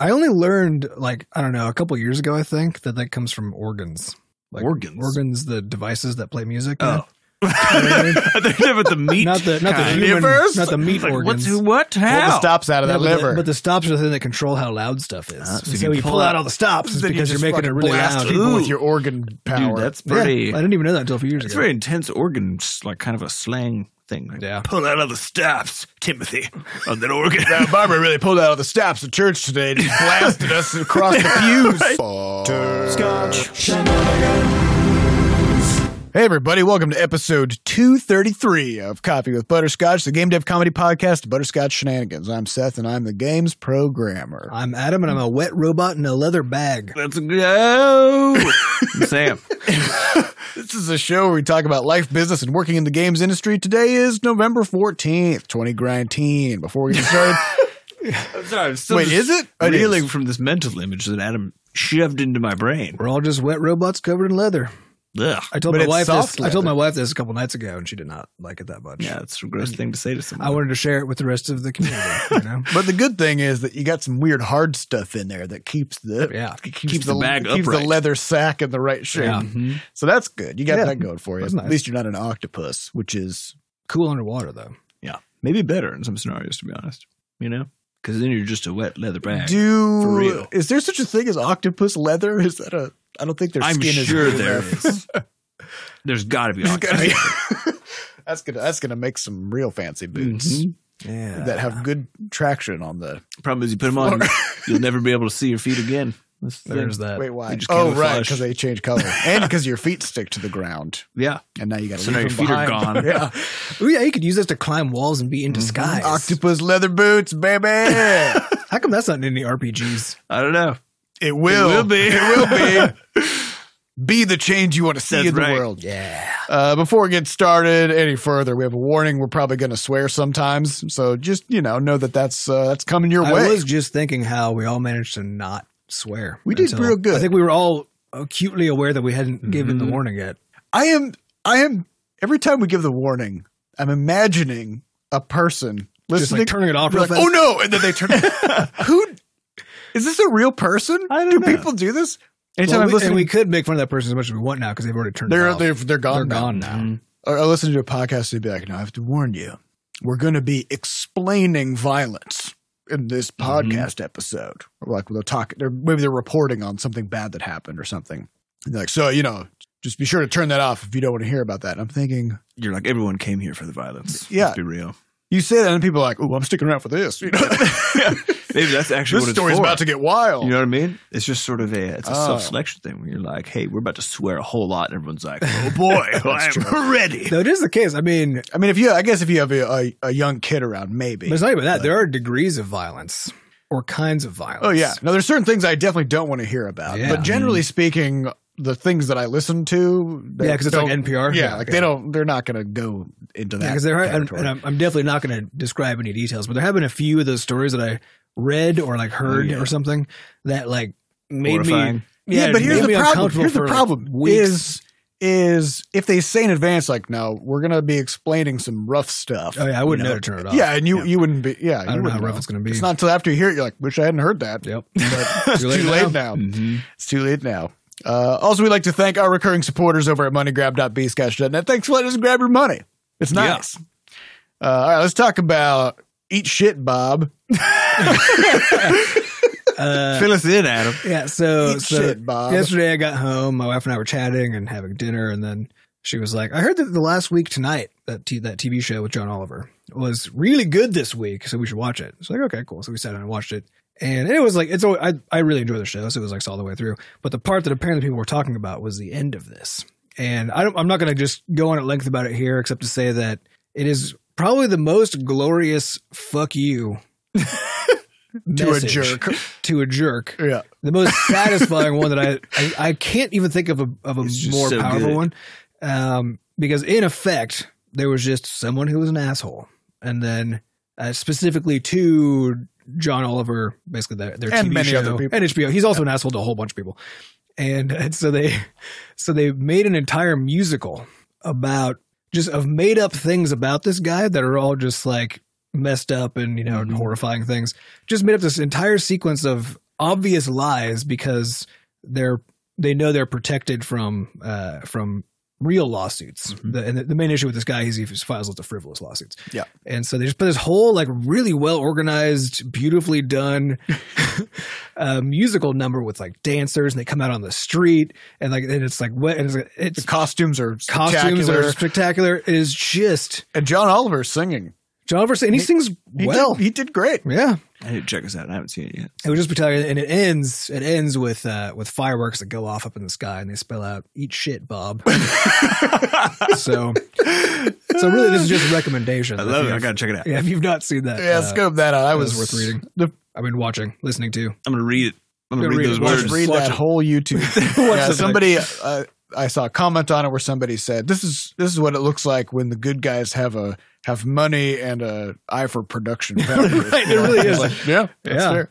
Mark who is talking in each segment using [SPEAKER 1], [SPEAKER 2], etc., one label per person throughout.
[SPEAKER 1] I only learned like I don't know a couple years ago I think that that comes from organs. Like
[SPEAKER 2] Organs?
[SPEAKER 1] organs, the devices that play music. you
[SPEAKER 2] Oh.
[SPEAKER 1] know?
[SPEAKER 2] They're different with the meat.
[SPEAKER 1] Not the- not the
[SPEAKER 2] kind
[SPEAKER 1] human-
[SPEAKER 2] at first.
[SPEAKER 1] not the meat
[SPEAKER 2] Like,
[SPEAKER 1] organs.
[SPEAKER 2] What's, what? How?
[SPEAKER 3] Pull the stops out of
[SPEAKER 1] Yeah,
[SPEAKER 3] that
[SPEAKER 1] but the-
[SPEAKER 3] liver.
[SPEAKER 1] but the stops are the thing that control how loud stuff is.
[SPEAKER 2] Ah, so
[SPEAKER 1] so
[SPEAKER 2] if
[SPEAKER 1] you pull, out all the stops it's
[SPEAKER 2] then you
[SPEAKER 1] because you're
[SPEAKER 2] just
[SPEAKER 1] making it
[SPEAKER 2] fucking
[SPEAKER 1] really
[SPEAKER 2] blast
[SPEAKER 1] loud.
[SPEAKER 2] it.
[SPEAKER 3] people with
[SPEAKER 2] Ooh.
[SPEAKER 3] your organ power.
[SPEAKER 2] Dude, that's
[SPEAKER 1] Yeah,
[SPEAKER 2] pretty.
[SPEAKER 1] I didn't even know that until a few years
[SPEAKER 2] it's
[SPEAKER 1] ago.
[SPEAKER 2] very intense organ, like kind of a slang thing. Like,
[SPEAKER 1] Yeah.
[SPEAKER 2] Pull out all the stops, Timothy, on that organ.
[SPEAKER 3] That Barbara really pulled out all the stops of church today and just blasted us across the pews. Fuck. Hey, everybody, welcome to episode 233 of Coffee with Butterscotch, the game dev comedy podcast, Butterscotch Shenanigans. I'm Seth, and I'm the game's programmer.
[SPEAKER 1] I'm Adam, and I'm a wet robot in a leather bag.
[SPEAKER 2] That's a go. Sam.
[SPEAKER 3] This is a show where we talk about life, business, and working in the games industry. Today is November 14th, 2019. Before we get started,
[SPEAKER 2] I'm sorry. I'm still
[SPEAKER 3] Wait,
[SPEAKER 2] just
[SPEAKER 3] is it? It
[SPEAKER 2] reeling
[SPEAKER 3] is.
[SPEAKER 2] from this mental image that Adam shoved into my brain.
[SPEAKER 1] We're all just wet robots covered in leather.
[SPEAKER 2] Ugh.
[SPEAKER 1] I told
[SPEAKER 3] But
[SPEAKER 1] my
[SPEAKER 3] it's
[SPEAKER 1] wife
[SPEAKER 3] soft
[SPEAKER 1] this. I told my
[SPEAKER 3] leather.
[SPEAKER 1] wife this a couple nights ago, and she did not like it that much.
[SPEAKER 2] Yeah, it's a gross thing to say to someone.
[SPEAKER 1] I wanted to share it with the rest of the community. you know?
[SPEAKER 3] but the good thing is that you got some weird hard stuff in there that keeps the
[SPEAKER 1] Yeah,
[SPEAKER 2] Keeps the bag
[SPEAKER 3] keeps the
[SPEAKER 2] upright.
[SPEAKER 3] leather sack in the right shape.
[SPEAKER 1] Yeah.
[SPEAKER 3] So that's good. You got
[SPEAKER 1] Yeah.
[SPEAKER 3] that going for you.
[SPEAKER 1] That's nice.
[SPEAKER 3] At least you're not an octopus, which is
[SPEAKER 1] cool underwater though.
[SPEAKER 2] Yeah, maybe better in some scenarios, to be honest. You know, because then you're just a wet leather bag.
[SPEAKER 3] do.
[SPEAKER 2] For real.
[SPEAKER 3] Is there such a thing as octopus leather? Is that a? I don't think their
[SPEAKER 2] I'm
[SPEAKER 3] skin
[SPEAKER 2] sure
[SPEAKER 3] is.
[SPEAKER 2] there is. There's got to be.
[SPEAKER 3] There's gotta
[SPEAKER 2] oxygen.
[SPEAKER 3] be- that's gonna that's gonna make some real fancy boots
[SPEAKER 2] Mhm.
[SPEAKER 1] Yeah,
[SPEAKER 3] that have good traction on the.
[SPEAKER 2] Problem is, you put them on, you'll never be able to see your feet again. That's the
[SPEAKER 1] there's
[SPEAKER 2] thing.
[SPEAKER 1] that.
[SPEAKER 3] Wait, why?
[SPEAKER 2] they just
[SPEAKER 3] Oh, right,
[SPEAKER 2] camouflage.
[SPEAKER 3] because they change color and because your feet stick to the ground,
[SPEAKER 2] Yeah,
[SPEAKER 3] and now you got to
[SPEAKER 2] So now
[SPEAKER 3] leave
[SPEAKER 2] your
[SPEAKER 3] them
[SPEAKER 2] feet are
[SPEAKER 3] behind.
[SPEAKER 2] gone.
[SPEAKER 3] yeah.
[SPEAKER 1] Oh yeah, you could use this to climb walls and be in
[SPEAKER 3] Mm-hmm.
[SPEAKER 1] disguise.
[SPEAKER 3] Octopus leather boots, baby.
[SPEAKER 1] How come that's not in any RPGs?
[SPEAKER 2] I don't know.
[SPEAKER 3] It will.
[SPEAKER 2] will be.
[SPEAKER 3] It will be. Be the change you want to see
[SPEAKER 2] That's
[SPEAKER 3] in the
[SPEAKER 2] right.
[SPEAKER 3] world.
[SPEAKER 1] Yeah,
[SPEAKER 3] Uh, before we get started any further, we have a warning. We're probably going to swear sometimes, so just you know, know that that's uh, that's coming your
[SPEAKER 1] I
[SPEAKER 3] way.
[SPEAKER 1] was just thinking how we all managed to not swear.
[SPEAKER 3] We did real good.
[SPEAKER 1] I think we were all acutely aware that we hadn't
[SPEAKER 3] Mm-hmm.
[SPEAKER 1] given the
[SPEAKER 2] Mhm.
[SPEAKER 1] warning yet.
[SPEAKER 3] I am. I am. Every time we give the warning, I'm imagining a person
[SPEAKER 1] Just
[SPEAKER 3] listening.
[SPEAKER 1] like turning it off.
[SPEAKER 3] They're
[SPEAKER 1] Real
[SPEAKER 3] like,
[SPEAKER 1] fast.
[SPEAKER 3] oh no! And then they turn. Who is this? A real person?
[SPEAKER 2] I don't
[SPEAKER 3] do
[SPEAKER 2] know.
[SPEAKER 3] people do this? Anytime
[SPEAKER 1] Well,
[SPEAKER 3] I'm
[SPEAKER 1] we,
[SPEAKER 3] listening,
[SPEAKER 1] and we could make fun of that person as much as we want now because they've already turned it
[SPEAKER 3] they're
[SPEAKER 1] off.
[SPEAKER 3] they're they're gone.
[SPEAKER 1] They're
[SPEAKER 3] now.
[SPEAKER 1] gone now.
[SPEAKER 2] Mhm.
[SPEAKER 3] or I listen to a podcast and they'd be like, "No, I have to warn you, we're going to be explaining violence in this podcast episode." Or like they'll talk, they're, maybe they're reporting on something bad that happened or something. And they're like, so you know, just be sure to turn that off if you don't want to hear about that. And I'm thinking,
[SPEAKER 2] You're like everyone came here for the violence.
[SPEAKER 3] Yeah.
[SPEAKER 2] Let's be real.
[SPEAKER 3] you say that, and people are like, "Oh, I'm sticking around for this." You know,
[SPEAKER 2] Maybe that's actually
[SPEAKER 3] this
[SPEAKER 2] what it's
[SPEAKER 3] story's
[SPEAKER 2] for.
[SPEAKER 3] about to get wild.
[SPEAKER 2] You know what I mean? It's just sort of a it's a
[SPEAKER 3] Oh.
[SPEAKER 2] self selection thing where you're like, hey, we're about to swear a whole lot, and everyone's like, oh boy, I'm ready.
[SPEAKER 1] No, it is the case. I mean,
[SPEAKER 3] I mean, if you, I guess if you have a, a, a young kid around, maybe.
[SPEAKER 1] but it's not even that. There are degrees of violence or kinds of violence.
[SPEAKER 3] Oh yeah. Now there's certain things I definitely don't want to hear about,
[SPEAKER 1] Yeah. Mm-hmm.
[SPEAKER 3] but generally speaking, the things that I listen to, they
[SPEAKER 1] Yeah, because it's like
[SPEAKER 3] don't-
[SPEAKER 1] NPR.
[SPEAKER 3] Yeah, like
[SPEAKER 1] okay.
[SPEAKER 3] they don't. They're not going to go into that.
[SPEAKER 1] Yeah, because there are, and,
[SPEAKER 3] territory.
[SPEAKER 1] and I'm, I'm definitely not going to describe any details, but there have been a few of those stories that I read or like heard
[SPEAKER 2] yeah.
[SPEAKER 1] or something that like made
[SPEAKER 2] Horrifying.
[SPEAKER 1] me.
[SPEAKER 3] yeah, but
[SPEAKER 1] it
[SPEAKER 3] here's
[SPEAKER 1] made
[SPEAKER 3] the
[SPEAKER 1] me
[SPEAKER 3] problem.
[SPEAKER 1] uncomfortable
[SPEAKER 3] Here's the
[SPEAKER 1] for, like,
[SPEAKER 3] problem
[SPEAKER 1] weeks.
[SPEAKER 3] is is if they say in advance, like, no, we're going to be explaining some rough stuff.
[SPEAKER 1] oh yeah, I wouldn't
[SPEAKER 3] you
[SPEAKER 1] know,
[SPEAKER 3] know?
[SPEAKER 1] to turn it off.
[SPEAKER 3] Yeah, and you you wouldn't be. Yeah,
[SPEAKER 1] I don't
[SPEAKER 3] you
[SPEAKER 1] know
[SPEAKER 3] wouldn't
[SPEAKER 1] how rough it's going to be.
[SPEAKER 3] It's not until after you hear it, you're like, wish I hadn't heard that.
[SPEAKER 1] Yep.
[SPEAKER 3] It's too, late now. It's too late now. Uh, also, we'd like to thank our recurring supporters over at moneygrab.bscash.net. Thanks for letting us grab your money. It's
[SPEAKER 2] Yeah.
[SPEAKER 3] nice. Uh, all right, let's talk about Eat Shit Bob.
[SPEAKER 1] Uh,
[SPEAKER 2] Fill us in, Adam.
[SPEAKER 1] Yeah, so
[SPEAKER 3] Eat
[SPEAKER 1] Uh, so
[SPEAKER 3] shit, Bob.
[SPEAKER 1] yesterday I got home. My wife and I were chatting and having dinner, and then she was like, "I heard that the last week tonight that t- that TV show with John Oliver was really good this week, so we should watch it." She's like, "Okay, cool." So we sat down and watched it, and it was like it's. al- I I really enjoy the show, so it was like all the way through. But the part that apparently people were talking about was the end of this, and I don't, I'm not going to just go on at length about it here, except to say that it is probably the most glorious fuck you.
[SPEAKER 3] To a
[SPEAKER 1] message
[SPEAKER 3] jerk.
[SPEAKER 1] to a jerk
[SPEAKER 3] Yeah.
[SPEAKER 1] the most satisfying one that I, I I can't even think of a of a
[SPEAKER 2] It's just
[SPEAKER 1] more
[SPEAKER 2] so
[SPEAKER 1] powerful
[SPEAKER 2] good.
[SPEAKER 1] one, um, because in effect there was just someone who was an asshole, and then uh, specifically to John Oliver, basically their, their
[SPEAKER 3] And
[SPEAKER 1] TV
[SPEAKER 3] many
[SPEAKER 1] show
[SPEAKER 3] other people.
[SPEAKER 1] and HBO. He's also an asshole to a whole bunch of people, and, and so they so they made an entire musical about just of made up things about this guy that are all just like messed up and you know horrifying things just made up this entire sequence of obvious lies because they're they know they're protected from uh, from real lawsuits.
[SPEAKER 2] Mhm.
[SPEAKER 1] The, and the, the main issue with this guy is he just files lots of frivolous lawsuits.
[SPEAKER 3] Mm-hmm. Yeah.
[SPEAKER 1] and so they just put this whole like really well organized, beautifully done uh, musical number with like dancers, and they come out on the street, and like and it's like what and it's, like,
[SPEAKER 3] The
[SPEAKER 1] it's
[SPEAKER 3] costumes are
[SPEAKER 1] costumes
[SPEAKER 3] spectacular.
[SPEAKER 1] are spectacular. It is just
[SPEAKER 3] and John Oliver singing.
[SPEAKER 1] John Overson, and he,
[SPEAKER 3] He-
[SPEAKER 1] sings
[SPEAKER 3] He
[SPEAKER 1] well.
[SPEAKER 3] did, he did great.
[SPEAKER 1] yeah,
[SPEAKER 2] I need to check this out. I haven't seen it yet.
[SPEAKER 1] It was just battalion, and it ends. It ends with uh, with fireworks that go off up in the sky, and they spell out "Eat shit, Bob." so, so really, this is just a recommendation.
[SPEAKER 2] I love
[SPEAKER 1] If
[SPEAKER 2] it. I
[SPEAKER 1] you've-
[SPEAKER 2] gotta check it out.
[SPEAKER 1] yeah, if you've not seen that,
[SPEAKER 3] Yeah,
[SPEAKER 1] uh,
[SPEAKER 3] scope that out. I
[SPEAKER 1] that
[SPEAKER 3] was,
[SPEAKER 1] was worth reading.
[SPEAKER 3] The,
[SPEAKER 1] I mean, watching, listening to.
[SPEAKER 2] I'm gonna read it. I'm
[SPEAKER 1] Yeah,
[SPEAKER 2] gonna read
[SPEAKER 1] read
[SPEAKER 2] those
[SPEAKER 1] it. Watch-
[SPEAKER 2] words.
[SPEAKER 1] Just
[SPEAKER 3] read
[SPEAKER 1] watch
[SPEAKER 3] that
[SPEAKER 1] it.
[SPEAKER 3] whole YouTube. yeah,
[SPEAKER 2] the-
[SPEAKER 3] somebody uh, I saw a comment on it where somebody said this is this is what it looks like when the good guys have a have money and a eye for production. value.
[SPEAKER 1] Right, it really is.
[SPEAKER 3] Like, yeah, that's
[SPEAKER 1] Yeah.
[SPEAKER 3] fair.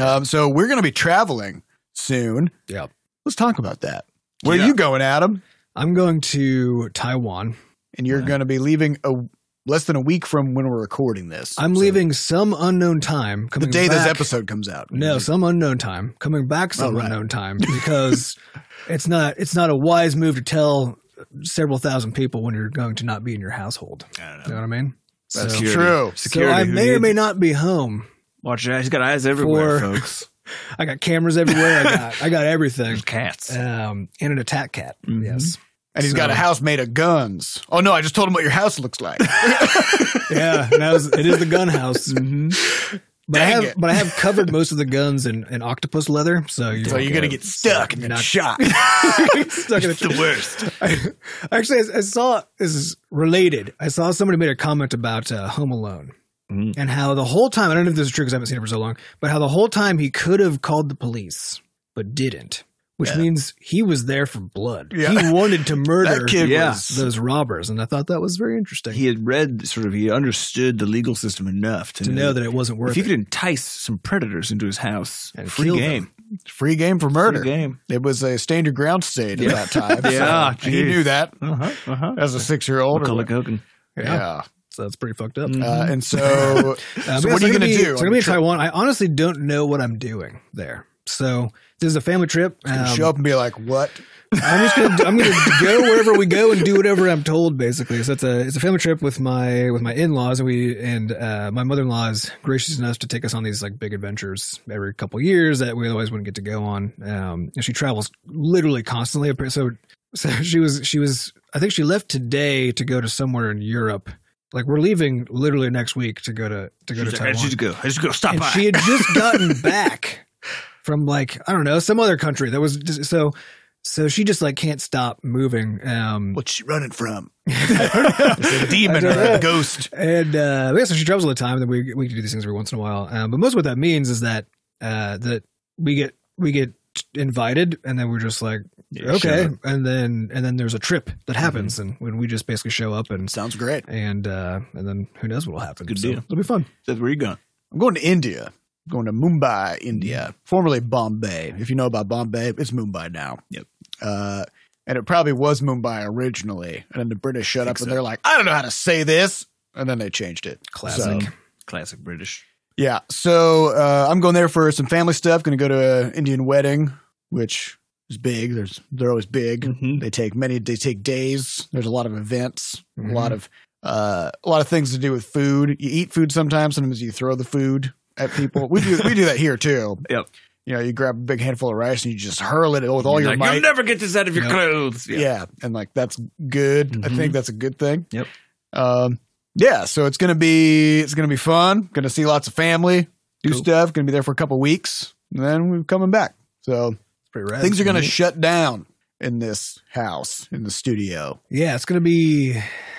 [SPEAKER 3] Um, so we're going to be traveling soon.
[SPEAKER 1] Yep.
[SPEAKER 3] Let's talk about that. Where
[SPEAKER 2] Yeah.
[SPEAKER 3] are you going, Adam?
[SPEAKER 1] I'm going to Taiwan.
[SPEAKER 3] And you're
[SPEAKER 2] Yeah.
[SPEAKER 3] going to be leaving a less than a week from when we're recording this.
[SPEAKER 1] I'm
[SPEAKER 3] So
[SPEAKER 1] leaving some unknown time.
[SPEAKER 3] the
[SPEAKER 1] Coming
[SPEAKER 3] day
[SPEAKER 1] back,
[SPEAKER 3] this episode comes out.
[SPEAKER 1] No, some unknown time. Coming back some
[SPEAKER 3] All right.
[SPEAKER 1] unknown time because it's not it's not a wise move to tell several thousand people when you're going to not be in your household.
[SPEAKER 2] I don't
[SPEAKER 1] You
[SPEAKER 2] know.
[SPEAKER 1] know what I mean?
[SPEAKER 3] That's
[SPEAKER 1] So-
[SPEAKER 3] true.
[SPEAKER 1] So I
[SPEAKER 2] who
[SPEAKER 1] may or
[SPEAKER 2] needs
[SPEAKER 1] may
[SPEAKER 2] it?
[SPEAKER 1] not be home.
[SPEAKER 2] Watch your eyes. He's got eyes everywhere,
[SPEAKER 1] For-
[SPEAKER 2] folks.
[SPEAKER 1] I got cameras everywhere. I got I got everything.
[SPEAKER 2] There's cats.
[SPEAKER 1] Um, and an attack cat.
[SPEAKER 2] Mhm.
[SPEAKER 1] Yes.
[SPEAKER 3] And he's got a
[SPEAKER 1] So-
[SPEAKER 3] house made of guns. Oh no, I just told him what your house looks like.
[SPEAKER 1] Yeah. and that was- it is the gun house.
[SPEAKER 2] Mm-hmm.
[SPEAKER 1] But I
[SPEAKER 3] Dang
[SPEAKER 1] have
[SPEAKER 3] it.
[SPEAKER 1] but I have covered most of the guns in, in octopus leather. So you
[SPEAKER 3] so you're gonna get stuck and
[SPEAKER 1] You're
[SPEAKER 3] then
[SPEAKER 1] not-
[SPEAKER 3] shot.
[SPEAKER 1] stuck in a
[SPEAKER 2] The worst.
[SPEAKER 1] I, actually, I, I saw this is related. I saw somebody made a comment about uh, Home Alone
[SPEAKER 3] Mm.
[SPEAKER 2] Mhm.
[SPEAKER 1] and how the whole time I don't know if this is true because I haven't seen it for so long, but how the whole time he could have called the police but didn't, which
[SPEAKER 3] Yeah.
[SPEAKER 1] means he was there for blood.
[SPEAKER 3] Yeah.
[SPEAKER 1] He wanted to murder
[SPEAKER 3] that kid
[SPEAKER 2] Yeah.
[SPEAKER 3] was
[SPEAKER 1] those robbers, and I thought that was very interesting
[SPEAKER 2] He had read sort of. He understood the legal system enough to,
[SPEAKER 1] to know that it wasn't worth
[SPEAKER 2] if you
[SPEAKER 1] it.
[SPEAKER 2] could entice some predators into his house,
[SPEAKER 1] And
[SPEAKER 2] free
[SPEAKER 1] kill them.
[SPEAKER 2] game.
[SPEAKER 3] free game for murder.
[SPEAKER 2] Free game.
[SPEAKER 3] It was a stand your ground state
[SPEAKER 2] Yeah.
[SPEAKER 3] at that time. so
[SPEAKER 2] Yeah,
[SPEAKER 3] he
[SPEAKER 2] geez.
[SPEAKER 3] knew that
[SPEAKER 2] Uh
[SPEAKER 1] Uh-huh,
[SPEAKER 2] huh. Uh huh.
[SPEAKER 3] as a six year old.
[SPEAKER 2] McCulloch Hogan.
[SPEAKER 3] Yeah.
[SPEAKER 1] so that's pretty fucked up.
[SPEAKER 2] Mm.
[SPEAKER 3] Uh, and so
[SPEAKER 1] Uh,
[SPEAKER 3] So
[SPEAKER 1] but
[SPEAKER 3] what
[SPEAKER 1] yeah,
[SPEAKER 3] are you
[SPEAKER 1] I'm
[SPEAKER 3] gonna
[SPEAKER 1] be-
[SPEAKER 3] do
[SPEAKER 1] So I'm
[SPEAKER 3] on
[SPEAKER 1] gonna
[SPEAKER 3] your
[SPEAKER 1] be in
[SPEAKER 3] trip?
[SPEAKER 1] Taiwan. I honestly don't know what I'm doing there. So this is a family trip. Um,
[SPEAKER 3] show up and be like, "What?
[SPEAKER 1] I'm just gonna I'm gonna go wherever we go and do whatever I'm told. Basically, so it's a it's a family trip with my with my in laws and we and uh, my mother in law is gracious enough to take us on these like big adventures every couple years that we otherwise wouldn't get to go on. Um, and she travels literally constantly. So so she was she was I think she left today to go to somewhere in Europe. Like we're leaving literally next week to go to to go
[SPEAKER 2] She's
[SPEAKER 1] to
[SPEAKER 2] like, I
[SPEAKER 1] Taiwan.
[SPEAKER 2] just go. I just go. Stop
[SPEAKER 1] and
[SPEAKER 2] by.
[SPEAKER 1] she had just gotten back from like I don't know some other country that was just, so so she just like can't stop moving um
[SPEAKER 3] What's she running from?
[SPEAKER 1] and
[SPEAKER 3] It's a demon or a ghost."
[SPEAKER 1] uh yeah so she travels all the time then we we do these things every once in a while um, but most of what that means is that uh that we get we get invited and then we're just like
[SPEAKER 2] Yeah,
[SPEAKER 1] okay
[SPEAKER 2] sure.
[SPEAKER 1] and then and then there's a trip that happens and when we just basically show up and
[SPEAKER 3] Sounds great.
[SPEAKER 1] and uh and then who knows what will happen
[SPEAKER 2] Good
[SPEAKER 1] So
[SPEAKER 2] deal.
[SPEAKER 1] it'll be fun
[SPEAKER 2] Seth, where you going?
[SPEAKER 3] I'm going to India. I'm going to Mumbai, India, formerly Bombay. If you know about Bombay, it's Mumbai now.
[SPEAKER 2] Yep.
[SPEAKER 3] Uh, and it probably was Mumbai originally, and then the British shut up
[SPEAKER 2] Think
[SPEAKER 3] and
[SPEAKER 2] so.
[SPEAKER 3] they're like, "I don't know how to say this," and then they changed it.
[SPEAKER 1] classic
[SPEAKER 3] So-
[SPEAKER 2] Classic British.
[SPEAKER 3] Yeah. So uh, I'm going there for some family stuff. Going to go to an Indian wedding, which is big. There's they're always big.
[SPEAKER 2] Mm-hmm.
[SPEAKER 3] They take many. They take days. There's a lot of events.
[SPEAKER 1] Mhm.
[SPEAKER 2] Mm-hmm.
[SPEAKER 3] A lot of uh, a lot of things to do with food. You eat food sometimes. Sometimes you throw the food at people. We do we do that here too.
[SPEAKER 2] Yep.
[SPEAKER 3] You know, you grab a big handful of rice and you just hurl it with all your
[SPEAKER 2] like,
[SPEAKER 3] might.
[SPEAKER 2] You'll never get this out of your
[SPEAKER 1] Yeah.
[SPEAKER 2] clothes.
[SPEAKER 3] Yeah. and like that's good. I
[SPEAKER 2] Mhm.
[SPEAKER 3] think that's a good thing.
[SPEAKER 2] Yep.
[SPEAKER 3] Um, yeah, so it's gonna be it's gonna be fun. Gonna see lots of family, do
[SPEAKER 2] Cool.
[SPEAKER 3] stuff. Gonna be there for a couple weeks, and then we're coming back. So
[SPEAKER 1] pretty rad.
[SPEAKER 3] things are gonna shut down in this house in the studio.
[SPEAKER 1] yeah it's gonna be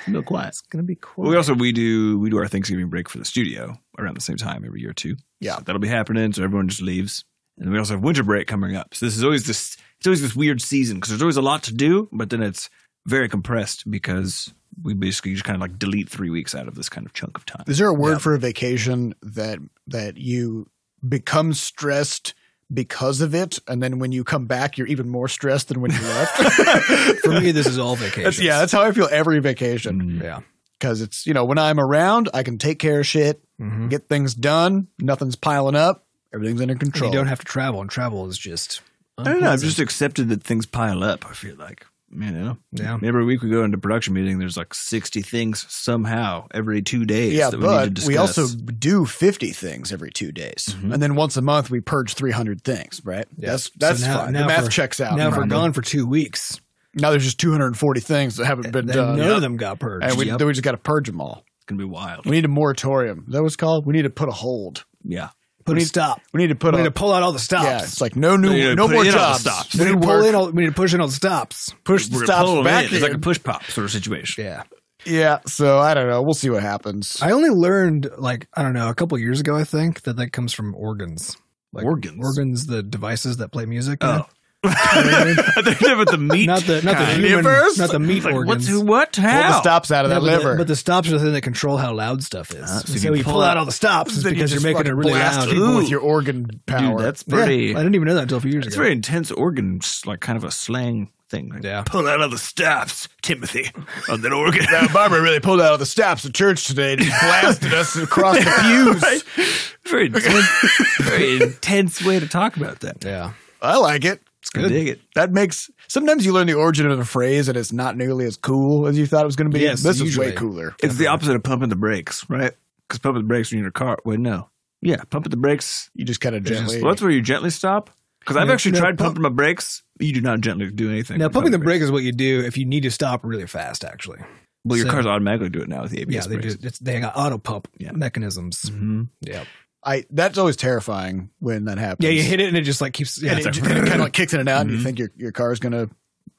[SPEAKER 2] No quiet.
[SPEAKER 1] it's gonna be cool
[SPEAKER 2] Well, we also we do we do our Thanksgiving break for the studio around the same time every year too.
[SPEAKER 3] Yeah.
[SPEAKER 2] So that'll be happening. So everyone just leaves, and we also have winter break coming up. So this is always this it's always this weird season because there's always a lot to do, but then it's very compressed because we basically just kind of like delete three weeks out of this kind of chunk of time.
[SPEAKER 3] Is there a word
[SPEAKER 1] Yeah.
[SPEAKER 3] for a vacation that that you become stressed because of it, and then when you come back, you're even more stressed than when you left?
[SPEAKER 1] for me this is all vacation
[SPEAKER 3] That's- yeah, that's how I feel every vacation
[SPEAKER 2] Mm.
[SPEAKER 1] yeah
[SPEAKER 3] because it's you know when I'm around, I can take care of shit.
[SPEAKER 1] Mhm.
[SPEAKER 3] get things done. Nothing's piling up. Everything's under
[SPEAKER 1] And
[SPEAKER 3] control.
[SPEAKER 1] you don't have to travel, and travel is just.
[SPEAKER 2] I don't know. I've
[SPEAKER 1] unpleasant.
[SPEAKER 2] just accepted that things pile up. I feel like you know.
[SPEAKER 1] yeah.
[SPEAKER 2] Every week we go into production meeting. There's like sixty things somehow every two days.
[SPEAKER 3] yeah,
[SPEAKER 2] that we need
[SPEAKER 3] but
[SPEAKER 2] to
[SPEAKER 3] we
[SPEAKER 2] discuss.
[SPEAKER 3] also do 50 things every two days.
[SPEAKER 2] Mhm.
[SPEAKER 3] And then once a month, we purge 300 things, right?
[SPEAKER 1] Mm-hmm. Yeah.
[SPEAKER 3] That's
[SPEAKER 1] So
[SPEAKER 3] that's
[SPEAKER 1] now-
[SPEAKER 3] fine.
[SPEAKER 1] now
[SPEAKER 3] the math
[SPEAKER 1] for-
[SPEAKER 3] checks out.
[SPEAKER 1] Now
[SPEAKER 3] in
[SPEAKER 1] if we're
[SPEAKER 3] my
[SPEAKER 1] gone for two weeks,
[SPEAKER 3] mind. Now there's just 240 things that haven't been
[SPEAKER 1] then
[SPEAKER 3] done.
[SPEAKER 1] none of them got purged.
[SPEAKER 3] uh, And we,
[SPEAKER 2] Yep.
[SPEAKER 3] then we just got to purge them all.
[SPEAKER 2] it's gonna be wild.
[SPEAKER 3] We need a moratorium. Is that what's called? We need to put a hold.
[SPEAKER 2] Yeah,
[SPEAKER 1] Put
[SPEAKER 3] we
[SPEAKER 1] a
[SPEAKER 3] need-
[SPEAKER 1] stop.
[SPEAKER 3] We need to put
[SPEAKER 1] we
[SPEAKER 3] a.
[SPEAKER 1] need to pull out all the stops.
[SPEAKER 3] yeah, it's like no
[SPEAKER 2] We need
[SPEAKER 3] new,
[SPEAKER 2] to
[SPEAKER 3] no
[SPEAKER 2] put
[SPEAKER 3] more
[SPEAKER 2] in all the
[SPEAKER 3] jobs.
[SPEAKER 2] stops.
[SPEAKER 1] we need
[SPEAKER 3] New
[SPEAKER 1] to pull
[SPEAKER 3] work.
[SPEAKER 1] in. All, we need to push in all the stops.
[SPEAKER 3] push the
[SPEAKER 2] We're
[SPEAKER 3] stops
[SPEAKER 2] pulling
[SPEAKER 3] back.
[SPEAKER 2] in. It's like a
[SPEAKER 3] in.
[SPEAKER 2] push pop sort of situation.
[SPEAKER 1] Yeah.
[SPEAKER 3] yeah, so I don't know. We'll see what happens.
[SPEAKER 1] I only learned like I don't know a couple years ago I think that that comes from organs. Like
[SPEAKER 2] Organs?
[SPEAKER 1] organs, the devices that play music. in
[SPEAKER 2] Oh,
[SPEAKER 1] it. You know what I mean?
[SPEAKER 2] they're talking about the meat.
[SPEAKER 1] not the not the
[SPEAKER 2] kind.
[SPEAKER 1] human,
[SPEAKER 3] Universe?
[SPEAKER 1] not the meat
[SPEAKER 2] Like,
[SPEAKER 1] organs.
[SPEAKER 2] What's what?
[SPEAKER 3] Pull
[SPEAKER 2] How?
[SPEAKER 3] the stops out of
[SPEAKER 1] Yeah,
[SPEAKER 3] that
[SPEAKER 1] but,
[SPEAKER 3] liver.
[SPEAKER 1] The, but the stops are the thing that control how loud stuff is.
[SPEAKER 2] Ah, so
[SPEAKER 1] so
[SPEAKER 2] if
[SPEAKER 1] so
[SPEAKER 2] you
[SPEAKER 1] you
[SPEAKER 2] pull
[SPEAKER 1] pull out
[SPEAKER 2] out-
[SPEAKER 1] all the stops is
[SPEAKER 3] Then you
[SPEAKER 1] because
[SPEAKER 3] just
[SPEAKER 1] you're making
[SPEAKER 3] fucking
[SPEAKER 1] it really
[SPEAKER 3] blast
[SPEAKER 1] loud.
[SPEAKER 3] people with
[SPEAKER 2] Ooh.
[SPEAKER 3] your organ power.
[SPEAKER 2] Dude, that's
[SPEAKER 1] Yeah,
[SPEAKER 2] pretty.
[SPEAKER 1] I didn't even know that until a few years
[SPEAKER 2] it's
[SPEAKER 1] ago.
[SPEAKER 2] very intense organ, s- like kind of a slang thing. Like,
[SPEAKER 1] Yeah.
[SPEAKER 2] Pull out all the stops, Timothy, on that organ.
[SPEAKER 3] That barber really pulled out of the stops of church today and just blasted us across the pews.
[SPEAKER 2] Right? Very intense, very intense way to talk about that.
[SPEAKER 1] yeah,
[SPEAKER 3] I like it.
[SPEAKER 1] it's
[SPEAKER 2] I dig it.
[SPEAKER 3] That makes sometimes you learn the origin of a phrase and it's not nearly as cool as you thought it was going to be.
[SPEAKER 1] Yes,
[SPEAKER 3] this
[SPEAKER 1] usually.
[SPEAKER 3] is way cooler.
[SPEAKER 2] It's the opposite of pumping the brakes, right? Because pumping the brakes when you're in a car. Wait, no. Yeah, pumping the brakes.
[SPEAKER 3] You just kind of
[SPEAKER 1] just-
[SPEAKER 3] gently.
[SPEAKER 2] Well, that's where you gently stop. Because I've
[SPEAKER 1] Yeah.
[SPEAKER 2] actually
[SPEAKER 1] No,
[SPEAKER 2] tried
[SPEAKER 1] pump-
[SPEAKER 2] pumping my brakes. You do not gently do anything.
[SPEAKER 1] Now
[SPEAKER 2] with
[SPEAKER 1] pumping the
[SPEAKER 2] brakes.
[SPEAKER 1] brake is what you do if you need to stop really fast. Actually,
[SPEAKER 2] Well, your
[SPEAKER 1] so-
[SPEAKER 2] cars automatically do it now with the ABS
[SPEAKER 1] yeah, they
[SPEAKER 2] brakes.
[SPEAKER 1] do. It's, they got auto pump
[SPEAKER 2] Yeah.
[SPEAKER 1] mechanisms.
[SPEAKER 2] Mhm.
[SPEAKER 1] Yeah,
[SPEAKER 3] I that's always terrifying when that happens.
[SPEAKER 1] yeah, you hit it and it just like keeps. Yeah,
[SPEAKER 3] and
[SPEAKER 1] it's
[SPEAKER 3] it,
[SPEAKER 1] like- Mm-hmm.
[SPEAKER 3] kind of like kicks in and out, and you
[SPEAKER 2] Mhm.
[SPEAKER 3] think your your car's gonna,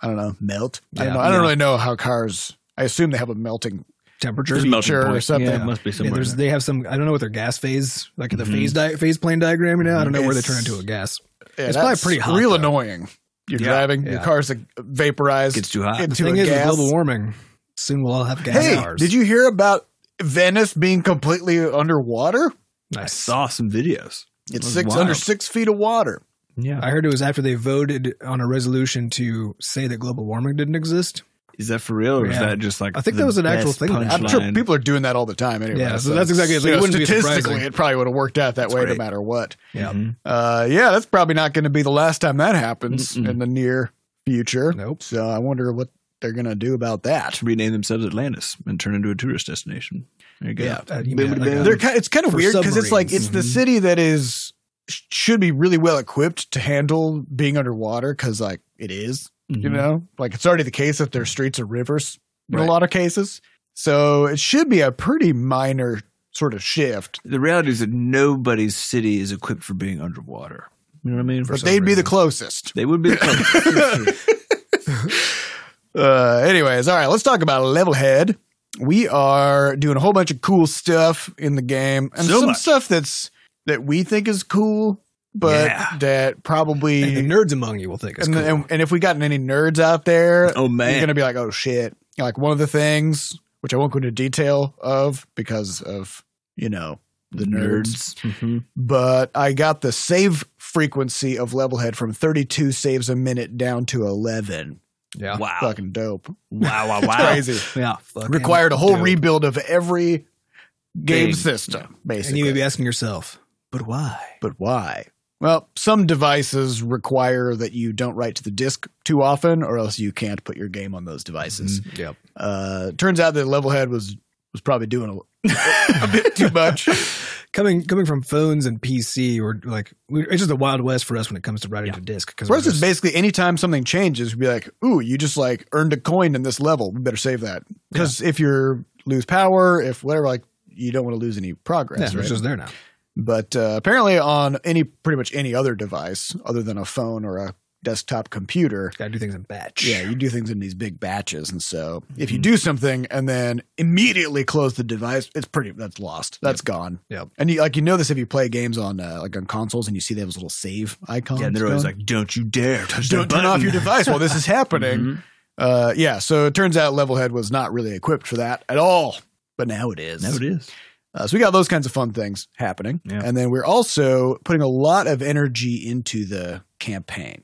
[SPEAKER 3] I don't know, melt. I
[SPEAKER 1] Yeah.
[SPEAKER 3] don't know. I don't
[SPEAKER 2] Yeah.
[SPEAKER 3] really know how cars. I assume they have a melting
[SPEAKER 1] temperature.
[SPEAKER 2] There's a
[SPEAKER 1] Yeah,
[SPEAKER 2] melting
[SPEAKER 3] feature or
[SPEAKER 2] point.
[SPEAKER 3] something.
[SPEAKER 2] Yeah, it must be somewhere.
[SPEAKER 1] there's,
[SPEAKER 2] there.
[SPEAKER 1] they have some. I don't know what their gas phase like the
[SPEAKER 2] Mhm.
[SPEAKER 1] phase di- phase plane diagram. You know, I don't know where they
[SPEAKER 3] It's-
[SPEAKER 1] turn into a gas.
[SPEAKER 3] Yeah,
[SPEAKER 1] It's probably
[SPEAKER 3] that's
[SPEAKER 1] pretty hot,
[SPEAKER 3] Real
[SPEAKER 1] though.
[SPEAKER 3] annoying. You're
[SPEAKER 2] Yeah,
[SPEAKER 3] driving. Your
[SPEAKER 1] yeah.
[SPEAKER 3] car's like, vaporized.
[SPEAKER 2] Gets too hot.
[SPEAKER 1] The
[SPEAKER 3] into
[SPEAKER 1] thing
[SPEAKER 3] a
[SPEAKER 1] is, with
[SPEAKER 3] gas.
[SPEAKER 1] global warming, soon we'll all have gas
[SPEAKER 3] hey,
[SPEAKER 1] cars.
[SPEAKER 3] did you hear about Venice being completely underwater?
[SPEAKER 2] I
[SPEAKER 1] Nice.
[SPEAKER 2] saw some videos.
[SPEAKER 3] It's
[SPEAKER 2] was
[SPEAKER 3] six
[SPEAKER 2] wild.
[SPEAKER 3] under six feet of water.
[SPEAKER 2] Yeah.
[SPEAKER 1] I heard it was after they voted on a resolution to say that global warming didn't exist.
[SPEAKER 2] Is that for real, or is
[SPEAKER 1] Yeah.
[SPEAKER 2] that just like
[SPEAKER 1] I think
[SPEAKER 2] the
[SPEAKER 1] that was an actual
[SPEAKER 2] best
[SPEAKER 1] thing.
[SPEAKER 2] punchline?
[SPEAKER 1] I'm
[SPEAKER 3] I'm sure people are doing that all the time anyway.
[SPEAKER 1] Yeah, so that's exactly it. So
[SPEAKER 3] you
[SPEAKER 1] it
[SPEAKER 3] know,
[SPEAKER 1] wouldn't be
[SPEAKER 3] statistically,
[SPEAKER 1] surprising.
[SPEAKER 3] it probably would have worked out that
[SPEAKER 2] That's
[SPEAKER 3] way no
[SPEAKER 2] great.
[SPEAKER 3] matter what.
[SPEAKER 1] Yeah.
[SPEAKER 2] Mhm.
[SPEAKER 3] Uh, yeah, that's probably not going to be the last time that happens
[SPEAKER 2] Mm-mm.
[SPEAKER 3] in the near future.
[SPEAKER 1] Nope.
[SPEAKER 3] So I wonder what they're going to do about that.
[SPEAKER 2] rename themselves Atlantis and turn into a tourist destination. There you go.
[SPEAKER 3] Yeah.
[SPEAKER 1] Uh, you
[SPEAKER 2] They
[SPEAKER 1] mean
[SPEAKER 2] would-
[SPEAKER 1] like
[SPEAKER 2] they-
[SPEAKER 1] a-
[SPEAKER 3] They're kind, it's kind of
[SPEAKER 1] For
[SPEAKER 3] weird because it's like it's
[SPEAKER 1] submarines.
[SPEAKER 3] the
[SPEAKER 2] Mhm.
[SPEAKER 3] city that is sh- should be really well equipped to handle being underwater because like it is, you
[SPEAKER 2] Mhm.
[SPEAKER 3] know, like it's already the case that their streets are rivers in
[SPEAKER 2] Right.
[SPEAKER 3] a lot of cases. So it should be a pretty minor sort of shift,
[SPEAKER 2] The reality is that nobody's city is equipped for being underwater. You know what I mean? For
[SPEAKER 3] but
[SPEAKER 2] some
[SPEAKER 3] they'd be the
[SPEAKER 2] reason.
[SPEAKER 3] closest.
[SPEAKER 2] They would be the closest.
[SPEAKER 3] Uh, anyways, all right, let's talk about level head. We are doing a whole bunch of cool stuff in the game, and
[SPEAKER 2] So
[SPEAKER 3] some
[SPEAKER 2] much.
[SPEAKER 3] stuff that's that we think is cool, but
[SPEAKER 2] Yeah.
[SPEAKER 3] that probably
[SPEAKER 1] and the nerds among you will think it's
[SPEAKER 3] and,
[SPEAKER 1] cool.
[SPEAKER 3] and, and if we gotten any nerds out there,
[SPEAKER 2] oh
[SPEAKER 3] you're
[SPEAKER 2] man.
[SPEAKER 3] gonna be like, oh shit! Like one of the things which I won't go into detail of because of you know the nerds,
[SPEAKER 2] Mhm.
[SPEAKER 3] but I got the save frequency of level head from 32 saves a minute down to 11.
[SPEAKER 1] yeah.
[SPEAKER 2] Wow.
[SPEAKER 3] Fucking dope!
[SPEAKER 2] Wow. Wow.
[SPEAKER 3] It's
[SPEAKER 2] Wow.
[SPEAKER 3] crazy.
[SPEAKER 1] Yeah. fucking
[SPEAKER 3] required a whole
[SPEAKER 1] dope.
[SPEAKER 3] rebuild of every game
[SPEAKER 2] Game.
[SPEAKER 3] system,
[SPEAKER 1] And
[SPEAKER 3] basically.
[SPEAKER 1] you may be asking yourself, but why?
[SPEAKER 3] but why? Well, some devices require that you don't write to the disk too often, or else you can't put your game on those devices.
[SPEAKER 1] Yep.
[SPEAKER 3] Uh, turns out that Levelhead was was probably doing a, a bit too much.
[SPEAKER 1] Coming coming from phones and PC, or like we, it's just the wild west for us when it comes to writing to disk. Because
[SPEAKER 3] For us, it's basically anytime something changes, you'd be like, "Ooh, you just like earned a coin in this level. We better save that because if you lose power, if whatever, like you don't want to lose any progress.
[SPEAKER 1] yeah,
[SPEAKER 3] right?
[SPEAKER 1] it's just there now.
[SPEAKER 3] but uh, apparently on any pretty much any other device other than a phone or a desktop computer
[SPEAKER 1] Got to do things in batch.
[SPEAKER 3] yeah you do things in these big batches and so if you
[SPEAKER 2] Mhm.
[SPEAKER 3] do something and then immediately close the device it's pretty that's lost That's gone
[SPEAKER 1] Yep.
[SPEAKER 3] and you like you know this if you play games on uh, like on consoles and you see they have those little save icons
[SPEAKER 2] Yeah, and they're always
[SPEAKER 3] going.
[SPEAKER 2] like, "Don't you dare touch
[SPEAKER 3] don't
[SPEAKER 2] that
[SPEAKER 3] turn off
[SPEAKER 2] button."
[SPEAKER 3] your device while this is happening
[SPEAKER 2] Mhm.
[SPEAKER 3] uh yeah so it turns out levelhead was not really equipped for that at all but now it is
[SPEAKER 2] Now it is.
[SPEAKER 3] uh, so we got those kinds of fun things happening,
[SPEAKER 2] Yeah.
[SPEAKER 3] and then we're also putting a lot of energy into the campaign.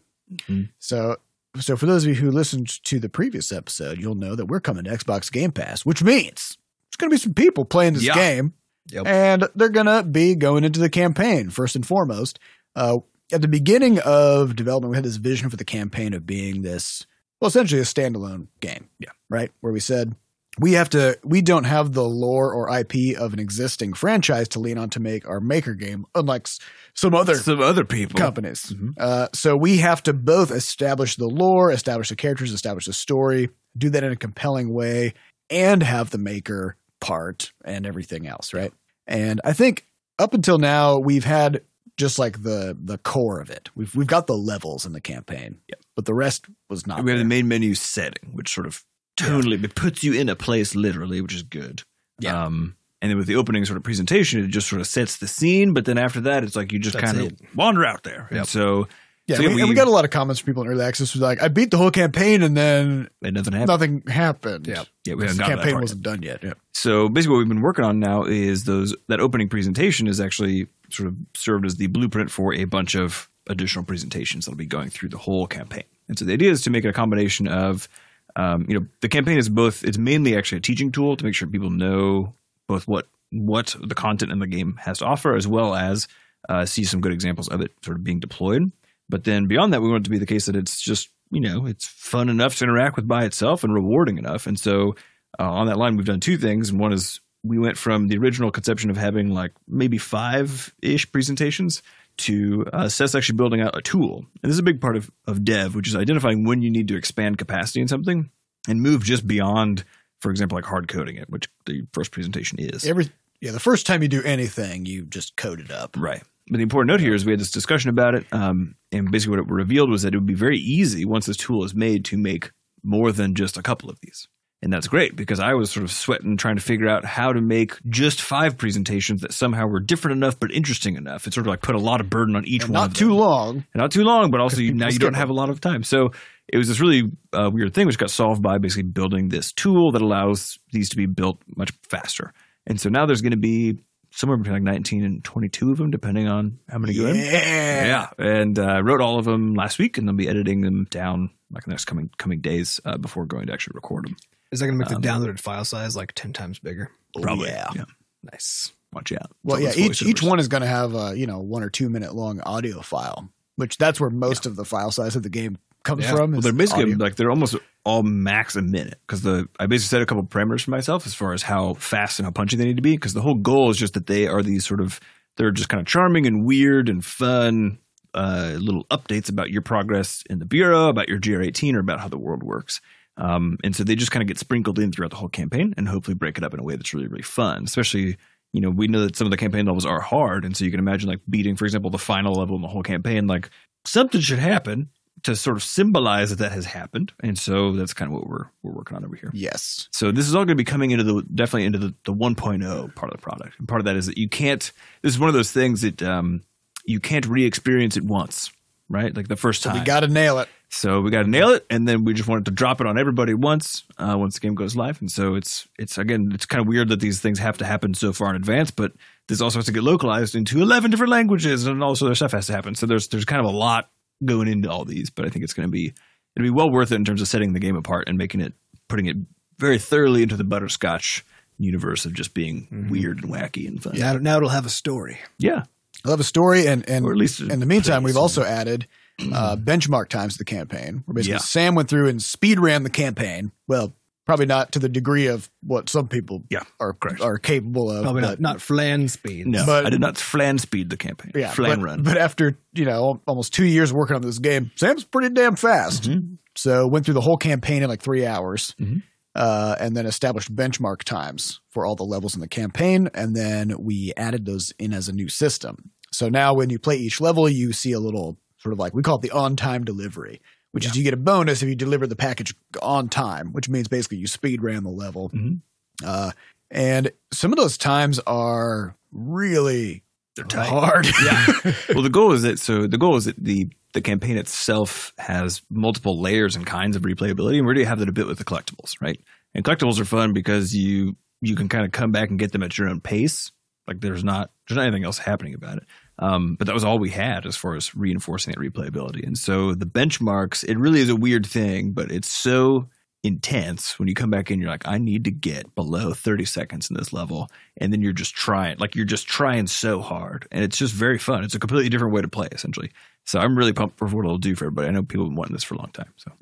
[SPEAKER 2] Mhm.
[SPEAKER 3] So, so for those of you who listened to the previous episode, you'll know that we're coming to Xbox Game Pass, which means there's going to be some people playing this
[SPEAKER 2] Yeah.
[SPEAKER 3] game
[SPEAKER 1] Yep.
[SPEAKER 3] And they're going to be going into the campaign, first and foremost. Uh, at the beginning of development, we had this vision for the campaign of being this, well, essentially a standalone game.
[SPEAKER 2] Yeah.
[SPEAKER 3] Right? Where we said, we have to, we don't have the lore or IP of an existing franchise to lean on to make our maker game, unlike s- some other
[SPEAKER 2] Some other people.
[SPEAKER 3] companies.
[SPEAKER 2] Mhm.
[SPEAKER 3] Uh, so we have to both establish the lore, establish the characters, establish the story, do that in a compelling way, and have the maker part and everything else, right? And I think up until now we've had just like the the core of it. We've we've got the levels in the campaign, but the rest was not.
[SPEAKER 2] we have
[SPEAKER 3] there.
[SPEAKER 2] the main menu setting, which sort of totally it puts you in a place literally, which is good.
[SPEAKER 1] Yeah.
[SPEAKER 2] Um, and then with the opening sort of presentation, it just sort of sets the scene. But then after that, it's like you just
[SPEAKER 1] That's
[SPEAKER 2] kind of wander out there. And
[SPEAKER 1] Yep.
[SPEAKER 2] so
[SPEAKER 3] yeah,
[SPEAKER 2] so
[SPEAKER 3] we, and we
[SPEAKER 2] we-
[SPEAKER 3] got a lot of comments from people in early access who's like, "I beat the whole campaign and then
[SPEAKER 2] and nothing happened.
[SPEAKER 3] nothing happened."
[SPEAKER 1] Yep.
[SPEAKER 2] yeah, we
[SPEAKER 3] the
[SPEAKER 2] haven't gotten to that
[SPEAKER 3] campaign
[SPEAKER 2] part.
[SPEAKER 3] wasn't done yet. Yeah.
[SPEAKER 2] So basically, what we've been working on now is those that opening presentation is actually sort of served as the blueprint for a bunch of additional presentations that'll be going through the whole campaign. And so the idea is to make it a combination of, um, you know, the campaign is both. It's mainly actually a teaching tool to make sure people know both what what the content in the game has to offer, as well as uh, see some good examples of it sort of being deployed. But then beyond that, we want it to be the case that it's just you know it's fun enough to interact with by itself and rewarding enough. And so uh, on that line, we've done two things, and one is we went from the original conception of having like maybe five ish presentations to uh, Seth's actually building out a tool, and this is a big part of of dev, which is identifying when you need to expand capacity in something and move just beyond. For example, like hard coding it, which the first presentation is.
[SPEAKER 3] Every yeah, the first time you do anything, you just code it up.
[SPEAKER 2] Right. But the important note here is we had this discussion about it, um, and basically what it revealed was that it would be very easy once this tool is made to make more than just a couple of these. And that's great because I was sort of sweating trying to figure out how to make just five presentations that somehow were different enough but interesting enough. It sort of like put a lot of burden on each
[SPEAKER 3] And
[SPEAKER 2] one.
[SPEAKER 3] not
[SPEAKER 2] of
[SPEAKER 3] too
[SPEAKER 2] them.
[SPEAKER 3] long,
[SPEAKER 2] And not too long, but also
[SPEAKER 3] 'Cause
[SPEAKER 2] you,
[SPEAKER 3] people
[SPEAKER 2] now you
[SPEAKER 3] skip
[SPEAKER 2] don't have a lot of time. So it was this really uh, weird thing, which got solved by basically building this tool that allows these to be built much faster. And so now there's going to be somewhere between like 19 and 22 of them, depending on how many go in.
[SPEAKER 3] Yeah.
[SPEAKER 2] Yeah, and uh, I wrote all of them last week, and I'll be editing them down like in the next coming coming days uh, before going to actually record them.
[SPEAKER 1] Is that going to make the
[SPEAKER 2] Um,
[SPEAKER 1] downloaded file size like 10 times bigger?
[SPEAKER 2] Probably,
[SPEAKER 3] Oh, yeah.
[SPEAKER 1] Nice.
[SPEAKER 2] Watch out.
[SPEAKER 3] Well,
[SPEAKER 2] It's
[SPEAKER 3] yeah.
[SPEAKER 2] all those
[SPEAKER 3] Each each
[SPEAKER 2] voiceovers.
[SPEAKER 3] one is going to have a you know one or two minute long audio file, which that's where most of the file size of the game comes
[SPEAKER 1] Yeah.
[SPEAKER 3] from.
[SPEAKER 2] Well,
[SPEAKER 3] is
[SPEAKER 2] they're basically
[SPEAKER 3] audio.
[SPEAKER 2] like they're almost all max a minute because the I basically set a couple parameters for myself as far as how fast and how punchy they need to be because the whole goal is just that they are these sort of they're just kind of charming and weird and fun uh, little updates about your progress in the bureau, about your GR18, or about how the world works. Um, and so they just kind of get sprinkled in throughout the whole campaign and hopefully break it up in a way that's really really fun, especially. You know, we know that some of the campaign levels are hard, and so you can imagine, like beating, for example, the final level in the whole campaign. Like something should happen, to sort of symbolize that that has happened, and so that's kind of what we're we're working on over here.
[SPEAKER 3] yes.
[SPEAKER 2] So this is all going to be coming into the definitely into the, the 1.0 part of the product, and part of that is that you can't. This is one of those things that um, you can't re-experience it once, right? Like the first
[SPEAKER 3] So
[SPEAKER 2] time.
[SPEAKER 3] we got to nail it.
[SPEAKER 2] So we got to nail it, and then we just wanted to drop it on everybody once uh, once the game goes live. And so it's it's again it's kind of weird that these things have to happen so far in advance, but this also has to get localized into eleven different languages, and all this other stuff has to happen. So there's there's kind of a lot going into all these, but I think it's going to be it'll be well worth it in terms of setting the game apart and making it putting it very thoroughly into the butterscotch universe of just being
[SPEAKER 3] Mm-hmm.
[SPEAKER 1] Mhm.
[SPEAKER 2] weird and wacky and fun.
[SPEAKER 1] Yeah, now it'll have a story.
[SPEAKER 2] yeah,
[SPEAKER 3] I love a story, and and
[SPEAKER 2] or at least
[SPEAKER 3] in the meantime,
[SPEAKER 2] pretty
[SPEAKER 3] we've
[SPEAKER 2] soon.
[SPEAKER 3] also added uh, benchmark times to the campaign. Where basically
[SPEAKER 2] Yeah.
[SPEAKER 3] Sam went through and speed ran the campaign. Well, probably not to the degree of what some people
[SPEAKER 2] Yeah,
[SPEAKER 3] are
[SPEAKER 2] correct.
[SPEAKER 3] are capable of.
[SPEAKER 1] Probably not,
[SPEAKER 3] but-
[SPEAKER 1] not flan speed.
[SPEAKER 2] no,
[SPEAKER 3] but-
[SPEAKER 2] I did not flan speed the campaign.
[SPEAKER 3] Yeah,
[SPEAKER 2] flan
[SPEAKER 3] but,
[SPEAKER 2] run.
[SPEAKER 3] But after you know al- almost two years working on this game, Sam's pretty damn fast.
[SPEAKER 2] Mhm.
[SPEAKER 3] So went through the whole campaign in like three hours,
[SPEAKER 2] Mhm.
[SPEAKER 3] uh, and then established benchmark times for all the levels in the campaign, and then we added those in as a new system. So now when you play each level, you see a little sort of like we call it the on-time delivery, which is you get a bonus if you deliver the package on time, which means basically you speed ran the level.
[SPEAKER 2] Mhm.
[SPEAKER 3] Uh, and some of those times are really
[SPEAKER 2] They're tight.
[SPEAKER 3] hard.
[SPEAKER 2] yeah. Well, the goal is that so the goal is that the the campaign itself has multiple layers and kinds of replayability, and we already have that a bit with the collectibles, right? And collectibles are fun because you you can kind of come back and get them at your own pace. Like there's not there's not anything else happening about it. Um, but that was all we had as far as reinforcing that replayability. And so the benchmarks, it really is a weird thing, but it's so intense when you come back in you're like i need to get below 30 seconds in this level and then you're just trying like you're just trying so hard and it's just very fun it's a completely different way to play essentially so i'm really pumped for what it'll do for everybody i know people have been wanting this for a long time so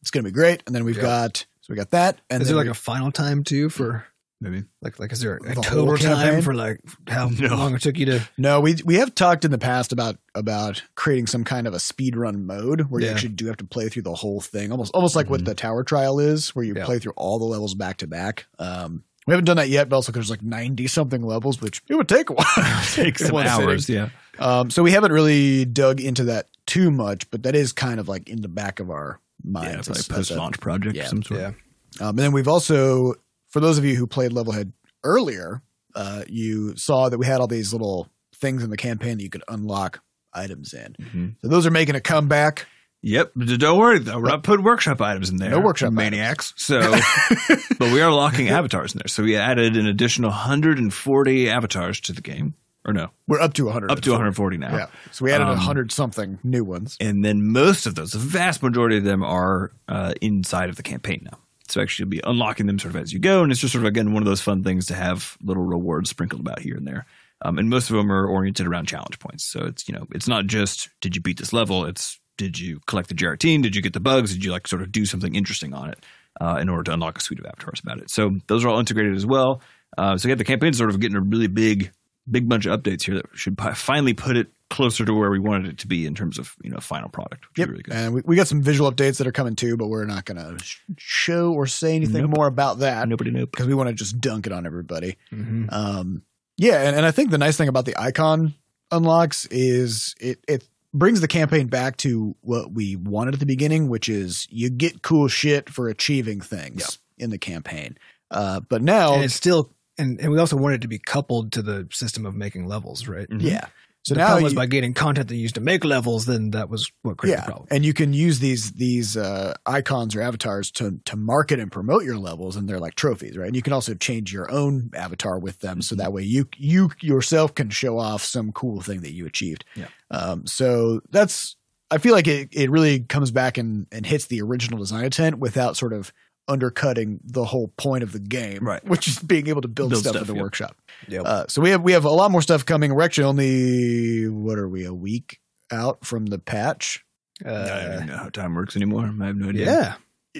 [SPEAKER 3] It's going to be great. And then we've
[SPEAKER 1] Yeah.
[SPEAKER 3] got so we got that. And
[SPEAKER 1] is
[SPEAKER 3] then
[SPEAKER 1] there like
[SPEAKER 3] we-
[SPEAKER 1] a final time too for
[SPEAKER 2] maybe
[SPEAKER 1] like like is there a
[SPEAKER 3] The
[SPEAKER 1] total
[SPEAKER 3] whole
[SPEAKER 1] time
[SPEAKER 3] campaign?
[SPEAKER 1] for like how
[SPEAKER 2] No.
[SPEAKER 1] long it took you to?
[SPEAKER 3] no, we we have talked in the past about about creating some kind of a speed run mode where
[SPEAKER 1] Yeah. Mm-hmm.
[SPEAKER 3] you actually do have to play through the whole thing, almost almost like what the Tower Trial is, where you
[SPEAKER 1] Yeah.
[SPEAKER 3] play through all the levels back to back. Um, we haven't done that yet, but also 'cause there's like ninety something levels, which it would take a while.
[SPEAKER 2] take some
[SPEAKER 3] One sitting.
[SPEAKER 2] hours yeah
[SPEAKER 3] Um, so we haven't really dug into that too much, but that is kind of like in the back of our
[SPEAKER 2] yeah
[SPEAKER 3] minds.
[SPEAKER 2] probably
[SPEAKER 3] It's- that's
[SPEAKER 2] post
[SPEAKER 3] a-
[SPEAKER 2] launch project
[SPEAKER 3] Yeah.
[SPEAKER 2] of some sort
[SPEAKER 1] Yeah.
[SPEAKER 3] Um, and then we've also, for those of you who played Levelhead earlier, uh, you saw that we had all these little things in the campaign that you could unlock items in.
[SPEAKER 2] Mhm.
[SPEAKER 3] So those are making a comeback.
[SPEAKER 2] Yep. D- Don't worry though. We're not putting workshop items in there.
[SPEAKER 3] No workshop
[SPEAKER 2] maniacs. So, but we are locking avatars in there. So we added an additional 140 avatars to the game, or no,
[SPEAKER 3] We're up to 100.
[SPEAKER 2] up to 140 now.
[SPEAKER 3] Yeah. So we added a
[SPEAKER 2] Um,
[SPEAKER 3] 100 something new ones.
[SPEAKER 2] And then most of those, the vast majority of them, are uh, inside of the campaign now. So actually, you'll be unlocking them sort of as you go, and it's just sort of again one of those fun things to have little rewards sprinkled about here and there. Um, and most of them are oriented around challenge points. So it's you know it's not just did you beat this level. It's did you collect the Giratina? Did you get the bugs? Did you like sort of do something interesting on it uh, in order to unlock a suite of avatars about it? So those are all integrated as well. Uh, so yeah, the campaign's sort of getting a really big big bunch of updates here that should pi- finally put it closer to where we wanted it to be in terms of you know final product. Which would
[SPEAKER 3] Yep.
[SPEAKER 2] be really good.
[SPEAKER 3] and we, we got some visual updates that are coming too, but we're not going to sh- show or say anything
[SPEAKER 2] Nope.
[SPEAKER 3] more about that
[SPEAKER 2] Nobody nope.
[SPEAKER 3] because we want to just dunk it on everybody.
[SPEAKER 1] Mm-hmm.
[SPEAKER 3] Um, yeah, and, and I think the nice thing about the icon unlocks is it it brings the campaign back to what we wanted at the beginning, which is you get cool shit for achieving things in the campaign. Uh, but now,
[SPEAKER 1] And it's still and, and we also want it to be coupled to the system of making levels, right?
[SPEAKER 2] Mhm.
[SPEAKER 3] yeah. So
[SPEAKER 1] the
[SPEAKER 3] now
[SPEAKER 1] problem is
[SPEAKER 3] you-
[SPEAKER 1] by getting content that you used to make levels, then that was what created
[SPEAKER 3] yeah,
[SPEAKER 1] the problem.
[SPEAKER 3] and you can use these these uh, icons or avatars to to market and promote your levels, and they're like trophies, right? And you can also change your own avatar with them,
[SPEAKER 2] Mm-hmm.
[SPEAKER 3] so that way you you yourself can show off some cool thing that you achieved.
[SPEAKER 2] Yeah.
[SPEAKER 3] Um, so that's I feel like it it really comes back and and hits the original design intent without sort of undercutting the whole point of the game,
[SPEAKER 2] Right.
[SPEAKER 3] Which is being able to build,
[SPEAKER 2] Build
[SPEAKER 3] stuff,
[SPEAKER 2] stuff,
[SPEAKER 3] in the
[SPEAKER 2] yeah.
[SPEAKER 3] workshop.
[SPEAKER 1] Yep.
[SPEAKER 3] Uh, so we have we have a lot more stuff coming. We're actually only what are we a week out from the patch?
[SPEAKER 2] I don't
[SPEAKER 1] Uh,
[SPEAKER 2] even know how time works anymore. I have no idea.
[SPEAKER 1] yeah.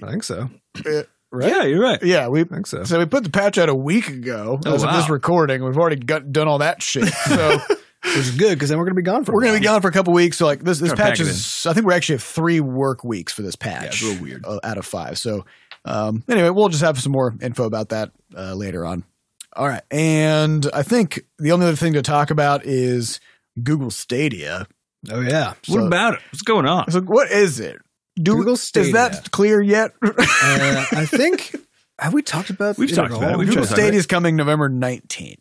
[SPEAKER 1] I think so.
[SPEAKER 3] right?
[SPEAKER 2] Yeah, you're right.
[SPEAKER 3] Yeah, we
[SPEAKER 1] I think so.
[SPEAKER 3] so we put the patch out a week ago
[SPEAKER 2] Oh,
[SPEAKER 3] as of this
[SPEAKER 2] wow.
[SPEAKER 3] recording. We've already got, done all that shit. So
[SPEAKER 1] Which is good because then we're gonna be gone for. a
[SPEAKER 3] we're gonna be
[SPEAKER 1] while.
[SPEAKER 3] gone for a couple weeks. So like this this
[SPEAKER 2] Try to pack
[SPEAKER 3] patch
[SPEAKER 2] it
[SPEAKER 3] is I think we actually have three work weeks for this patch.
[SPEAKER 2] Yeah, it's real weird.
[SPEAKER 3] uh, out of five. So um, anyway, we'll just have some more info about that uh, later on. All right, and I think the only other thing to talk about is Google Stadia.
[SPEAKER 1] Oh yeah.
[SPEAKER 2] what
[SPEAKER 3] So-
[SPEAKER 2] about it? What's going on?
[SPEAKER 3] So what is it? Do,
[SPEAKER 1] Google Stadia.
[SPEAKER 3] Is that clear yet?
[SPEAKER 1] uh, I think have we talked about
[SPEAKER 2] We've talked
[SPEAKER 1] at
[SPEAKER 2] about it.
[SPEAKER 1] all?
[SPEAKER 2] We've tried
[SPEAKER 3] Google
[SPEAKER 2] to talk about
[SPEAKER 3] Stadia is coming November nineteenth.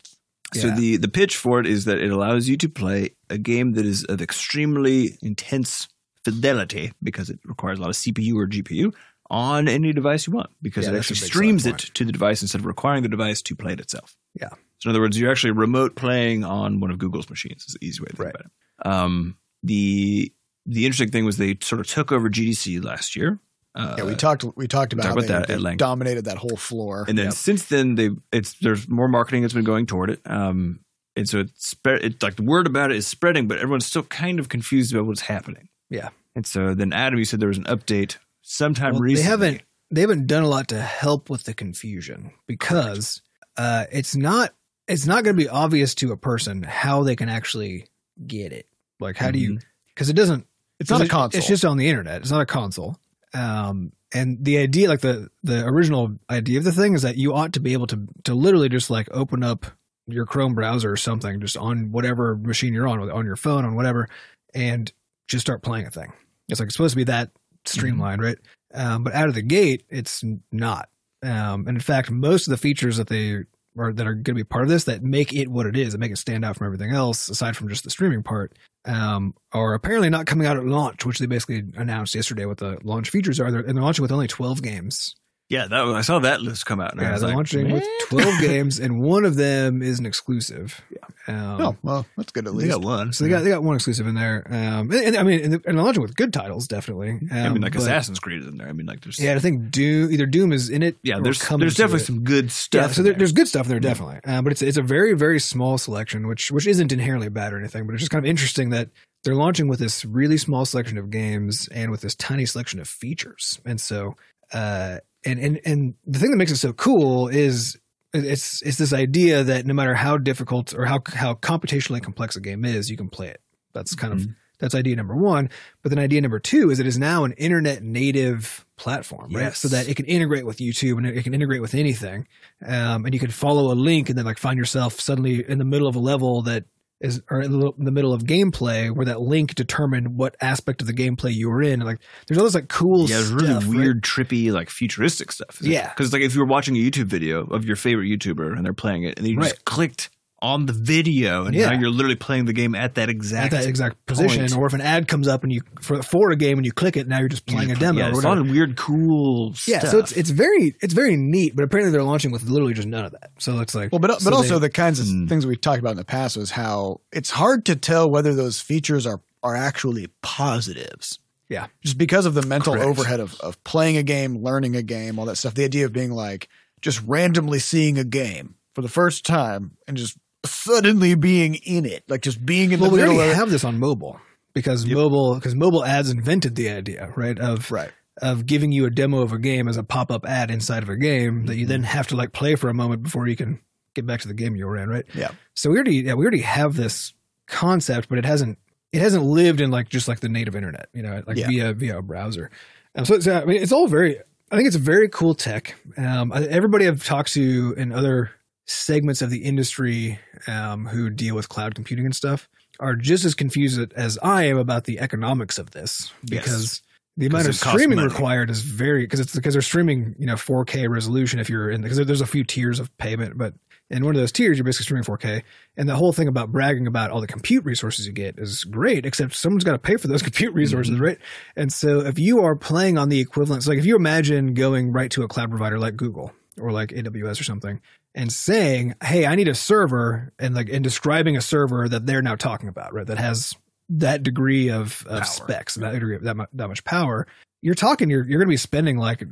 [SPEAKER 2] So
[SPEAKER 1] Yeah.
[SPEAKER 2] the the pitch for it is that it allows you to play a game that is of extremely intense fidelity because it requires a lot of CPU or GPU on any device you want because
[SPEAKER 1] Yeah,
[SPEAKER 2] it
[SPEAKER 1] that's
[SPEAKER 2] actually
[SPEAKER 1] a big
[SPEAKER 2] streams
[SPEAKER 1] selling
[SPEAKER 2] it to the device instead of requiring the device to play it itself.
[SPEAKER 1] Yeah.
[SPEAKER 2] So in other words, you're actually remote playing on one of Google's machines. Is the easy way to think
[SPEAKER 1] Right.
[SPEAKER 2] about it. Um, the the interesting thing was they sort of took over GDC last year. Uh,
[SPEAKER 3] Yeah, we talked. We talked about,
[SPEAKER 2] talked
[SPEAKER 3] how
[SPEAKER 2] about
[SPEAKER 3] they-
[SPEAKER 2] that
[SPEAKER 3] they
[SPEAKER 2] at length.
[SPEAKER 3] Dominated that whole floor.
[SPEAKER 2] And then since then, they it's there's more marketing that's been going toward it. Um, and so it's spread. It's like the word about it is spreading, but everyone's still kind of confused about what's happening.
[SPEAKER 1] Yeah.
[SPEAKER 2] And so then Adam, you said there was an update sometime
[SPEAKER 1] Well,
[SPEAKER 2] recently.
[SPEAKER 1] They haven't they haven't done a lot to help with the confusion because uh, it's not it's not going to be obvious to a person how they can actually get it. Like how do you because it doesn't
[SPEAKER 3] Mm-hmm. it's not a
[SPEAKER 1] it-
[SPEAKER 3] console.
[SPEAKER 1] It's just on the internet. It's not a console. Um, and the idea, like the the original idea of the thing, is that you ought to be able to to literally just like open up your Chrome browser or something, just on whatever machine you're on, on your phone, on whatever, and just start playing a thing. It's like it's supposed to be that
[SPEAKER 2] Mm-hmm.
[SPEAKER 1] streamlined, right? Um, but out of the gate, it's not. Um, and in fact, most of the features that they are that are going to be part of this that make it what it is and make it stand out from everything else, aside from just the streaming part, um, are apparently not coming out at launch, which they basically announced yesterday. What the launch features are, they're, and they're launching with only twelve games.
[SPEAKER 2] Yeah, that was, I saw that list come out. And I
[SPEAKER 1] Yeah,
[SPEAKER 2] was
[SPEAKER 1] they're
[SPEAKER 2] like,
[SPEAKER 1] launching with twelve games, and one of them is an exclusive. Um,
[SPEAKER 3] oh, well, that's good at
[SPEAKER 2] They
[SPEAKER 3] least.
[SPEAKER 2] got one.
[SPEAKER 1] So they got they got one exclusive in there. Um, and, and I mean, and, the- and a legend with good titles, definitely. Um,
[SPEAKER 2] I mean, like
[SPEAKER 1] but-
[SPEAKER 2] Assassin's Creed is in there. I mean, like there's
[SPEAKER 1] Yeah, I think Doom either Doom is in it.
[SPEAKER 2] yeah
[SPEAKER 1] or
[SPEAKER 2] there's
[SPEAKER 1] coming
[SPEAKER 2] there's
[SPEAKER 1] to
[SPEAKER 2] definitely
[SPEAKER 1] it.
[SPEAKER 2] some good stuff.
[SPEAKER 1] Yeah, so
[SPEAKER 2] in
[SPEAKER 1] there,
[SPEAKER 2] there.
[SPEAKER 1] there's good stuff in there definitely, uh, but it's it's a very very small selection, which which isn't inherently bad or anything, but it's just kind of interesting that they're launching with this really small selection of games and with this tiny selection of features, and so uh, and and and the thing that makes it so cool is it's it's this idea that no matter how difficult or how how computationally complex a game is, you can play it. That's kind
[SPEAKER 2] Mm-hmm.
[SPEAKER 1] of that's idea number one. But then idea number two is it is now an internet native platform, right?
[SPEAKER 2] Yes.
[SPEAKER 1] So that it can integrate with YouTube and it can integrate with anything. Um, and you can follow a link and then like find yourself suddenly in the middle of a level that is or in the in the middle of gameplay where that link determined what aspect of the gameplay you were in. And, like there's all this like cool
[SPEAKER 2] yeah, it's really
[SPEAKER 1] stuff. right?
[SPEAKER 2] weird, trippy, like futuristic stuff.
[SPEAKER 1] Yeah.
[SPEAKER 2] because like if you were watching a YouTube video of your favorite YouTuber and they're playing it, and you just clicked on the video, and
[SPEAKER 1] Yeah.
[SPEAKER 2] now you're literally playing the game at that exact.
[SPEAKER 1] at that exact position,
[SPEAKER 2] point.
[SPEAKER 1] or if an ad comes up and you for, for a game and you click it, now you're just playing a demo.
[SPEAKER 2] Yeah,
[SPEAKER 1] or
[SPEAKER 2] it's a
[SPEAKER 1] whatever.
[SPEAKER 2] lot of weird, cool.
[SPEAKER 1] yeah,
[SPEAKER 2] stuff.
[SPEAKER 1] so it's it's very it's very neat, but apparently they're launching with literally just none of that. So it's like
[SPEAKER 3] Well, but,
[SPEAKER 1] so
[SPEAKER 3] but
[SPEAKER 1] they-
[SPEAKER 3] also the kinds of
[SPEAKER 2] Mm.
[SPEAKER 3] things we talked about in the past was how it's hard to tell whether those features are, are actually positives.
[SPEAKER 1] Yeah.
[SPEAKER 3] Just because of the mental
[SPEAKER 2] Correct.
[SPEAKER 3] overhead of, of playing a game, learning a game, all that stuff. The idea of being like just randomly seeing a game for the first time and just suddenly being in it, like just being in
[SPEAKER 1] well,
[SPEAKER 3] the
[SPEAKER 1] we
[SPEAKER 3] middle of
[SPEAKER 1] already
[SPEAKER 3] it.
[SPEAKER 1] have this on mobile because
[SPEAKER 2] Yep.
[SPEAKER 1] mobile because mobile ads invented the idea, right? Of
[SPEAKER 3] right.
[SPEAKER 1] of giving you a demo of a game as a pop up ad inside of a game that you
[SPEAKER 3] Mm-hmm.
[SPEAKER 1] then have to like play for a moment before you can get back to the game you were in, right?
[SPEAKER 3] Yeah.
[SPEAKER 1] So we already yeah, we already have this concept, but it hasn't it hasn't lived in like just like the native internet, you know, like
[SPEAKER 3] Yeah.
[SPEAKER 1] via via a browser. Um, so it's, I mean, it's all very. I think it's very cool tech. Um, I- everybody I've talked to in other segments of the industry um, who deal with cloud computing and stuff are just as confused as I am about the economics of this
[SPEAKER 2] Yes.
[SPEAKER 1] because the
[SPEAKER 2] 'Cause
[SPEAKER 1] amount
[SPEAKER 2] it
[SPEAKER 1] of
[SPEAKER 2] costs
[SPEAKER 1] streaming
[SPEAKER 2] money.
[SPEAKER 1] required is very because it's because they're streaming you know 4K resolution if you're in because there- there's a few tiers of payment, but in one of those tiers you're basically streaming 4K. And the whole thing about bragging about all the compute resources you get is great, except someone's got to pay for those compute resources,
[SPEAKER 2] Mm-hmm.
[SPEAKER 1] right? And so if you are playing on the equivalent, so like if you imagine going right to a cloud provider like Google or like AWS or something and saying, "Hey, I need a server," and like and describing a server that they're now talking about, right? That has that degree of,
[SPEAKER 2] Power.
[SPEAKER 1] of specs, that degree of that much, that much power. You're talking, you're you're going to be spending like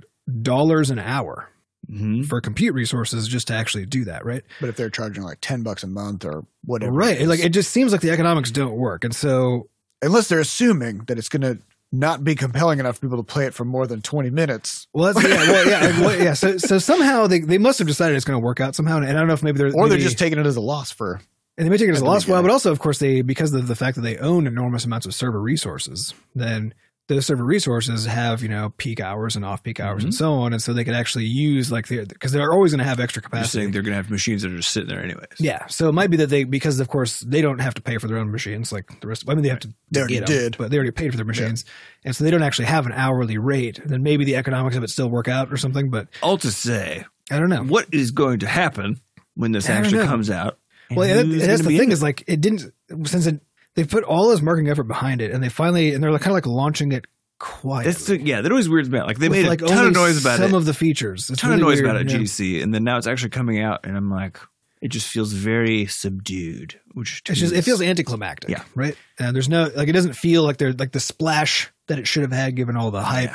[SPEAKER 1] dollars an hour
[SPEAKER 2] Mhm.
[SPEAKER 3] Mm-hmm.
[SPEAKER 1] for compute resources just to actually do that, right?
[SPEAKER 3] But if they're charging like 10 bucks a month or whatever.
[SPEAKER 1] Right.
[SPEAKER 3] it is.
[SPEAKER 1] Like it just seems like the economics don't work. And so
[SPEAKER 3] unless they're assuming that it's going to not be compelling enough for people to play it for more than 20 minutes
[SPEAKER 1] well that's yeah, well, yeah, like, what- yeah. So so somehow they, they must have decided it's gonna work out somehow. And I don't know if maybe they're
[SPEAKER 3] or they're
[SPEAKER 1] maybe-
[SPEAKER 3] just taking it as a loss for
[SPEAKER 1] and they may take it as
[SPEAKER 3] at
[SPEAKER 1] a
[SPEAKER 3] the
[SPEAKER 1] loss while,
[SPEAKER 3] beginning.
[SPEAKER 1] but also of course they because of the fact that they own enormous amounts of server resources, then those server resources have, you know, peak hours and off peak hours and so on. And so they could actually use like the because they're always gonna have extra
[SPEAKER 2] You're
[SPEAKER 1] capacity.
[SPEAKER 2] saying they're gonna have machines that are just sitting there anyways.
[SPEAKER 1] Yeah, so it might be that they because of course they don't have to pay for their own machines like the rest. I mean, they have to.
[SPEAKER 3] They already
[SPEAKER 1] get 'em,
[SPEAKER 3] did.
[SPEAKER 1] but they already paid for their machines, and so they don't actually have an hourly rate. And then maybe the economics of it still work out or something. But
[SPEAKER 2] All to say,
[SPEAKER 1] I don't know.
[SPEAKER 2] what is going to happen when this
[SPEAKER 1] I don't
[SPEAKER 2] actually
[SPEAKER 1] know.
[SPEAKER 2] comes out?
[SPEAKER 1] well,
[SPEAKER 2] And
[SPEAKER 1] and
[SPEAKER 2] who's
[SPEAKER 1] that, that's
[SPEAKER 2] gonna
[SPEAKER 1] the
[SPEAKER 2] be
[SPEAKER 1] thing
[SPEAKER 2] in
[SPEAKER 1] is like it didn't since it they put all this marketing effort behind it, and they finally and they're kind of like launching it
[SPEAKER 2] it?
[SPEAKER 1] quietly.
[SPEAKER 2] That's the, yeah, that always weirds me out. Like they
[SPEAKER 1] with,
[SPEAKER 2] made
[SPEAKER 1] like
[SPEAKER 2] a ton
[SPEAKER 1] only
[SPEAKER 2] of noise about
[SPEAKER 1] some
[SPEAKER 2] it,
[SPEAKER 1] of the features.
[SPEAKER 2] a
[SPEAKER 1] It's
[SPEAKER 2] ton of
[SPEAKER 1] really
[SPEAKER 2] noise about
[SPEAKER 1] weird,
[SPEAKER 2] it,
[SPEAKER 1] yeah.
[SPEAKER 2] GDC, and then now it's actually coming out, and I'm like, it just feels very subdued. Which to
[SPEAKER 1] It's
[SPEAKER 2] me
[SPEAKER 1] just it
[SPEAKER 2] is-
[SPEAKER 1] feels anticlimactic.
[SPEAKER 2] Yeah.
[SPEAKER 1] Right. And there's no like it doesn't feel like they're like the splash that it should have had given all the hype.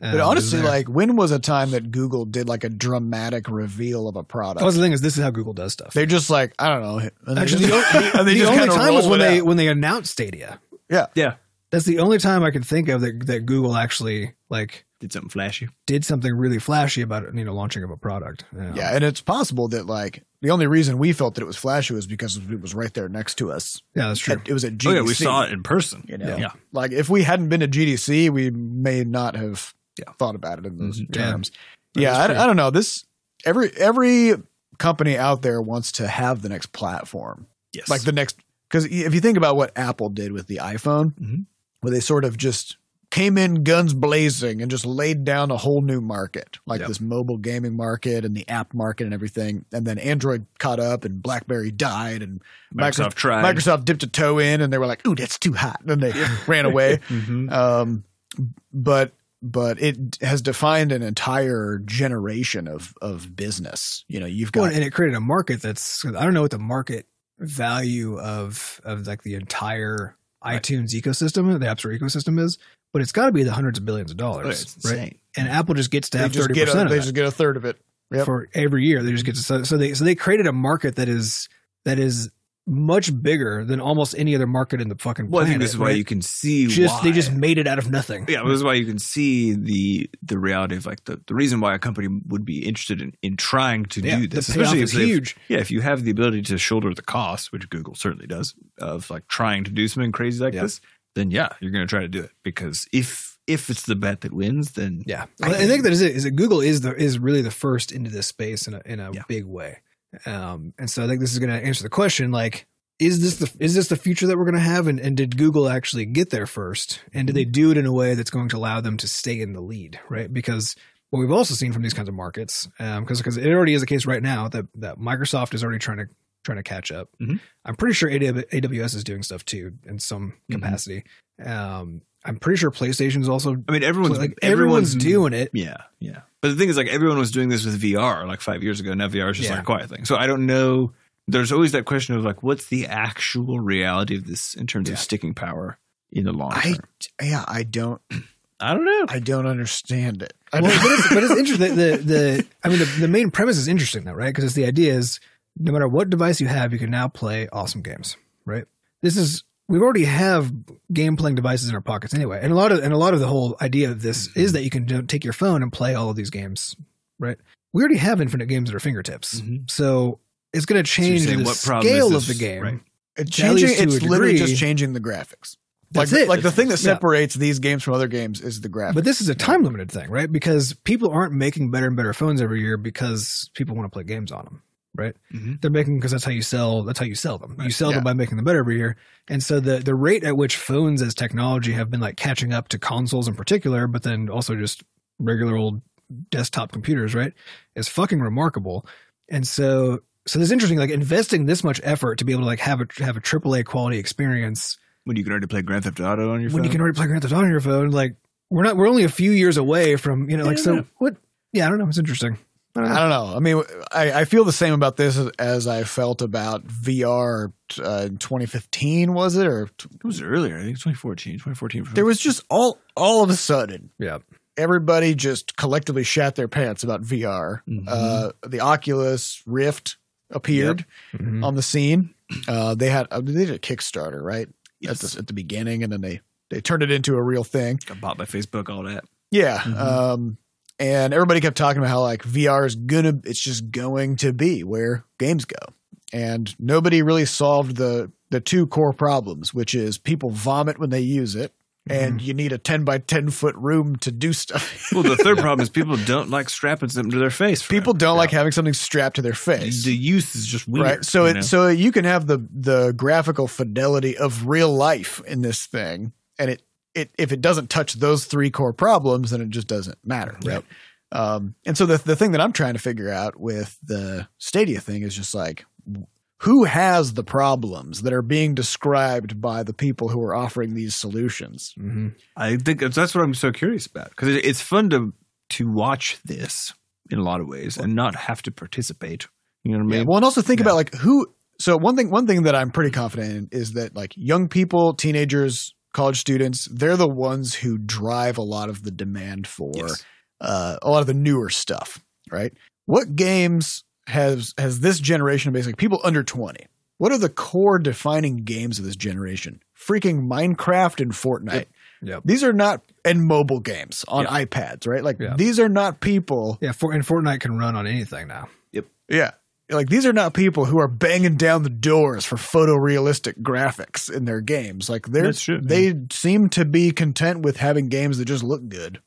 [SPEAKER 2] Yeah.
[SPEAKER 1] um,
[SPEAKER 3] but
[SPEAKER 1] is
[SPEAKER 3] honestly
[SPEAKER 1] there.
[SPEAKER 3] like when was a time that google did like a dramatic reveal of a
[SPEAKER 1] That was
[SPEAKER 3] product
[SPEAKER 1] the thing is this is how Google does stuff.
[SPEAKER 3] they're just like i don't know and they
[SPEAKER 1] Actually, the,
[SPEAKER 3] just-
[SPEAKER 1] o- the-
[SPEAKER 3] and they
[SPEAKER 1] the
[SPEAKER 3] just
[SPEAKER 1] only
[SPEAKER 3] kinda
[SPEAKER 1] time was
[SPEAKER 3] roll
[SPEAKER 1] when
[SPEAKER 3] it
[SPEAKER 1] they
[SPEAKER 3] out.
[SPEAKER 1] when they announced Stadia.
[SPEAKER 2] yeah,
[SPEAKER 1] That's the only time I can think of that that Google actually like
[SPEAKER 2] did something flashy.
[SPEAKER 1] did something really flashy about it, you know launching of a product.
[SPEAKER 3] yeah and it's possible that like the only reason we felt that it was flashy was because it was right there next to us
[SPEAKER 1] yeah, that's true.
[SPEAKER 3] it, it was at GDC
[SPEAKER 2] Oh yeah, we saw it in person.
[SPEAKER 3] you know
[SPEAKER 2] Yeah.
[SPEAKER 3] like if we hadn't been to GDC we may not have
[SPEAKER 2] Yeah.
[SPEAKER 3] thought about it in those
[SPEAKER 2] Mhm.
[SPEAKER 1] Mm-hmm. Yeah.
[SPEAKER 3] terms
[SPEAKER 1] That
[SPEAKER 3] yeah
[SPEAKER 1] is
[SPEAKER 3] I,
[SPEAKER 1] true.
[SPEAKER 3] I don't know this every every company out there wants to have the next platform
[SPEAKER 2] Yes,
[SPEAKER 3] like the next because if you think about what Apple did with the iPhone,
[SPEAKER 1] Mm-hmm.
[SPEAKER 2] Mhm.
[SPEAKER 3] where they sort of just came in guns blazing and just laid down a whole new market, like
[SPEAKER 2] Yep.
[SPEAKER 3] this mobile gaming market and the app market and everything, and then Android caught up and BlackBerry died and
[SPEAKER 2] Microsoft
[SPEAKER 3] Microsoft,
[SPEAKER 2] tried.
[SPEAKER 3] Microsoft dipped a toe in and they were like, "Ooh, that's too hot," and they ran away.
[SPEAKER 2] Mhm.
[SPEAKER 3] Um, but but it has defined an entire generation of of business. You know, you've got
[SPEAKER 1] Well, and it created a market that's I don't know what the market value of of like the entire iTunes ecosystem, the App Store ecosystem is, but it's got to be the hundreds of billions of dollars,
[SPEAKER 2] It's
[SPEAKER 1] right?
[SPEAKER 2] insane.
[SPEAKER 1] And Apple just gets to
[SPEAKER 3] They
[SPEAKER 1] have
[SPEAKER 3] just
[SPEAKER 1] thirty
[SPEAKER 3] get
[SPEAKER 1] percent
[SPEAKER 3] a,
[SPEAKER 1] of
[SPEAKER 3] they
[SPEAKER 1] that
[SPEAKER 3] just get a third of it. Yep.
[SPEAKER 1] for every year. They just get to so, so they so they created a market that is that is much bigger than almost any other market in the fucking
[SPEAKER 2] Well, I
[SPEAKER 1] planet.
[SPEAKER 2] think this is why
[SPEAKER 1] right?
[SPEAKER 2] you can see
[SPEAKER 1] just
[SPEAKER 2] why.
[SPEAKER 1] they just made it out of nothing.
[SPEAKER 2] yeah, this is why you can see the the reality of like the, the reason why a company would be interested in, in trying to
[SPEAKER 1] Yeah,
[SPEAKER 2] do this,
[SPEAKER 1] the payoff
[SPEAKER 2] especially if
[SPEAKER 1] is
[SPEAKER 2] they've-
[SPEAKER 1] huge.
[SPEAKER 2] yeah, if you have the ability to shoulder the cost, which Google certainly does, of like trying to do something crazy like
[SPEAKER 1] Yeah.
[SPEAKER 2] this, then yeah, you're going to try to do it because if if it's the bet that wins, then
[SPEAKER 1] Yeah, Well, I, think that is it. Is that Google is the is really the first into this space in a in a
[SPEAKER 2] Yeah.
[SPEAKER 1] big way, um, and so I think this is going to answer the question like. Is this the is this the future that we're going to have, and, and did Google actually get there first, and did they do it in a way that's going to allow them to stay in the lead, right? Because what we've also seen from these kinds of markets, because because it already is the case right now that that Microsoft is already trying to trying to catch up.
[SPEAKER 2] Mhm.
[SPEAKER 1] I'm pretty sure AWS is doing stuff too in some
[SPEAKER 2] Mhm.
[SPEAKER 1] capacity. Um, I'm pretty sure PlayStation is also
[SPEAKER 2] I mean everyone's
[SPEAKER 1] like everyone's, doing it.
[SPEAKER 2] Yeah, yeah. But the thing is, like everyone was doing this with VR like five years ago. Now VR is just
[SPEAKER 1] Yeah.
[SPEAKER 2] like a quiet thing. So I don't know. There's always that question of like, what's the actual reality of this in terms
[SPEAKER 1] Yeah.
[SPEAKER 2] of sticking power in the long
[SPEAKER 3] I
[SPEAKER 2] term?
[SPEAKER 3] yeah, I don't
[SPEAKER 2] I don't know.
[SPEAKER 3] I don't understand it. I
[SPEAKER 1] Well,
[SPEAKER 3] don't-
[SPEAKER 1] but, it's, but it's interesting. The, the I mean, the, the main premise is interesting though, right? Because it's the idea is no matter what device you have, you can now play awesome games, right? This is we already have game playing devices in our pockets anyway, and a lot of and a lot of the whole idea of this is that you can do- take your phone and play all of these games, right? We already have infinite games at our fingertips,
[SPEAKER 2] Mhm.
[SPEAKER 1] so it's going to
[SPEAKER 2] So you're
[SPEAKER 1] change
[SPEAKER 2] saying
[SPEAKER 1] the
[SPEAKER 2] what problem is
[SPEAKER 1] scale of
[SPEAKER 2] this?
[SPEAKER 1] the game.
[SPEAKER 2] Right.
[SPEAKER 3] it's
[SPEAKER 1] at least
[SPEAKER 3] changing
[SPEAKER 1] to
[SPEAKER 3] it's
[SPEAKER 1] a
[SPEAKER 3] literally
[SPEAKER 1] degree-
[SPEAKER 3] just changing the graphics.
[SPEAKER 1] That's
[SPEAKER 3] like,
[SPEAKER 1] it.
[SPEAKER 3] Like the thing that
[SPEAKER 1] Yeah.
[SPEAKER 3] separates these games from other games is the graphics.
[SPEAKER 1] But this is a time limited thing, right? Because people aren't making better and better phones every year because people want to play games on them, right?
[SPEAKER 2] Mhm.
[SPEAKER 1] They're making because that's how you sell. That's how you sell them. You
[SPEAKER 2] Right.
[SPEAKER 1] sell
[SPEAKER 3] Yeah.
[SPEAKER 1] them by making them better every year. And so the the rate at which phones as technology have been like catching up to consoles in particular, but then also just regular old desktop computers, right, is fucking remarkable. And so so this is interesting. Like investing this much effort to be able to like have a have a AAA quality experience
[SPEAKER 2] When you can already play Grand Theft Auto on your
[SPEAKER 1] when
[SPEAKER 2] phone.
[SPEAKER 1] you can already play Grand Theft Auto on your phone. Like we're not we're only a few years away from you know like
[SPEAKER 2] Yeah,
[SPEAKER 1] so
[SPEAKER 2] yeah.
[SPEAKER 1] what? Yeah, I don't know. It's interesting.
[SPEAKER 3] I don't know. I mean, I, I feel the same about this as, as I felt about VR uh, in 2015, was it? Or t-
[SPEAKER 2] it was earlier. I think 2014, 2014.
[SPEAKER 3] there was just all all of a sudden,
[SPEAKER 1] Yeah.
[SPEAKER 3] everybody just collectively shat their pants about VR.
[SPEAKER 2] Mhm.
[SPEAKER 3] Uh, the Oculus Rift appeared
[SPEAKER 2] Mm-hmm.
[SPEAKER 3] on the scene. Uh, they had uh, they did a Kickstarter right
[SPEAKER 2] Yes.
[SPEAKER 3] at the at the beginning, and then they they turned it into a real thing.
[SPEAKER 2] got bought by Facebook. All that.
[SPEAKER 3] Yeah.
[SPEAKER 2] Mhm.
[SPEAKER 3] Um, and everybody kept talking about how like VR is gonna, it's just going to be where games go, and nobody really solved the the two core problems, which is people vomit when they use it, and you need a ten by ten foot room to do stuff.
[SPEAKER 2] Well, the third problem is people don't like strapping something to their face. forever.
[SPEAKER 3] people don't like having something strapped to their face.
[SPEAKER 2] the use is just weird.
[SPEAKER 3] Right, so
[SPEAKER 2] you
[SPEAKER 3] it
[SPEAKER 2] know?
[SPEAKER 3] so you can have the the graphical fidelity of real life in this thing, and it it if it doesn't touch those three core problems, then it just doesn't matter, right?
[SPEAKER 1] Yep.
[SPEAKER 3] Um, and so the the thing that I'm trying to figure out with the Stadia thing is just like who has the problems that are being described by the people who are offering these solutions?
[SPEAKER 2] Mm-hmm.
[SPEAKER 1] hmm
[SPEAKER 2] I think that's- that's what I'm so curious about because it, it's fun to to watch this in a lot of ways and not have to participate. You know what I mean?
[SPEAKER 3] Yeah, Well, and also think
[SPEAKER 2] yeah.
[SPEAKER 3] about like who. So one thing, one thing that I'm pretty confident in is that like young people, teenagers, college students, they're the ones who drive a lot of the demand for
[SPEAKER 2] Yes.
[SPEAKER 3] uh, a lot of the newer stuff, right? What games has has this generation of basically people under 20? What are the core defining games of this generation? Freaking Minecraft and Fortnite.
[SPEAKER 2] Yep.
[SPEAKER 1] Yep.
[SPEAKER 3] These are not and mobile games on
[SPEAKER 2] Yeah.
[SPEAKER 3] iPads, right? Like
[SPEAKER 1] Yeah.
[SPEAKER 3] these are not people
[SPEAKER 1] Yeah, for, and Fortnite can run on anything now.
[SPEAKER 3] yeah. Like these are not people who are banging down the doors for photorealistic graphics in their games. Like they're
[SPEAKER 2] That's true,
[SPEAKER 3] they seem to be content with having games that just look good,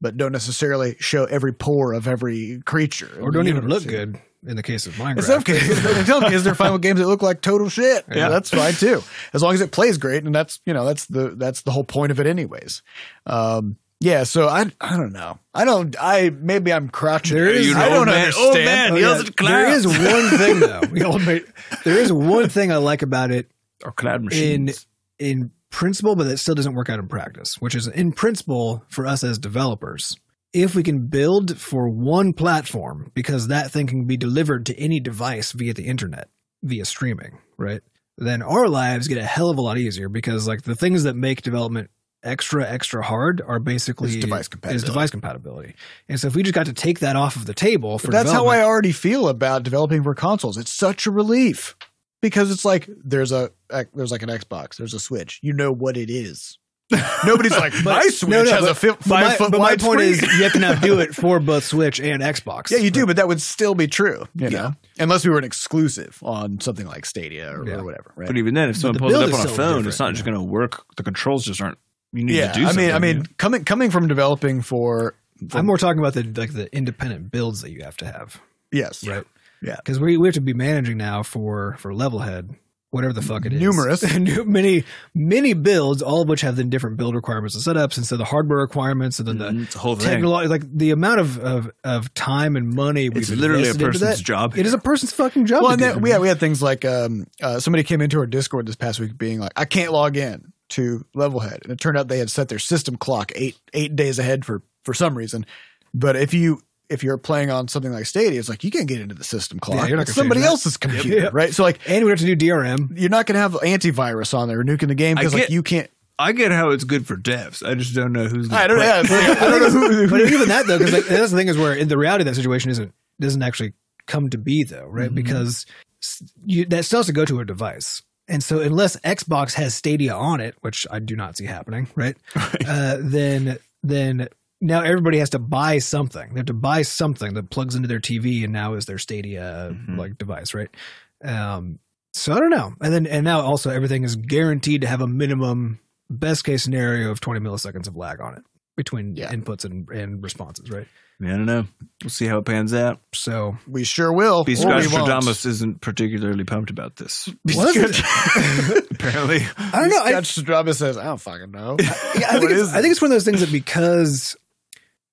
[SPEAKER 3] but don't necessarily show every pore of every creature.
[SPEAKER 1] Or don't
[SPEAKER 3] You
[SPEAKER 1] even
[SPEAKER 3] know,
[SPEAKER 1] look
[SPEAKER 3] so-
[SPEAKER 1] good in the case of
[SPEAKER 3] In some
[SPEAKER 1] Minecraft.
[SPEAKER 3] cases, in some cases, they're fine with games that look like total shit.
[SPEAKER 2] Yeah.
[SPEAKER 3] that's fine too, as long as it plays great, and that's you know that's the that's the whole point of it, anyways. Um, yeah, so I I don't know. I don't. I maybe I'm crotchety.
[SPEAKER 1] There is-
[SPEAKER 2] You're an
[SPEAKER 3] I
[SPEAKER 2] old
[SPEAKER 3] don't
[SPEAKER 2] man-
[SPEAKER 3] understand.
[SPEAKER 2] old man
[SPEAKER 1] Oh,
[SPEAKER 2] yells
[SPEAKER 1] yeah.
[SPEAKER 2] at
[SPEAKER 1] There
[SPEAKER 2] clouds.
[SPEAKER 1] is one thing though. We all made- there is one thing I like about it
[SPEAKER 2] or cloud
[SPEAKER 1] in
[SPEAKER 2] machines.
[SPEAKER 1] in principle, but that still doesn't work out in practice, which is in principle for us as developers. If we can build for one platform, because that thing can be delivered to any device via the internet, via streaming, right? Then our lives get a hell of a lot easier because like the things that make development extra extra hard are basically
[SPEAKER 3] It's device
[SPEAKER 1] is
[SPEAKER 3] compatibility.
[SPEAKER 1] device compatibility. And so if we just got to take that off of the table for
[SPEAKER 3] But that's how
[SPEAKER 1] development,
[SPEAKER 3] I already feel about developing for consoles. It's such a relief because it's like there's a there's like an Xbox, there's a Switch. You know what it is. Nobody's like my Switch
[SPEAKER 1] no,
[SPEAKER 3] has
[SPEAKER 1] but-
[SPEAKER 3] a fi-
[SPEAKER 1] But my-
[SPEAKER 3] five foot
[SPEAKER 1] but my
[SPEAKER 3] wide
[SPEAKER 1] point
[SPEAKER 3] screen.
[SPEAKER 1] is you have to now do it for both Switch and Xbox.
[SPEAKER 3] yeah, you do, but that would still be true.
[SPEAKER 2] Yeah.
[SPEAKER 3] You know, unless we were an exclusive on something like Stadia or, or
[SPEAKER 1] Yeah.
[SPEAKER 3] whatever. Right?
[SPEAKER 2] But even then, if someone
[SPEAKER 1] the
[SPEAKER 2] pulls
[SPEAKER 1] build
[SPEAKER 2] it
[SPEAKER 1] is
[SPEAKER 2] up on a
[SPEAKER 1] so
[SPEAKER 2] phone, it's
[SPEAKER 1] different,
[SPEAKER 2] not just going to work. The controls just aren't. You need
[SPEAKER 3] yeah,
[SPEAKER 2] to do
[SPEAKER 3] I
[SPEAKER 2] something.
[SPEAKER 3] mean, I mean,
[SPEAKER 2] you know?
[SPEAKER 3] coming coming from developing for, for
[SPEAKER 1] I'm more talking about the like the independent builds that you have to have.
[SPEAKER 3] yes,
[SPEAKER 1] Right.
[SPEAKER 3] Yeah.
[SPEAKER 1] Because we, we have to be managing now for for level head, whatever the fuck it is.
[SPEAKER 3] Numerous.
[SPEAKER 1] Nu- many many builds, all of which have the different build requirements and setups, and so the hardware requirements, and then the
[SPEAKER 2] Mm-hmm. it's a whole thing.
[SPEAKER 1] technology, like the amount of, of of time and money we've
[SPEAKER 2] It's literally a
[SPEAKER 1] invested into
[SPEAKER 2] person's
[SPEAKER 1] that,
[SPEAKER 2] job.
[SPEAKER 1] It is a person's fucking job.
[SPEAKER 3] Well,
[SPEAKER 1] to
[SPEAKER 3] and
[SPEAKER 1] do.
[SPEAKER 3] then, yeah, we had things like um, uh, somebody came into our Discord this past week being like, "I can't log in to Levelhead," and it turned out they had set their system clock eight eight days ahead for for some reason. But if you if you're playing on something like Stadia, it's like you can't get into the system clock.
[SPEAKER 1] you're not
[SPEAKER 3] It's
[SPEAKER 1] gonna
[SPEAKER 3] somebody
[SPEAKER 1] change that.
[SPEAKER 3] else's computer,
[SPEAKER 1] Yeah.
[SPEAKER 3] right? So like,
[SPEAKER 1] and we have to do DRM.
[SPEAKER 3] you're not gonna have antivirus on there nuking the game
[SPEAKER 2] I
[SPEAKER 3] because like
[SPEAKER 2] get-
[SPEAKER 3] you can't.
[SPEAKER 2] I get how it's good for devs. I just don't know who's. gonna
[SPEAKER 3] I don't know.
[SPEAKER 2] play.
[SPEAKER 3] yeah, it's like, I don't know who.
[SPEAKER 1] But
[SPEAKER 3] who
[SPEAKER 1] even that though, because like, that's the thing is where in the reality of that situation isn't doesn't actually come to be though, right? Because s- you, that still has to go to a device. And so, unless Xbox has Stadia on it, which I do not see happening, right? Uh, then, then now everybody has to buy something. They have to buy something that plugs into their TV, and now is their Stadia
[SPEAKER 2] Mhm.
[SPEAKER 1] like device, right? Um, so I don't know. And then, and now also everything is guaranteed to have a minimum best case scenario of twenty milliseconds of lag on it between
[SPEAKER 3] Yeah.
[SPEAKER 1] inputs and, and responses, right?
[SPEAKER 2] Yeah, I don't know. We'll see how it pans out.
[SPEAKER 1] So
[SPEAKER 3] we sure will.
[SPEAKER 2] B.
[SPEAKER 3] or
[SPEAKER 2] Scott
[SPEAKER 3] we won't.
[SPEAKER 2] Stradamus isn't particularly pumped about this.
[SPEAKER 1] What? Uh,
[SPEAKER 2] Apparently,
[SPEAKER 1] I don't know. I,
[SPEAKER 3] Scott Stradamus says, "I don't fucking know."
[SPEAKER 1] yeah, I
[SPEAKER 3] What
[SPEAKER 1] think it's,
[SPEAKER 3] is
[SPEAKER 1] I think it's one of those things that because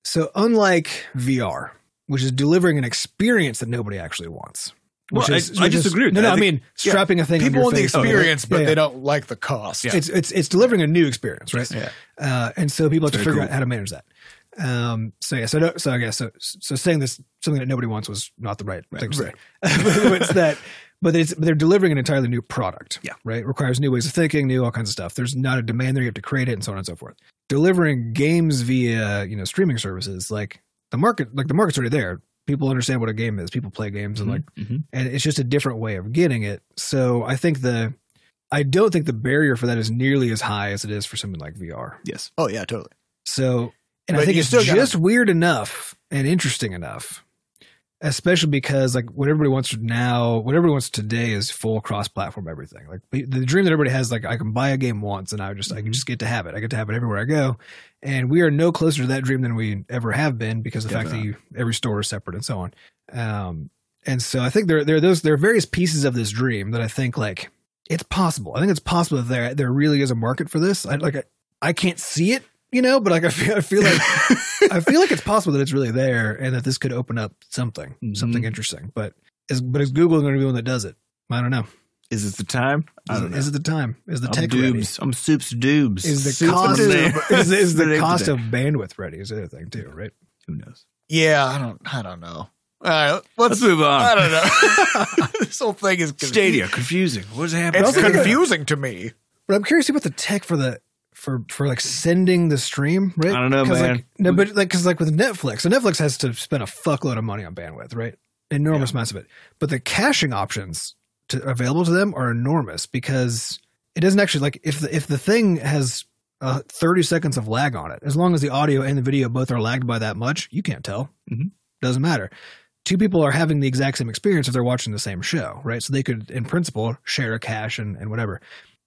[SPEAKER 1] so unlike VR, which is delivering an experience that nobody actually wants. Which
[SPEAKER 2] Well, I-
[SPEAKER 1] is,
[SPEAKER 2] I
[SPEAKER 1] which is-
[SPEAKER 2] disagree with
[SPEAKER 1] no,
[SPEAKER 2] that.
[SPEAKER 1] No,
[SPEAKER 2] I
[SPEAKER 1] I,
[SPEAKER 2] think-
[SPEAKER 1] mean strapping a thing.
[SPEAKER 3] People want
[SPEAKER 1] on
[SPEAKER 3] the
[SPEAKER 1] your face.
[SPEAKER 3] experience, but
[SPEAKER 1] Yeah,
[SPEAKER 3] they
[SPEAKER 1] yeah.
[SPEAKER 3] don't like the cost.
[SPEAKER 1] It's it's it's delivering a new experience, right?
[SPEAKER 3] Yeah.
[SPEAKER 1] Uh, and so people have to
[SPEAKER 2] Very
[SPEAKER 1] figure
[SPEAKER 2] cool.
[SPEAKER 1] out how to manage that. Um, so yeah, so no, so I guess so so saying this something that nobody wants was not the right, thing to say. but it's that, but it's but they're delivering an entirely new product.
[SPEAKER 2] Yeah.
[SPEAKER 1] right. Requires new ways of thinking, new all kinds of stuff. There's not a demand there. You have to create it, and so on and so forth. Delivering games via you know streaming services, like the market, like the market's already there. People understand what a game is. People play games, and like
[SPEAKER 2] Mhm.
[SPEAKER 1] and it's just a different way of getting it. So I think the I don't think the barrier for that is nearly as high as it is for something like VR.
[SPEAKER 2] yes.
[SPEAKER 3] Oh yeah, totally.
[SPEAKER 1] So, and I
[SPEAKER 3] But
[SPEAKER 1] think
[SPEAKER 3] you
[SPEAKER 1] it's
[SPEAKER 3] still
[SPEAKER 1] just
[SPEAKER 3] gotta-
[SPEAKER 1] weird enough and interesting enough, especially because like what everybody wants now, what everybody wants today is full cross-platform everything. Like the the dream that everybody has, like I can buy a game once and I just
[SPEAKER 3] Mm-hmm.
[SPEAKER 1] I can just get to have it. I get to have it everywhere I go, and we are no closer to that dream than we ever have been because of the fact that you, every store is separate and so on. Um, and so I think there there are those there are various pieces of this dream that I think like it's possible. I think it's possible that there there really is a market for this. I like I, I can't see it, you know, but like I feel I feel like I feel like it's possible that it's really there and that this could open up something
[SPEAKER 2] Mhm.
[SPEAKER 1] something interesting. But is but is Google going to be the one that does it? I don't know.
[SPEAKER 2] Is it the time? I
[SPEAKER 1] Is,
[SPEAKER 2] don't
[SPEAKER 1] it,
[SPEAKER 2] know.
[SPEAKER 1] is it the time? Is the
[SPEAKER 2] I'm
[SPEAKER 1] tech ready?
[SPEAKER 2] doobs. I'm soups doobs.
[SPEAKER 1] Is the
[SPEAKER 3] Soup
[SPEAKER 1] cost
[SPEAKER 3] and
[SPEAKER 2] soup.
[SPEAKER 1] is, is the
[SPEAKER 2] Soup
[SPEAKER 1] cost of
[SPEAKER 2] and
[SPEAKER 1] bandwidth ready? Is the other thing too, right?
[SPEAKER 2] Who knows?
[SPEAKER 3] Yeah, I don't. I don't know. All right,
[SPEAKER 2] Let's
[SPEAKER 3] let's.
[SPEAKER 2] move
[SPEAKER 3] I
[SPEAKER 2] on.
[SPEAKER 3] don't know. this whole thing is confusing.
[SPEAKER 2] Stadia confusing. What's happening?
[SPEAKER 3] It's
[SPEAKER 1] Also, like,
[SPEAKER 3] confusing to me.
[SPEAKER 1] But I'm curious about the tech for the for for like sending the stream, right?
[SPEAKER 2] I don't know,
[SPEAKER 1] 'Cause,
[SPEAKER 2] man.
[SPEAKER 1] Like, no, but like because like with Netflix, so Netflix has to spend a fuckload of money on bandwidth, right? Enormous amounts of it. But the caching options to, available to them are enormous because it doesn't actually like if the, if the thing has uh, 30 seconds of lag on it, as long as the audio and the video both are lagged by that much, you can't tell.
[SPEAKER 2] Mhm.
[SPEAKER 1] Doesn't matter. Two people are having the exact same experience if they're watching the same show, right? So they could, in principle, share a cache and, and whatever.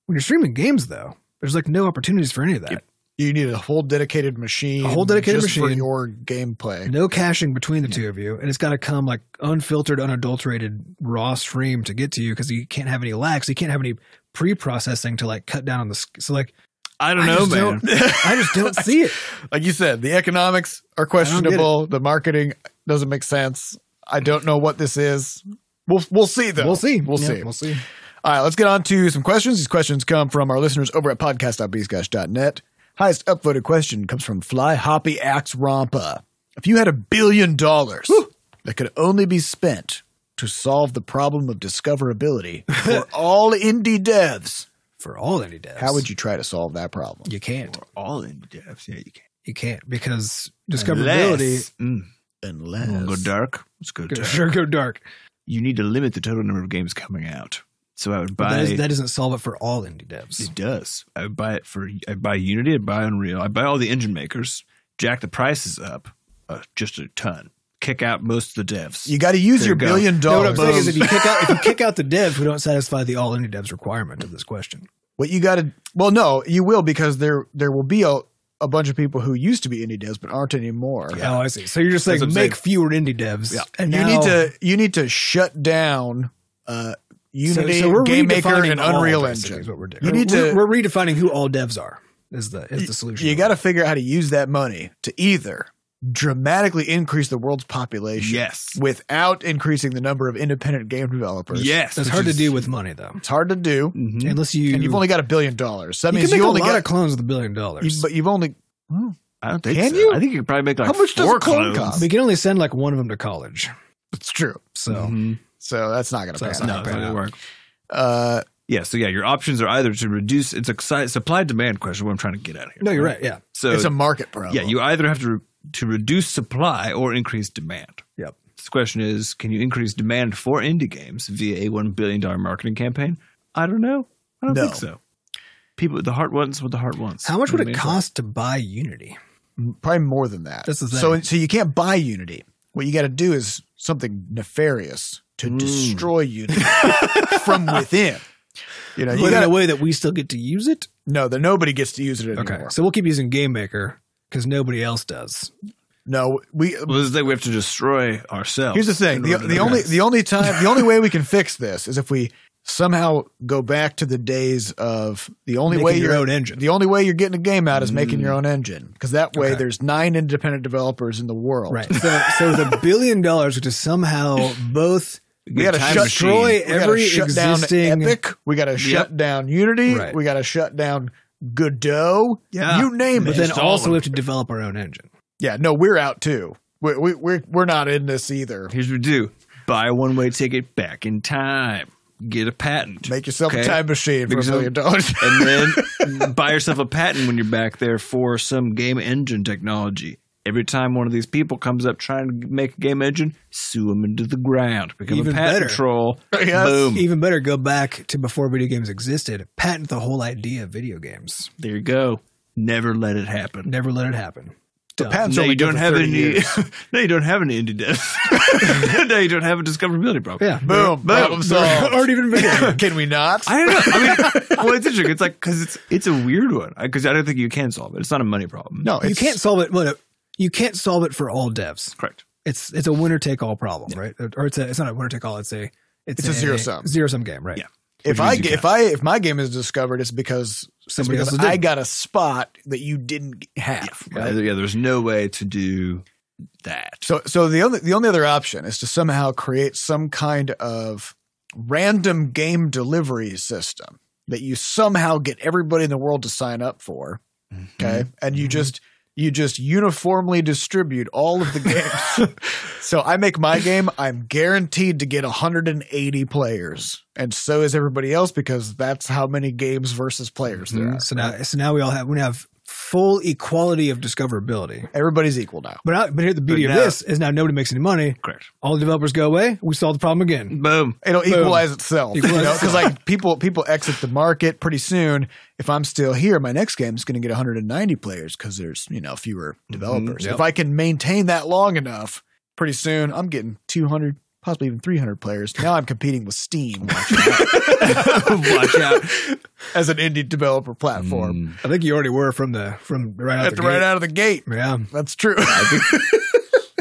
[SPEAKER 1] When you're streaming games, though, there's like no opportunities for any of that.
[SPEAKER 3] You need a whole dedicated machine.
[SPEAKER 1] A whole dedicated
[SPEAKER 3] just for
[SPEAKER 1] machine.
[SPEAKER 3] your gameplay.
[SPEAKER 1] No caching between the two of you, and it's got to come like unfiltered, unadulterated, raw stream to get to you because you can't have any lag, so you can't have any pre-processing to like cut down on the. sk- So like,
[SPEAKER 2] I don't
[SPEAKER 1] I
[SPEAKER 2] know,
[SPEAKER 1] just
[SPEAKER 2] man.
[SPEAKER 1] don't- I just don't see it.
[SPEAKER 3] Like you said, the economics are questionable. The marketing doesn't make sense. I don't know what this is. We'll we'll see though.
[SPEAKER 1] We'll see.
[SPEAKER 3] We'll
[SPEAKER 1] Yeah,
[SPEAKER 3] see.
[SPEAKER 1] We'll see.
[SPEAKER 3] All right, let's get on to some questions. These questions come from our listeners over at podcast.bscosh.net. Highest upvoted question comes from Fly Hoppy Axe Rompa. If you had a billion dollars that could only be spent to solve the problem of discoverability for all indie devs.
[SPEAKER 1] for all that he does.
[SPEAKER 3] How would you try to solve that problem?
[SPEAKER 1] You can't.
[SPEAKER 2] all in depth. Yeah, you can.
[SPEAKER 1] You can't because discoverability
[SPEAKER 2] Mm.
[SPEAKER 3] Unless
[SPEAKER 2] Wanna go dark. Let's go
[SPEAKER 1] could
[SPEAKER 2] dark.
[SPEAKER 1] sure go dark.
[SPEAKER 2] You need to limit the total number of games coming out. So I would
[SPEAKER 1] But that,
[SPEAKER 2] buy.
[SPEAKER 1] is, that doesn't solve it for all indie devs.
[SPEAKER 2] it does. I would buy it for. I buy Unity. I buy Unreal. I buy all the engine makers. Jack the prices up uh, just a ton. Kick out most of the devs.
[SPEAKER 3] You got to use
[SPEAKER 2] There
[SPEAKER 3] your
[SPEAKER 2] you go.
[SPEAKER 3] billion
[SPEAKER 1] No, what
[SPEAKER 3] dollars.
[SPEAKER 1] I'm saying is if you kick out if you kick out the devs who don't satisfy the all indie devs requirement of this question.
[SPEAKER 3] what you got to well, no, you will because there there will be a, a bunch of people who used to be indie devs but aren't anymore.
[SPEAKER 1] Oh, I see. So you're just saying
[SPEAKER 2] That's
[SPEAKER 1] make
[SPEAKER 2] what I'm
[SPEAKER 1] fewer indie devs.
[SPEAKER 2] Yeah.
[SPEAKER 1] And
[SPEAKER 3] You
[SPEAKER 1] now-
[SPEAKER 3] need to you need to shut down uh, Unity, Game Maker,
[SPEAKER 1] redefining
[SPEAKER 3] and
[SPEAKER 1] all,
[SPEAKER 3] Unreal
[SPEAKER 1] basically,
[SPEAKER 3] Engine.
[SPEAKER 1] Is what we're doing.
[SPEAKER 3] You need
[SPEAKER 1] We're-
[SPEAKER 3] to-
[SPEAKER 1] We're redefining who all devs are. Is the is the solution?
[SPEAKER 3] You got to figure out how to use that money to either dramatically increase the world's population
[SPEAKER 2] yes.
[SPEAKER 3] without increasing the number of independent game developers.
[SPEAKER 2] Yes.
[SPEAKER 1] That's
[SPEAKER 2] which
[SPEAKER 1] hard
[SPEAKER 2] is-
[SPEAKER 1] to do with money though,
[SPEAKER 3] It's hard to do,
[SPEAKER 2] Mhm.
[SPEAKER 1] unless you.
[SPEAKER 3] Hmm? and you've only got a billion dollars. So that
[SPEAKER 1] you
[SPEAKER 3] means
[SPEAKER 1] can make
[SPEAKER 3] you
[SPEAKER 1] a
[SPEAKER 3] only
[SPEAKER 1] lot
[SPEAKER 3] got,
[SPEAKER 1] of clones with a billion
[SPEAKER 3] you,
[SPEAKER 1] dollars.
[SPEAKER 3] but you've only
[SPEAKER 2] I don't think
[SPEAKER 3] Can
[SPEAKER 2] so.
[SPEAKER 3] you?
[SPEAKER 2] I think you could probably make like
[SPEAKER 3] How much does
[SPEAKER 2] four
[SPEAKER 3] a clone
[SPEAKER 2] clones.
[SPEAKER 3] cost?
[SPEAKER 1] We can only send like one of them to college.
[SPEAKER 3] it's true.
[SPEAKER 1] So
[SPEAKER 3] Mm-hmm.
[SPEAKER 2] Mhm.
[SPEAKER 3] So that's not going to
[SPEAKER 1] So
[SPEAKER 3] pass.
[SPEAKER 1] it's not gonna
[SPEAKER 2] No, that
[SPEAKER 1] pan
[SPEAKER 2] would
[SPEAKER 1] out.
[SPEAKER 2] work.
[SPEAKER 3] Uh,
[SPEAKER 2] Yeah, so yeah, your options are either to reduce it's a supply demand question. What I'm trying to get at here.
[SPEAKER 1] no, you're right. Yeah,
[SPEAKER 2] So
[SPEAKER 3] it's a market problem.
[SPEAKER 2] yeah, you either have to to reduce supply or increase demand.
[SPEAKER 1] Yep.
[SPEAKER 2] This question is, can you increase demand for indie games via a one billion dollar marketing campaign? I don't know. I don't
[SPEAKER 3] No.
[SPEAKER 2] think so. People, the heart wants what the heart wants.
[SPEAKER 1] How much would
[SPEAKER 2] I
[SPEAKER 1] it
[SPEAKER 2] mean,
[SPEAKER 1] cost to buy Unity?
[SPEAKER 3] probably more than that.
[SPEAKER 1] That's the thing.
[SPEAKER 3] So so you can't buy Unity. What you got to do is something nefarious to
[SPEAKER 2] Mm.
[SPEAKER 3] destroy Unity from within. You know,
[SPEAKER 1] But
[SPEAKER 3] you
[SPEAKER 1] in a
[SPEAKER 3] got
[SPEAKER 1] way that we still get to use it.
[SPEAKER 3] no that nobody gets to use it anymore.
[SPEAKER 1] Okay, so we'll keep using Game Maker because nobody else does.
[SPEAKER 3] No, we.
[SPEAKER 2] Well, this is that we have to destroy ourselves.
[SPEAKER 3] Here's the thing:
[SPEAKER 2] in
[SPEAKER 3] the,
[SPEAKER 2] order to
[SPEAKER 3] the only
[SPEAKER 2] progress.
[SPEAKER 3] the only time the only way we can fix this is if we somehow go back to the days of the only
[SPEAKER 1] Making
[SPEAKER 3] way
[SPEAKER 1] your
[SPEAKER 3] you're
[SPEAKER 1] own engine.
[SPEAKER 3] The only way you're getting a game out is making your own engine because that way
[SPEAKER 1] Okay.
[SPEAKER 3] there's nine independent developers in the world.
[SPEAKER 1] Right. So, so with a billion dollars, which is somehow both
[SPEAKER 2] Get
[SPEAKER 3] gotta
[SPEAKER 2] a time
[SPEAKER 3] shut-
[SPEAKER 2] machine.
[SPEAKER 1] destroy
[SPEAKER 3] We gotta
[SPEAKER 1] every
[SPEAKER 3] shut
[SPEAKER 1] existing.
[SPEAKER 3] down Epic. We got to shut down Unity.
[SPEAKER 1] Right.
[SPEAKER 3] We got to shut down Godot.
[SPEAKER 2] Yeah.
[SPEAKER 3] you name
[SPEAKER 1] But
[SPEAKER 3] it.
[SPEAKER 1] then
[SPEAKER 2] Just all
[SPEAKER 1] also
[SPEAKER 2] of
[SPEAKER 1] we
[SPEAKER 2] them.
[SPEAKER 1] have to develop our own engine.
[SPEAKER 3] yeah, no, we're out too. We we we're, we're not in this either.
[SPEAKER 2] Here's what we do: buy a one way ticket back in time, get a patent,
[SPEAKER 3] Make yourself a
[SPEAKER 2] Okay.
[SPEAKER 3] time machine for a
[SPEAKER 2] Because
[SPEAKER 3] million dollars.
[SPEAKER 2] and then buy yourself a patent when you're back there for some game engine technology. Every time one of these people comes up trying to make a game engine, sue them into the ground. Become
[SPEAKER 1] Even
[SPEAKER 2] a patent
[SPEAKER 1] better.
[SPEAKER 2] troll.
[SPEAKER 3] Yes.
[SPEAKER 2] Boom.
[SPEAKER 1] Even better, go back to before video games existed, patent the whole idea of video games.
[SPEAKER 2] There you go. Never let it happen.
[SPEAKER 1] Never let it happen.
[SPEAKER 3] The
[SPEAKER 1] Done.
[SPEAKER 3] patent's
[SPEAKER 2] Now
[SPEAKER 3] only
[SPEAKER 2] you
[SPEAKER 3] good
[SPEAKER 2] don't
[SPEAKER 3] for
[SPEAKER 2] have
[SPEAKER 3] 30
[SPEAKER 2] any.
[SPEAKER 3] years.
[SPEAKER 2] now you don't have any indie devs. now you don't have a discoverability problem.
[SPEAKER 1] Yeah.
[SPEAKER 3] Boom. Problem solved.
[SPEAKER 1] Aren't even video.
[SPEAKER 3] Can we not?
[SPEAKER 2] I don't know. I mean, well, it's interesting. It's like because it's it's a weird one because I don't think you can solve it. It's not a money problem.
[SPEAKER 3] no, it's,
[SPEAKER 1] You can't solve it. Well, you can't solve it for all devs.
[SPEAKER 2] correct.
[SPEAKER 1] It's it's a winner take all problem, right? Or it's a, it's not a winner take all. It's a
[SPEAKER 3] It's a zero-sum.
[SPEAKER 1] zero sum game, right?
[SPEAKER 2] Yeah.
[SPEAKER 3] If
[SPEAKER 2] Which
[SPEAKER 3] I
[SPEAKER 2] means you
[SPEAKER 3] get- if I if my game is discovered, it's because
[SPEAKER 1] Somebody
[SPEAKER 3] it's
[SPEAKER 1] else
[SPEAKER 3] because I
[SPEAKER 1] did.
[SPEAKER 3] got a spot that you didn't have.
[SPEAKER 2] Yeah,
[SPEAKER 3] right?
[SPEAKER 2] there- yeah, there's no way to do that.
[SPEAKER 3] So so the only the only other option is to somehow create some kind of random game delivery system that you somehow get everybody in the world to sign up for. Okay. And you just you just uniformly distribute all of the games. so I make my game, I'm guaranteed to get 180 players. And so is everybody else because that's how many games versus players there are.
[SPEAKER 1] So now so now we all have we have full equality of discoverability.
[SPEAKER 3] Everybody's equal now.
[SPEAKER 1] But I, but here the beauty
[SPEAKER 2] But
[SPEAKER 1] of
[SPEAKER 2] now-
[SPEAKER 1] this is now nobody makes any money.
[SPEAKER 2] Correct.
[SPEAKER 1] All the developers go away. We solve the problem again.
[SPEAKER 2] Boom.
[SPEAKER 3] It'll
[SPEAKER 1] Boom.
[SPEAKER 3] equalize itself, you
[SPEAKER 1] Equalize
[SPEAKER 3] know, because like people people exit the market pretty soon. If I'm still here, my next game is going to get 190 players because there's you know fewer developers.
[SPEAKER 1] Mm-hmm. yep.
[SPEAKER 3] If I can maintain that long enough, pretty soon I'm getting 200, possibly even 300 players. Now I'm competing with Steam
[SPEAKER 2] Watch out.
[SPEAKER 3] as an indie developer platform.
[SPEAKER 2] Mm.
[SPEAKER 1] I think you already were from the from right out
[SPEAKER 3] At
[SPEAKER 1] the
[SPEAKER 3] the right
[SPEAKER 1] gate.
[SPEAKER 3] out of the gate,
[SPEAKER 1] Yeah.
[SPEAKER 3] that's true.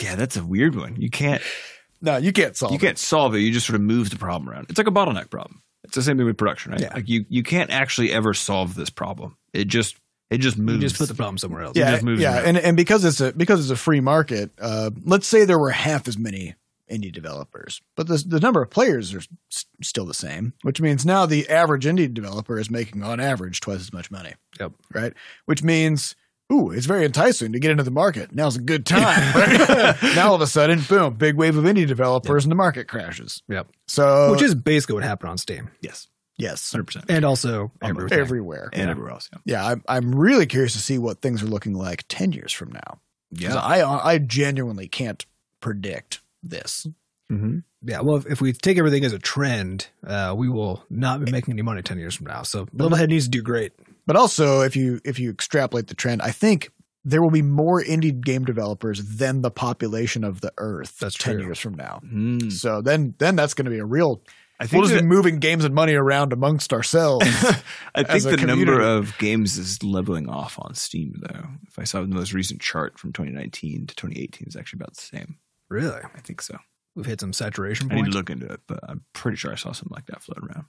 [SPEAKER 2] Yeah, that's a weird one. You can't
[SPEAKER 3] no, you can't solve.
[SPEAKER 2] you
[SPEAKER 3] it.
[SPEAKER 2] can't solve it. You just sort of move the problem around. It's like a bottleneck problem. It's the same thing with production, right?
[SPEAKER 1] Yeah.
[SPEAKER 2] Like you you can't actually ever solve this problem. It just it just moves.
[SPEAKER 1] You just put the problem somewhere else.
[SPEAKER 3] Yeah,
[SPEAKER 2] just moves
[SPEAKER 3] yeah,
[SPEAKER 2] around.
[SPEAKER 3] and and because it's a because it's a free market, uh, let's say there were half as many indie developers, but the the number of players are s- still the same, which means now the average indie developer is making on average twice as much money.
[SPEAKER 1] Yep.
[SPEAKER 3] Right, which means ooh, it's very enticing to get into the market. Now's a good time. right? now all of a sudden, boom, big wave of indie developers and the market crashes.
[SPEAKER 1] Yep.
[SPEAKER 3] So
[SPEAKER 1] which is basically what happened on Steam
[SPEAKER 2] Yes,
[SPEAKER 3] yes,
[SPEAKER 2] hundred percent,
[SPEAKER 1] and also
[SPEAKER 2] Everything.
[SPEAKER 1] everything.
[SPEAKER 3] everywhere.
[SPEAKER 2] and everywhere else. Yeah,
[SPEAKER 3] Yeah, I'm I'm really curious to see what things are looking like ten years from now. 'Cause I I genuinely can't predict this.
[SPEAKER 2] Mm-hmm.
[SPEAKER 1] Yeah, well, if, if we take everything as a trend, uh, we will not be making any money ten years from now. So Levelhead needs to do great.
[SPEAKER 3] But also, if you if you extrapolate the trend, I think there will be more indie game developers than the population of the Earth
[SPEAKER 1] That's
[SPEAKER 3] ten
[SPEAKER 1] true. Hmm.
[SPEAKER 3] years from now.
[SPEAKER 2] Mm.
[SPEAKER 3] So then then that's going to be a real.
[SPEAKER 2] I think
[SPEAKER 3] We'll just
[SPEAKER 2] that-
[SPEAKER 3] be moving games and money around amongst ourselves.
[SPEAKER 2] I think
[SPEAKER 3] as a
[SPEAKER 2] the number
[SPEAKER 3] community.
[SPEAKER 2] of games is leveling off on Steam, though. If I saw the most recent chart from 2019 to 2018, it's actually about the same.
[SPEAKER 1] Really,
[SPEAKER 2] I think so.
[SPEAKER 1] we've hit some saturation
[SPEAKER 2] I need to
[SPEAKER 1] point.
[SPEAKER 2] look into it, but I'm pretty sure I saw something like that floating around.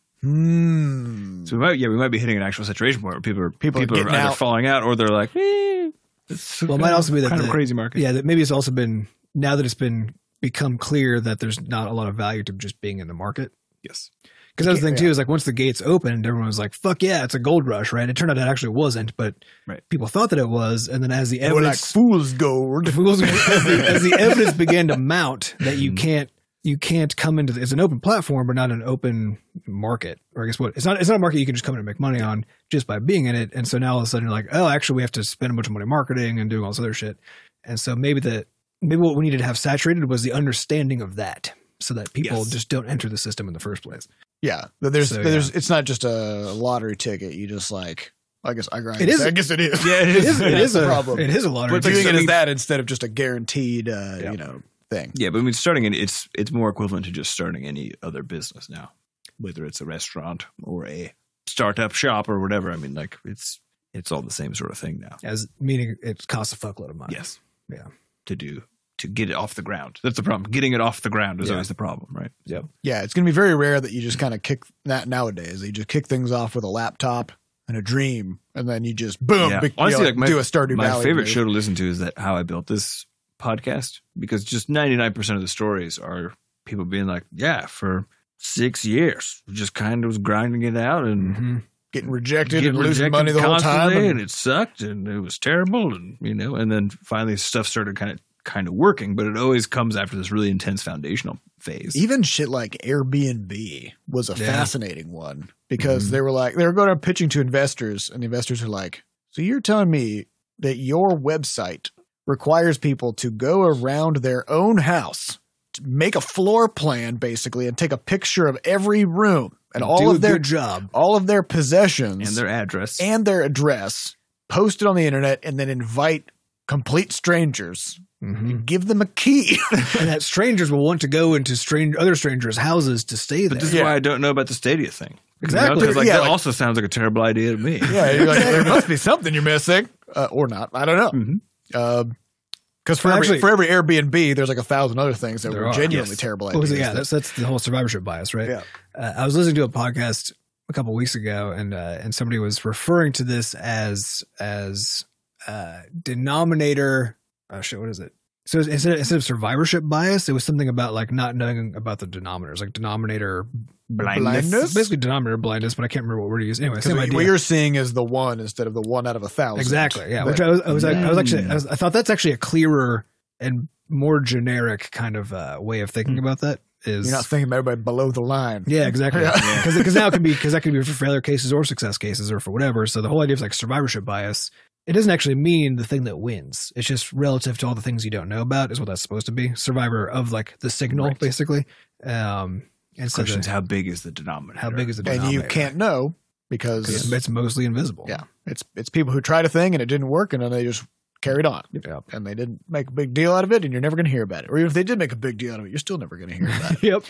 [SPEAKER 3] hmm.
[SPEAKER 2] So we might, yeah, we might be hitting an actual saturation point where people are people,
[SPEAKER 3] People are
[SPEAKER 2] are,
[SPEAKER 3] getting
[SPEAKER 2] either
[SPEAKER 3] out.
[SPEAKER 2] falling out or they're like, eh, it's
[SPEAKER 1] Well, it might also be that
[SPEAKER 2] kind of
[SPEAKER 1] the-
[SPEAKER 2] a crazy market.
[SPEAKER 1] Yeah, that maybe it's also been now that it's been become clear that there's not a lot of value to just being in the market.
[SPEAKER 2] Yes.
[SPEAKER 1] Because that's the thing
[SPEAKER 3] Yeah.
[SPEAKER 1] too is like once the gates opened, everyone was like, "Fuck yeah, it's a gold rush!" Right? It turned out it actually wasn't, but
[SPEAKER 2] Right.
[SPEAKER 1] people thought that it was, and then as the
[SPEAKER 3] We're like
[SPEAKER 1] evidence
[SPEAKER 3] fool's gold.
[SPEAKER 1] as, the, as the evidence began to mount that
[SPEAKER 2] Mm.
[SPEAKER 1] you can't you can't come into the, it's an open platform but not an open market or I guess what it's not it's not a market you can just come in and make money on just by being in it and so now all of a sudden you're like oh actually we have to spend a bunch of money marketing and doing all this other shit and so maybe the maybe what we needed to have saturated was the understanding of that so that people
[SPEAKER 2] Yes.
[SPEAKER 1] just don't enter the system in the first place
[SPEAKER 3] Yeah, that there's
[SPEAKER 1] So, yeah.
[SPEAKER 3] there's it's not just a lottery ticket. You just like I guess I grind.
[SPEAKER 1] It is-
[SPEAKER 3] I guess it is.
[SPEAKER 2] Yeah, it
[SPEAKER 1] it
[SPEAKER 2] is.
[SPEAKER 1] is, it
[SPEAKER 3] That's
[SPEAKER 1] is
[SPEAKER 3] the
[SPEAKER 1] a
[SPEAKER 3] problem.
[SPEAKER 1] it is a lottery
[SPEAKER 2] But
[SPEAKER 3] Doing
[SPEAKER 1] ticket.
[SPEAKER 3] it
[SPEAKER 2] mean-
[SPEAKER 3] as that instead of just a guaranteed, uh,
[SPEAKER 1] Yeah.
[SPEAKER 3] you know, thing.
[SPEAKER 2] Yeah, but I mean, starting in it's it's more equivalent to just starting any other business now, whether it's a restaurant or a startup shop or whatever. I mean, like it's it's all the same sort of thing now.
[SPEAKER 1] as meaning it costs a fuckload of money
[SPEAKER 2] Yes.
[SPEAKER 1] Yeah.
[SPEAKER 2] To do to get it off the ground. That's the problem. Getting it off the ground is
[SPEAKER 1] Yeah.
[SPEAKER 2] always the problem, right?
[SPEAKER 1] Yep.
[SPEAKER 3] Yeah, it's going to be very rare that you just kind of kick that nowadays. You just kick things off with a laptop and a dream, and then you just boom,
[SPEAKER 2] Yeah.
[SPEAKER 3] be- you
[SPEAKER 2] Honestly,
[SPEAKER 3] know,
[SPEAKER 2] like, my-
[SPEAKER 3] do a Stardew
[SPEAKER 2] My
[SPEAKER 3] Valley.
[SPEAKER 2] favorite
[SPEAKER 3] move.
[SPEAKER 2] show to listen to is that how I built this podcast because just ninety nine percent of the stories are people being like, yeah, for six years, we just kind of was grinding it out and.
[SPEAKER 1] Mhm.
[SPEAKER 3] getting rejected
[SPEAKER 2] get
[SPEAKER 3] and losing
[SPEAKER 2] rejected
[SPEAKER 3] Mm-hmm. money the whole time.
[SPEAKER 2] constantly,
[SPEAKER 3] and-
[SPEAKER 2] and, it sucked and it was terrible and you know and then finally stuff started kind of kind of working but it always comes after this really intense foundational phase
[SPEAKER 3] even shit like Airbnb was a
[SPEAKER 1] Yeah.
[SPEAKER 3] fascinating one because
[SPEAKER 2] Mhm.
[SPEAKER 3] they were like they were going out pitching to investors, and the investors are like, "So you're telling me that your website requires people to go around their own house, to make a floor plan basically, and take a picture of every room and all
[SPEAKER 1] do a
[SPEAKER 3] of their
[SPEAKER 1] good job
[SPEAKER 3] all of their possessions
[SPEAKER 2] and their address
[SPEAKER 3] and their address, post it on the internet, and then invite complete strangers,
[SPEAKER 1] Mhm.
[SPEAKER 3] give them a key."
[SPEAKER 1] and that strangers will want to go into strange other strangers' houses to stay there.
[SPEAKER 2] but this
[SPEAKER 3] Yeah.
[SPEAKER 2] is why I don't know about the Stadia thing
[SPEAKER 1] Exactly.
[SPEAKER 2] because like
[SPEAKER 3] Yeah,
[SPEAKER 2] that
[SPEAKER 3] like-
[SPEAKER 2] also sounds like a terrible idea to me
[SPEAKER 3] Yeah, you're like, there must be something you're missing, uh, or not. I don't know.
[SPEAKER 2] Mhm.
[SPEAKER 3] Because for
[SPEAKER 1] Well,
[SPEAKER 3] every
[SPEAKER 1] actually-
[SPEAKER 3] for every Airbnb, there's like a thousand other things that
[SPEAKER 1] There
[SPEAKER 3] were
[SPEAKER 1] are,
[SPEAKER 3] genuinely
[SPEAKER 2] yes.
[SPEAKER 3] terrible
[SPEAKER 1] What
[SPEAKER 3] ideas.
[SPEAKER 1] was it? Yeah,
[SPEAKER 3] that-
[SPEAKER 1] that's that's the whole survivorship bias, right?
[SPEAKER 3] Yeah.
[SPEAKER 1] Uh, I was listening to a podcast a couple weeks ago, and uh, and somebody was referring to this as as uh, denominator. Oh shit, what is it? So it's- instead instead of survivorship bias, it was something about like not knowing about the denominators, like denominator
[SPEAKER 3] Blindness?
[SPEAKER 1] basically denominator blindness. But I can't remember what word to use. Anyway,
[SPEAKER 3] 'Cause
[SPEAKER 1] same
[SPEAKER 3] what,
[SPEAKER 1] idea.
[SPEAKER 3] what you're seeing is the one instead of the one out of a thousand.
[SPEAKER 1] Exactly. Yeah.
[SPEAKER 3] But- Hmm.
[SPEAKER 1] Which I was, I was, I was actually,
[SPEAKER 2] Mm.
[SPEAKER 1] I, was, I thought that's actually a clearer and more generic kind of uh, way of thinking
[SPEAKER 2] Mm.
[SPEAKER 1] about that. Is
[SPEAKER 3] Hmm. you're not thinking about everybody below the line.
[SPEAKER 1] yeah, exactly.
[SPEAKER 3] Yeah.
[SPEAKER 1] Because now it can be because that can be for failure cases or success cases or for whatever. So the whole idea of like survivorship bias, it doesn't actually mean the thing that wins. It's just relative to all the things you don't know about is what that's supposed to be. Survivor of like the signal,
[SPEAKER 2] Right.
[SPEAKER 1] basically. Um, and so the-
[SPEAKER 2] questions how big is the denominator
[SPEAKER 1] how big is the
[SPEAKER 3] And you
[SPEAKER 1] denominator?
[SPEAKER 3] can't know
[SPEAKER 1] 'Cause
[SPEAKER 3] because
[SPEAKER 1] it's mostly invisible.
[SPEAKER 3] Yeah. it's it's people who tried a thing and it didn't work and then they just carried on
[SPEAKER 1] Yeah.
[SPEAKER 3] and they didn't make a big deal out of it and you're never going to hear about it. Or even if they did make a big deal out of it, you're still never going to hear about it.
[SPEAKER 1] Yep.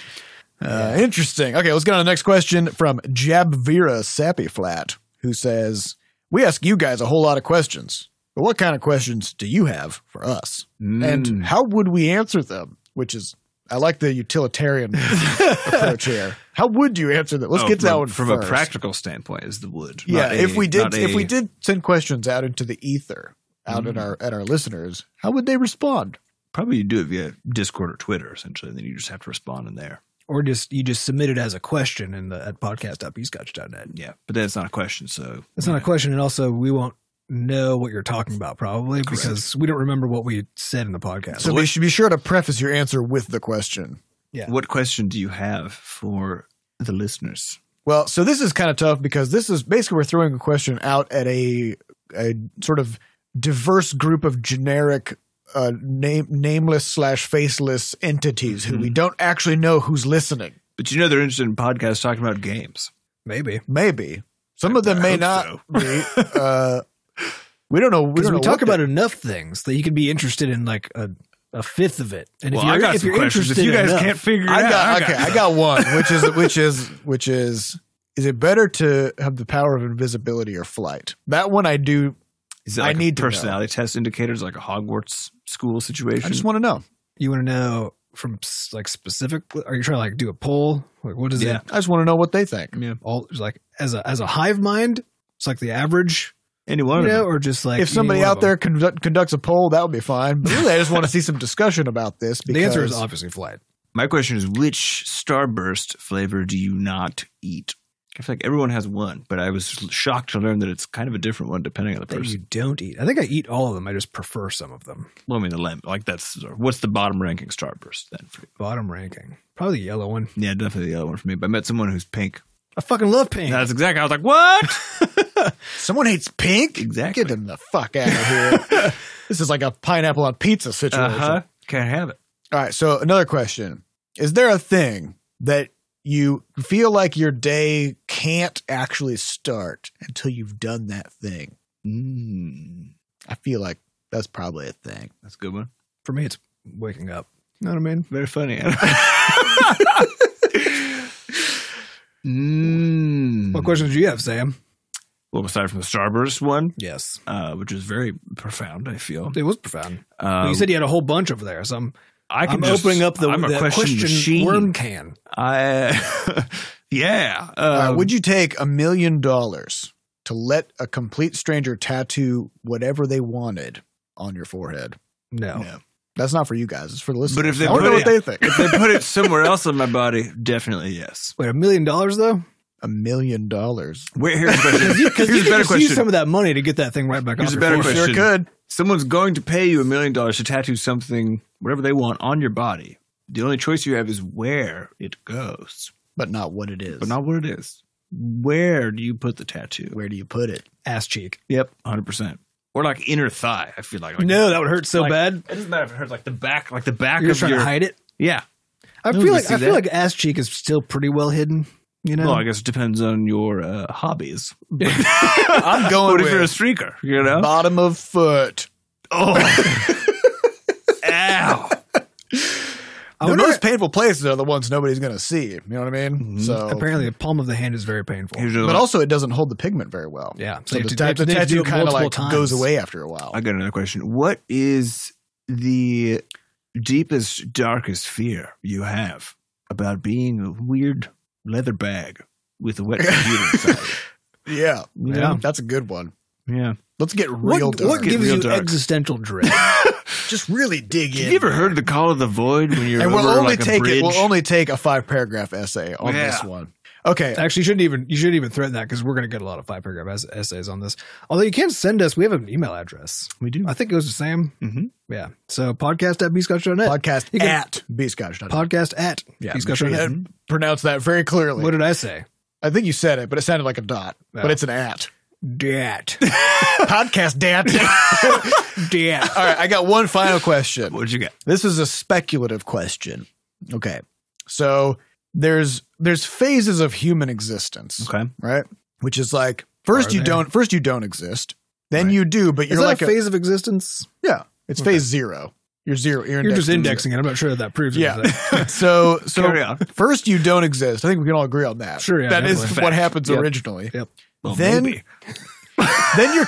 [SPEAKER 3] Uh, interesting. Okay, let's go on to the next question from Jabvira Sappyflat, who says, We ask you guys a whole lot of questions, but what kind of questions do you have for us?
[SPEAKER 2] Hmm.
[SPEAKER 3] And how would we answer them? Which is, I like the utilitarian approach here. How would you answer them? Let's
[SPEAKER 2] Mm. Oh,
[SPEAKER 3] get to
[SPEAKER 2] from,
[SPEAKER 3] that one
[SPEAKER 2] from a
[SPEAKER 3] first.
[SPEAKER 2] practical standpoint is the wood
[SPEAKER 3] Yeah,
[SPEAKER 2] not
[SPEAKER 3] if
[SPEAKER 2] a-
[SPEAKER 3] we
[SPEAKER 2] not
[SPEAKER 3] did,
[SPEAKER 2] a-
[SPEAKER 3] if we did send questions out into the ether, out at
[SPEAKER 2] Mm.
[SPEAKER 3] our at our listeners, how would they respond?
[SPEAKER 2] probably you do it via Discord or Twitter essentially and then you just have to respond in there
[SPEAKER 1] Or just you just submit it as a question e in the at podcast.bscotch.net.
[SPEAKER 2] yeah but that's not a question so
[SPEAKER 1] That's not a question, and also we won't know what you're talking about, probably, because we don't remember what we said in the podcast.
[SPEAKER 3] So be, be sure to preface your answer with the question.
[SPEAKER 1] Yeah.
[SPEAKER 2] What question do you have for the listeners?
[SPEAKER 3] Well, so this is kind of tough because this is basically we're throwing a question out at a a sort of diverse group of generic uh, name nameless slash faceless entities who we
[SPEAKER 1] Hmm.
[SPEAKER 3] don't actually know who's listening.
[SPEAKER 2] But you know they're interested in podcasts talking about games.
[SPEAKER 1] Maybe.
[SPEAKER 3] Maybe some of them
[SPEAKER 2] I
[SPEAKER 3] may
[SPEAKER 2] hope
[SPEAKER 3] not
[SPEAKER 2] so.
[SPEAKER 3] be. Uh, we don't know. We
[SPEAKER 1] Because
[SPEAKER 3] don't
[SPEAKER 1] we,
[SPEAKER 3] know
[SPEAKER 1] talk
[SPEAKER 3] what
[SPEAKER 1] about enough things that you could be interested in like a, a fifth of it. And
[SPEAKER 2] well, I got some questions. If you guys
[SPEAKER 1] enough-
[SPEAKER 2] can't figure it
[SPEAKER 3] I
[SPEAKER 2] out,
[SPEAKER 3] got okay.
[SPEAKER 2] I
[SPEAKER 3] I got one, which is which is which is is it better to have the power of invisibility or flight? That one I do.
[SPEAKER 2] Is that
[SPEAKER 3] I
[SPEAKER 2] like
[SPEAKER 3] need to know.
[SPEAKER 2] personality test indicators, like a Hogwarts school
[SPEAKER 3] I
[SPEAKER 2] situation?
[SPEAKER 3] just want to know.
[SPEAKER 1] you want to know from s- like specific, are you trying to like do a poll? Like, what is
[SPEAKER 2] Yeah.
[SPEAKER 1] it?
[SPEAKER 3] I just want to know what they think.
[SPEAKER 1] All like as a, as a hive mind, it's like the average,
[SPEAKER 2] Any one
[SPEAKER 1] you
[SPEAKER 2] of
[SPEAKER 1] know,
[SPEAKER 2] them.
[SPEAKER 1] or just like
[SPEAKER 3] if
[SPEAKER 1] any
[SPEAKER 3] somebody
[SPEAKER 1] one of
[SPEAKER 3] out there conduct, conducts a poll, that would be fine. But really, I just want to see some discussion about this.
[SPEAKER 1] them.
[SPEAKER 3] Because
[SPEAKER 1] the answer is obviously flight.
[SPEAKER 2] My question is, which Starburst flavor do you not eat? I feel like everyone has one, but I was shocked to learn that it's kind of a different one depending on the
[SPEAKER 1] That
[SPEAKER 2] person.
[SPEAKER 1] you don't eat. I think I eat all of them. I just prefer some of them.
[SPEAKER 2] well, I mean, the lemon. Like that's what's the bottom ranking Starburst then? For you?
[SPEAKER 1] Bottom ranking, probably the yellow one.
[SPEAKER 2] Yeah, definitely the other one for me. But I met someone who's pink.
[SPEAKER 1] I fucking love pink.
[SPEAKER 2] That's exactly. I was like, what?
[SPEAKER 3] someone hates pink.
[SPEAKER 2] Exactly.
[SPEAKER 3] Get them the fuck out of here. this is like a pineapple on pizza situation.
[SPEAKER 2] Uh huh. Can't have it.
[SPEAKER 3] All right. So another question: Is there a thing that you feel like your day can't actually start until you've done that thing?
[SPEAKER 2] Mm,
[SPEAKER 3] I feel like that's probably a thing.
[SPEAKER 2] that's a good one.
[SPEAKER 1] For me, it's waking up. You know what I mean?
[SPEAKER 2] Very funny. mm.
[SPEAKER 1] What questions do you have, Sam?
[SPEAKER 2] Well, aside from the Starburst one,
[SPEAKER 1] Yes,
[SPEAKER 2] uh, which is very profound, I feel.
[SPEAKER 1] it was profound.
[SPEAKER 2] Uh,
[SPEAKER 1] you said you had a whole bunch over there, so I'm,
[SPEAKER 2] I
[SPEAKER 1] I'm
[SPEAKER 2] can just-
[SPEAKER 1] opening up the,
[SPEAKER 2] I'm a
[SPEAKER 1] the
[SPEAKER 2] question, machine.
[SPEAKER 1] worm can.
[SPEAKER 2] I, yeah.
[SPEAKER 3] Uh,
[SPEAKER 2] Uh,
[SPEAKER 3] would you take a million dollars to let a complete stranger tattoo whatever they wanted on your forehead?
[SPEAKER 1] No.
[SPEAKER 3] No. That's not for you guys. It's for the listeners.
[SPEAKER 2] But if they
[SPEAKER 3] I want to know
[SPEAKER 2] put
[SPEAKER 3] what they think.
[SPEAKER 2] if they put it somewhere else on my body, definitely yes.
[SPEAKER 1] Wait, a million dollars though?
[SPEAKER 3] A million dollars.
[SPEAKER 2] Wait, here's a question.
[SPEAKER 1] Because you
[SPEAKER 2] here's a
[SPEAKER 1] could
[SPEAKER 2] better
[SPEAKER 1] just use some
[SPEAKER 2] question.
[SPEAKER 1] of that money to get that thing right back
[SPEAKER 2] Here's
[SPEAKER 1] off your
[SPEAKER 2] a better
[SPEAKER 1] forehead.
[SPEAKER 2] question.
[SPEAKER 3] Sure could.
[SPEAKER 2] Someone's going to pay you a million dollars to tattoo something, whatever they want, on your body. The only choice you have is where it goes,
[SPEAKER 3] But not what it is.
[SPEAKER 2] but not what it is. Where do you put the tattoo?
[SPEAKER 3] where do you put it?
[SPEAKER 1] Ass cheek.
[SPEAKER 2] Yep, hundred percent. Or like inner thigh. I feel like, like
[SPEAKER 1] No, that would hurt so
[SPEAKER 2] like-
[SPEAKER 1] bad.
[SPEAKER 2] It doesn't matter if it hurts like the back, like the back
[SPEAKER 1] You're just
[SPEAKER 2] of
[SPEAKER 1] trying
[SPEAKER 2] your
[SPEAKER 1] to hide it.
[SPEAKER 2] yeah.
[SPEAKER 1] I
[SPEAKER 2] No, we
[SPEAKER 1] feel like
[SPEAKER 2] see
[SPEAKER 1] I feel
[SPEAKER 2] that.
[SPEAKER 1] like ass cheek is still pretty well hidden. You know,
[SPEAKER 2] Well, I guess it depends on your uh, hobbies.
[SPEAKER 3] I'm going
[SPEAKER 2] What if
[SPEAKER 3] with
[SPEAKER 2] you're a streaker? You know.
[SPEAKER 3] bottom of foot.
[SPEAKER 2] Oh. Ow.
[SPEAKER 1] I
[SPEAKER 3] the
[SPEAKER 1] wonder-
[SPEAKER 3] most painful places are the ones nobody's going to see. You know what I mean? So,
[SPEAKER 1] apparently the palm of the hand is very painful.
[SPEAKER 2] Here's another
[SPEAKER 3] but
[SPEAKER 2] one.
[SPEAKER 3] also it doesn't hold the pigment very well.
[SPEAKER 1] yeah,
[SPEAKER 3] So
[SPEAKER 1] you
[SPEAKER 3] the,
[SPEAKER 1] have to-
[SPEAKER 3] tat- the
[SPEAKER 1] you have to do
[SPEAKER 3] tattoo
[SPEAKER 1] it
[SPEAKER 3] kind of
[SPEAKER 1] multiple
[SPEAKER 3] like
[SPEAKER 1] times.
[SPEAKER 3] goes away after a while.
[SPEAKER 2] I got another question. What is the deepest, darkest fear you have about being a weird leather bag with a wet computer inside?
[SPEAKER 3] yeah,
[SPEAKER 2] You
[SPEAKER 1] Yeah.
[SPEAKER 2] know?
[SPEAKER 3] that's a good one.
[SPEAKER 2] Yeah.
[SPEAKER 3] Let's get real
[SPEAKER 1] What,
[SPEAKER 3] dark.
[SPEAKER 1] what gives
[SPEAKER 2] Real
[SPEAKER 1] you
[SPEAKER 2] dark.
[SPEAKER 1] existential dread?
[SPEAKER 3] just really dig in.
[SPEAKER 2] Have you ever heard of the call of the void when you're
[SPEAKER 3] and
[SPEAKER 2] over
[SPEAKER 3] we'll only
[SPEAKER 2] like a
[SPEAKER 3] take
[SPEAKER 2] bridge?
[SPEAKER 3] it. We'll only take a five paragraph essay on
[SPEAKER 2] Yeah.
[SPEAKER 3] this one. Okay.
[SPEAKER 1] Actually, you shouldn't even you shouldn't even threaten that because we're going to get a lot of five paragraph ess- essays on this. Although you can send us, we have an email address.
[SPEAKER 2] we do.
[SPEAKER 1] I think it was the same.
[SPEAKER 3] Mm-hmm.
[SPEAKER 2] Mhm.
[SPEAKER 1] Yeah. So podcast at bscotch.net.
[SPEAKER 3] Podcast
[SPEAKER 1] You can-
[SPEAKER 3] at bscotch.net.
[SPEAKER 1] podcast at
[SPEAKER 3] Yeah, make sure you
[SPEAKER 1] bscotch.net.
[SPEAKER 3] pronounce that very clearly.
[SPEAKER 1] What did I say?
[SPEAKER 3] I think you said it, but it sounded like a dot.
[SPEAKER 1] Yeah.
[SPEAKER 3] But it's an at.
[SPEAKER 1] Dat.
[SPEAKER 3] Podcast dat.
[SPEAKER 1] Dat.
[SPEAKER 3] All right, I got one final question.
[SPEAKER 2] What'd you get?
[SPEAKER 3] This is a speculative question. Okay. So there's there's phases of human existence,
[SPEAKER 2] Okay.
[SPEAKER 3] right? Which is like first
[SPEAKER 1] Are
[SPEAKER 3] you
[SPEAKER 1] there?
[SPEAKER 3] don't first you don't exist, then
[SPEAKER 2] Right.
[SPEAKER 3] you do, but
[SPEAKER 1] Is
[SPEAKER 3] you're
[SPEAKER 1] that
[SPEAKER 3] like
[SPEAKER 1] a
[SPEAKER 3] a-
[SPEAKER 1] phase of existence?
[SPEAKER 3] Yeah, it's
[SPEAKER 1] Okay.
[SPEAKER 3] phase zero. You're zero. You're,
[SPEAKER 1] You're just
[SPEAKER 3] indexed
[SPEAKER 1] indexing it. I'm not sure that that proves
[SPEAKER 3] Yeah.
[SPEAKER 1] anything.
[SPEAKER 3] to zero. So
[SPEAKER 2] Carry
[SPEAKER 3] so
[SPEAKER 2] on.
[SPEAKER 3] first you don't exist. I think we can all agree on that.
[SPEAKER 1] Sure, yeah,
[SPEAKER 3] that is
[SPEAKER 1] definitely.
[SPEAKER 3] what happens
[SPEAKER 1] Yep.
[SPEAKER 3] originally.
[SPEAKER 1] Yep.
[SPEAKER 2] Well,
[SPEAKER 3] Then-
[SPEAKER 2] maybe.
[SPEAKER 3] Then you're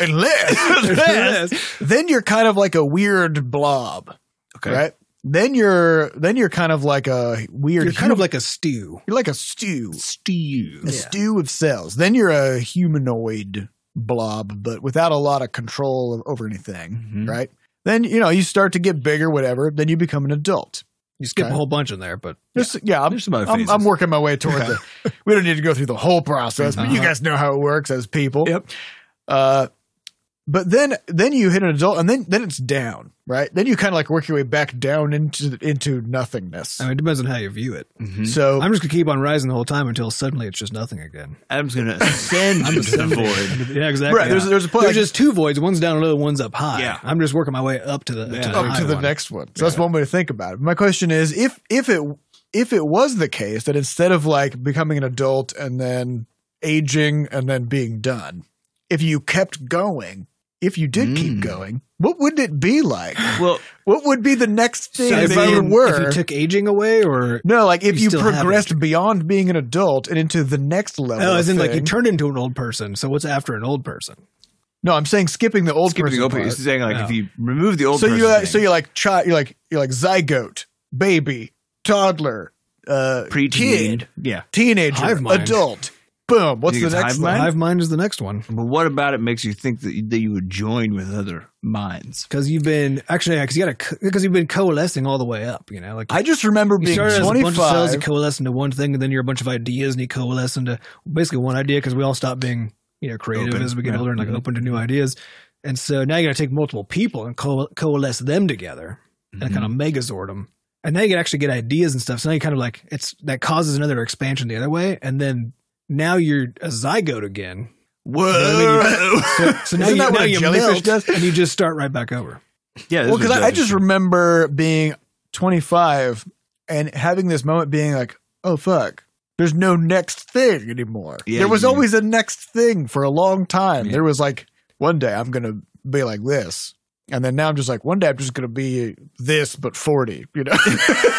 [SPEAKER 3] unless,
[SPEAKER 1] Yes.
[SPEAKER 3] then you're kind of like a weird blob,
[SPEAKER 2] Okay.
[SPEAKER 3] right? Then you're then you're kind of like a weird.
[SPEAKER 1] You're kind
[SPEAKER 3] hu-
[SPEAKER 1] of like a stew.
[SPEAKER 3] you're like a stew,
[SPEAKER 2] Stew.
[SPEAKER 3] a stew of cells. Then you're a humanoid blob, but without a lot of control of- over anything,
[SPEAKER 1] Mm-hmm.
[SPEAKER 2] Mhm.
[SPEAKER 3] right? Then you know you start to get bigger, whatever. Then you become an adult.
[SPEAKER 1] You skip
[SPEAKER 3] Okay.
[SPEAKER 1] a whole bunch in there, but
[SPEAKER 3] Just- yeah, I'm
[SPEAKER 2] There's some other
[SPEAKER 3] I'm,
[SPEAKER 2] phases.
[SPEAKER 3] I'm working my way toward the. We don't need to go through the whole process, but you
[SPEAKER 1] Uh-huh.
[SPEAKER 3] guys know how it works as people.
[SPEAKER 2] Yep.
[SPEAKER 3] Uh, but then then you hit an adult, and then then it's down, right? Then you kind of like work your way back down into into nothingness.
[SPEAKER 1] I mean, it depends on how you view it.
[SPEAKER 3] So
[SPEAKER 1] I'm just gonna keep on rising the whole time until suddenly it's just nothing again.
[SPEAKER 2] Adam's gonna ascend into the
[SPEAKER 1] ascending.
[SPEAKER 2] void.
[SPEAKER 1] Yeah, exactly.
[SPEAKER 3] right, there's there's a point
[SPEAKER 1] There's
[SPEAKER 3] like,
[SPEAKER 1] just two voids. One's down low, one's up high.
[SPEAKER 2] Yeah.
[SPEAKER 1] I'm just working my way up to the
[SPEAKER 2] Yeah.
[SPEAKER 1] to the,
[SPEAKER 3] up
[SPEAKER 1] high
[SPEAKER 3] to the
[SPEAKER 1] one.
[SPEAKER 3] next one. So that's one way to think about it. My question is if if it if it was the case that instead of like becoming an adult and then aging and then being done, if you kept going, if you did keep
[SPEAKER 2] Mm.
[SPEAKER 3] going, what would it be like?
[SPEAKER 2] Well,
[SPEAKER 3] What would be the next thing
[SPEAKER 1] So
[SPEAKER 3] that
[SPEAKER 1] if,
[SPEAKER 3] you
[SPEAKER 1] you,
[SPEAKER 3] were?
[SPEAKER 1] if you took aging away, or
[SPEAKER 3] no, like if
[SPEAKER 1] you
[SPEAKER 3] you,
[SPEAKER 1] still have
[SPEAKER 3] progressed beyond being an adult and into the next level.
[SPEAKER 1] oh, as
[SPEAKER 3] of
[SPEAKER 1] in like you
[SPEAKER 3] thing-
[SPEAKER 1] turned into an old person. So what's after an old person?
[SPEAKER 3] no, I'm saying skipping the old
[SPEAKER 2] skipping
[SPEAKER 3] person
[SPEAKER 2] the old
[SPEAKER 3] part.
[SPEAKER 2] part. He's saying like
[SPEAKER 1] Yeah.
[SPEAKER 2] if you remove the old
[SPEAKER 3] so you
[SPEAKER 2] person
[SPEAKER 3] like,
[SPEAKER 2] thing,
[SPEAKER 3] so you like child you're like you're like zygote baby toddler uh
[SPEAKER 2] preteen.
[SPEAKER 3] kid
[SPEAKER 2] Yeah.
[SPEAKER 3] teenager
[SPEAKER 1] Hive mind.
[SPEAKER 3] adult boom what's
[SPEAKER 2] You
[SPEAKER 3] the
[SPEAKER 2] think it's
[SPEAKER 3] next
[SPEAKER 2] hive
[SPEAKER 3] one
[SPEAKER 2] Mine? mind?
[SPEAKER 1] Hive mind is the next one
[SPEAKER 2] But what about it makes you think that you, that you would join with other minds?
[SPEAKER 1] because you've been actually because you got to because you've been coalescing all the way up. You know, like
[SPEAKER 3] i just remember
[SPEAKER 1] you
[SPEAKER 3] being
[SPEAKER 1] started as a bunch of cells,
[SPEAKER 3] 25
[SPEAKER 1] you coalesce into one thing, and then you're a bunch of ideas, and you coalesce into basically one idea because we all stop being you know creative
[SPEAKER 2] Open.
[SPEAKER 1] as we get
[SPEAKER 2] Yeah.
[SPEAKER 1] older and like
[SPEAKER 3] mm-hmm.
[SPEAKER 2] Mhm.
[SPEAKER 1] open to new ideas. And so now you got to take multiple people and co- coalesce them together and kind of
[SPEAKER 3] Mm-hmm.
[SPEAKER 1] megazord them. And now you can actually get ideas and stuff. So now you kind of like it's that causes another expansion the other way, and then now you're a zygote again.
[SPEAKER 2] Mm-hmm. Whoa!
[SPEAKER 1] So, so now you,
[SPEAKER 3] Isn't that
[SPEAKER 1] now
[SPEAKER 3] what a
[SPEAKER 1] you
[SPEAKER 3] jellyfish
[SPEAKER 1] melt,
[SPEAKER 3] does?
[SPEAKER 1] and you just start right back over.
[SPEAKER 2] yeah,
[SPEAKER 3] well because I, I just remember being 25 and having this moment being like oh fuck there's no next thing anymore
[SPEAKER 2] Yeah,
[SPEAKER 3] there was
[SPEAKER 2] you-
[SPEAKER 3] always a next thing for a long time
[SPEAKER 2] Yeah.
[SPEAKER 3] there was like one day i'm gonna be like this and then now i'm just like one day i'm just gonna be this but 40 you know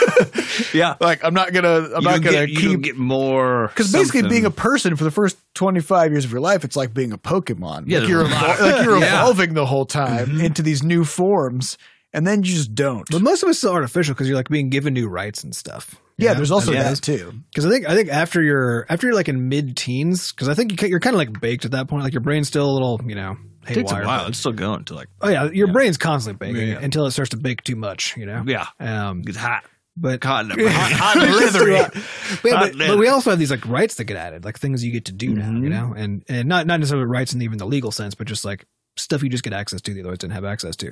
[SPEAKER 2] yeah.
[SPEAKER 3] like i'm not gonna i'm
[SPEAKER 2] You
[SPEAKER 3] not
[SPEAKER 2] don't
[SPEAKER 3] gonna
[SPEAKER 2] get, you don't
[SPEAKER 3] keep
[SPEAKER 2] get more
[SPEAKER 3] because basically
[SPEAKER 2] something.
[SPEAKER 3] being a person for the first 25 years of your life it's like being a pokemon
[SPEAKER 2] Yeah,
[SPEAKER 3] like
[SPEAKER 2] there's
[SPEAKER 3] you're,
[SPEAKER 2] a lot
[SPEAKER 3] evol-
[SPEAKER 2] of-
[SPEAKER 3] like you're
[SPEAKER 2] Yeah.
[SPEAKER 3] evolving the whole time
[SPEAKER 2] Mhm.
[SPEAKER 3] into these new forms and then you just don't
[SPEAKER 1] But most of it's still artificial because you're like being given new rights and stuff.
[SPEAKER 3] yeah, there's also
[SPEAKER 2] Yeah.
[SPEAKER 3] that too
[SPEAKER 1] because I think I think after you're after you're like in mid teens because I think you, ca- you're kind of like baked at that point. Like your brain's still a little you know
[SPEAKER 2] it takes a
[SPEAKER 1] haywire.
[SPEAKER 2] while. It's still going to like
[SPEAKER 1] Oh yeah, your
[SPEAKER 2] Yeah.
[SPEAKER 1] brain's constantly baking
[SPEAKER 2] Yeah, yeah.
[SPEAKER 1] until it starts to bake too much. You know.
[SPEAKER 2] yeah,
[SPEAKER 1] Um,
[SPEAKER 2] it gets hot,
[SPEAKER 1] but
[SPEAKER 2] cotton, hot, hot and
[SPEAKER 1] Just
[SPEAKER 2] leathery.
[SPEAKER 1] throughout- Yeah,
[SPEAKER 2] Hot
[SPEAKER 1] but, but
[SPEAKER 2] leather.
[SPEAKER 1] we also have these like rights that get added, like things you get to do now, you
[SPEAKER 2] Mhm.
[SPEAKER 1] know, and and not not necessarily rights in even the legal sense, but just like stuff you just get access to that you otherwise didn't have access to,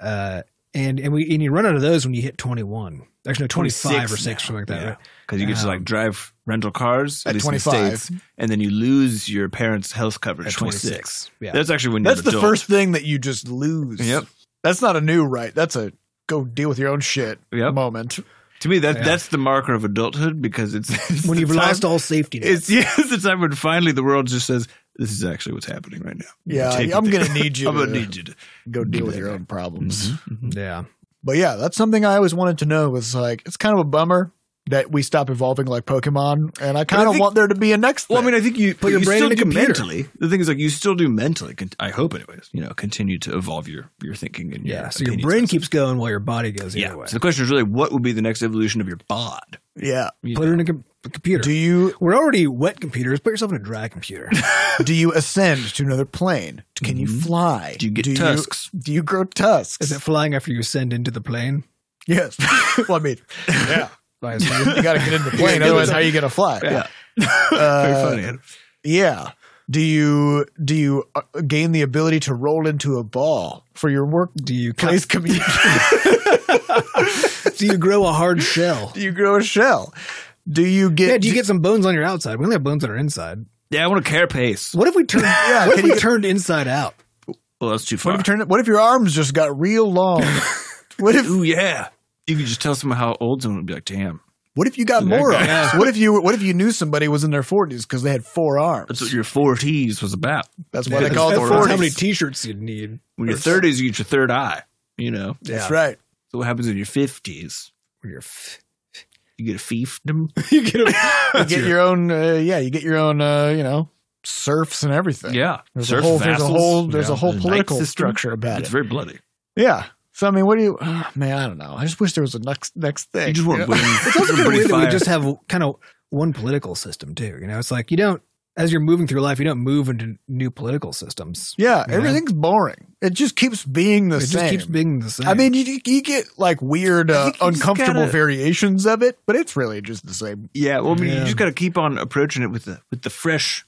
[SPEAKER 1] uh, and and we and you run out of those when you hit twenty one, actually no twenty five or
[SPEAKER 2] 26
[SPEAKER 1] six, something like that.
[SPEAKER 2] Yeah.
[SPEAKER 1] Right?
[SPEAKER 2] because you get to
[SPEAKER 1] Um,
[SPEAKER 2] like drive rental cars
[SPEAKER 3] at
[SPEAKER 2] at least in the
[SPEAKER 3] 25.
[SPEAKER 2] States, and then you lose your parents' health coverage
[SPEAKER 1] At
[SPEAKER 2] at
[SPEAKER 1] 26.
[SPEAKER 2] 26.
[SPEAKER 1] Yeah.
[SPEAKER 2] That's actually when
[SPEAKER 3] that's
[SPEAKER 2] you're an
[SPEAKER 3] the
[SPEAKER 2] adult.
[SPEAKER 3] first thing that you just lose
[SPEAKER 2] Yep.
[SPEAKER 3] that's not a new right that's a go deal with your own shit
[SPEAKER 2] Yep.
[SPEAKER 3] moment
[SPEAKER 2] To me, that
[SPEAKER 1] Yeah.
[SPEAKER 2] that's the marker of adulthood because it's, it's
[SPEAKER 1] when
[SPEAKER 2] the
[SPEAKER 1] you've
[SPEAKER 2] time-
[SPEAKER 1] lost all safety nets.
[SPEAKER 2] It's yeah, it's the time when finally the world just says, "This is actually what's happening right now." You
[SPEAKER 3] yeah
[SPEAKER 2] take
[SPEAKER 3] i'm
[SPEAKER 2] it.
[SPEAKER 3] gonna need you
[SPEAKER 2] I'm gonna
[SPEAKER 3] to
[SPEAKER 2] need you to.
[SPEAKER 3] go
[SPEAKER 2] do
[SPEAKER 3] deal with
[SPEAKER 2] that
[SPEAKER 3] your
[SPEAKER 2] back.
[SPEAKER 3] own problems
[SPEAKER 2] Mm-hmm.
[SPEAKER 1] yeah.
[SPEAKER 3] But yeah, that's something I always wanted to know was like, it's kind of a bummer that we stop evolving like Pokemon, and I kind of
[SPEAKER 2] think-
[SPEAKER 3] want there to be a next
[SPEAKER 2] Well, I
[SPEAKER 3] thing.
[SPEAKER 2] mean, I think you
[SPEAKER 1] Put your
[SPEAKER 2] you
[SPEAKER 1] brain
[SPEAKER 2] still
[SPEAKER 1] in a
[SPEAKER 2] do
[SPEAKER 1] computer.
[SPEAKER 2] mentally. The thing is, like, you still do mentally. con- I hope, anyways. You know, continue to evolve your your thinking and
[SPEAKER 1] Yeah.
[SPEAKER 2] Your
[SPEAKER 1] So your
[SPEAKER 2] opinions.
[SPEAKER 1] brain keeps going while your body goes
[SPEAKER 2] Yeah.
[SPEAKER 1] either way.
[SPEAKER 2] So the question is really, what would be the next evolution of your bod?
[SPEAKER 3] yeah.
[SPEAKER 1] Put it in a com- computer.
[SPEAKER 3] Do you
[SPEAKER 1] We're already wet computers. Put yourself in a dry computer.
[SPEAKER 3] do you ascend to another plane? Can you
[SPEAKER 2] Mhm.
[SPEAKER 3] fly?
[SPEAKER 2] Do you get tusks?
[SPEAKER 3] do you grow tusks?
[SPEAKER 1] Is it flying after you ascend into the plane?
[SPEAKER 3] yes. well, I mean, yeah,
[SPEAKER 1] I assume.
[SPEAKER 3] you got to get in the
[SPEAKER 2] Yeah,
[SPEAKER 3] plane,
[SPEAKER 2] do
[SPEAKER 3] otherwise,
[SPEAKER 2] it.
[SPEAKER 3] how are you gonna fly?
[SPEAKER 2] Yeah. Very
[SPEAKER 3] Uh,
[SPEAKER 2] funny. Adam.
[SPEAKER 3] Yeah. Do you do you uh, gain the ability to roll into a ball for your
[SPEAKER 1] Do you cut-
[SPEAKER 3] workplace commute?
[SPEAKER 1] do you grow a hard shell?
[SPEAKER 3] do you grow a shell? Do you get
[SPEAKER 1] Yeah, do you get some bones on your outside? We only have bones on our inside.
[SPEAKER 2] Yeah, I want a carapace.
[SPEAKER 1] What if we turned?
[SPEAKER 3] Yeah,
[SPEAKER 1] what if
[SPEAKER 3] can
[SPEAKER 1] we
[SPEAKER 3] you get-
[SPEAKER 1] turned inside out?
[SPEAKER 2] Well, that's too
[SPEAKER 3] What
[SPEAKER 2] far.
[SPEAKER 3] if, you turn it, what if your arms just got real long? what if
[SPEAKER 2] Ooh, yeah. You could just tell someone how old someone would be like, damn.
[SPEAKER 3] what if you got
[SPEAKER 2] Yeah,
[SPEAKER 3] more
[SPEAKER 2] okay.
[SPEAKER 3] arms? What if you what if you knew somebody was in their forties because they had four arms?
[SPEAKER 2] That's what your 40s was about.
[SPEAKER 3] That's why they
[SPEAKER 1] That's-
[SPEAKER 3] call it
[SPEAKER 1] that's
[SPEAKER 3] the
[SPEAKER 1] how many
[SPEAKER 3] forties.
[SPEAKER 1] t-shirts you'd need.
[SPEAKER 2] When you're 30s, you get your third eye, you know?
[SPEAKER 3] That's right.
[SPEAKER 2] So what happens in your 50s?
[SPEAKER 1] When you're f-
[SPEAKER 2] You get a fiefdom?
[SPEAKER 1] you get a,
[SPEAKER 3] You get your own. Uh, yeah, you get your own. Uh, you know, serfs and everything.
[SPEAKER 2] Yeah.
[SPEAKER 3] There's
[SPEAKER 2] Serf
[SPEAKER 3] a whole. There's a
[SPEAKER 2] vassals.
[SPEAKER 3] whole. There's a
[SPEAKER 2] Yeah.
[SPEAKER 3] whole
[SPEAKER 2] Knight
[SPEAKER 3] political
[SPEAKER 2] system.
[SPEAKER 3] structure about
[SPEAKER 2] It's
[SPEAKER 3] it.
[SPEAKER 2] very bloody.
[SPEAKER 3] Yeah. So I mean, what do you? ah, man, I don't know. I just wish there was a next next thing.
[SPEAKER 2] You just want
[SPEAKER 3] know?
[SPEAKER 2] wings.
[SPEAKER 1] It's
[SPEAKER 2] It's
[SPEAKER 1] kind of weird that we just have kind of one political system too. You know, it's like you don't as you're moving through life, you don't move into new political systems.
[SPEAKER 3] Yeah,
[SPEAKER 1] Yeah.
[SPEAKER 3] everything's boring. It just keeps being the
[SPEAKER 1] it
[SPEAKER 3] same.
[SPEAKER 1] just keeps being the same.
[SPEAKER 3] I mean, you, you get like weird,
[SPEAKER 2] I
[SPEAKER 3] uh,
[SPEAKER 2] think you just
[SPEAKER 3] uncomfortable
[SPEAKER 2] gotta-
[SPEAKER 3] variations of it, but it's really just the same.
[SPEAKER 2] Yeah, well, I mean,
[SPEAKER 1] Yeah.
[SPEAKER 2] you just got to keep on approaching it with the with the fresh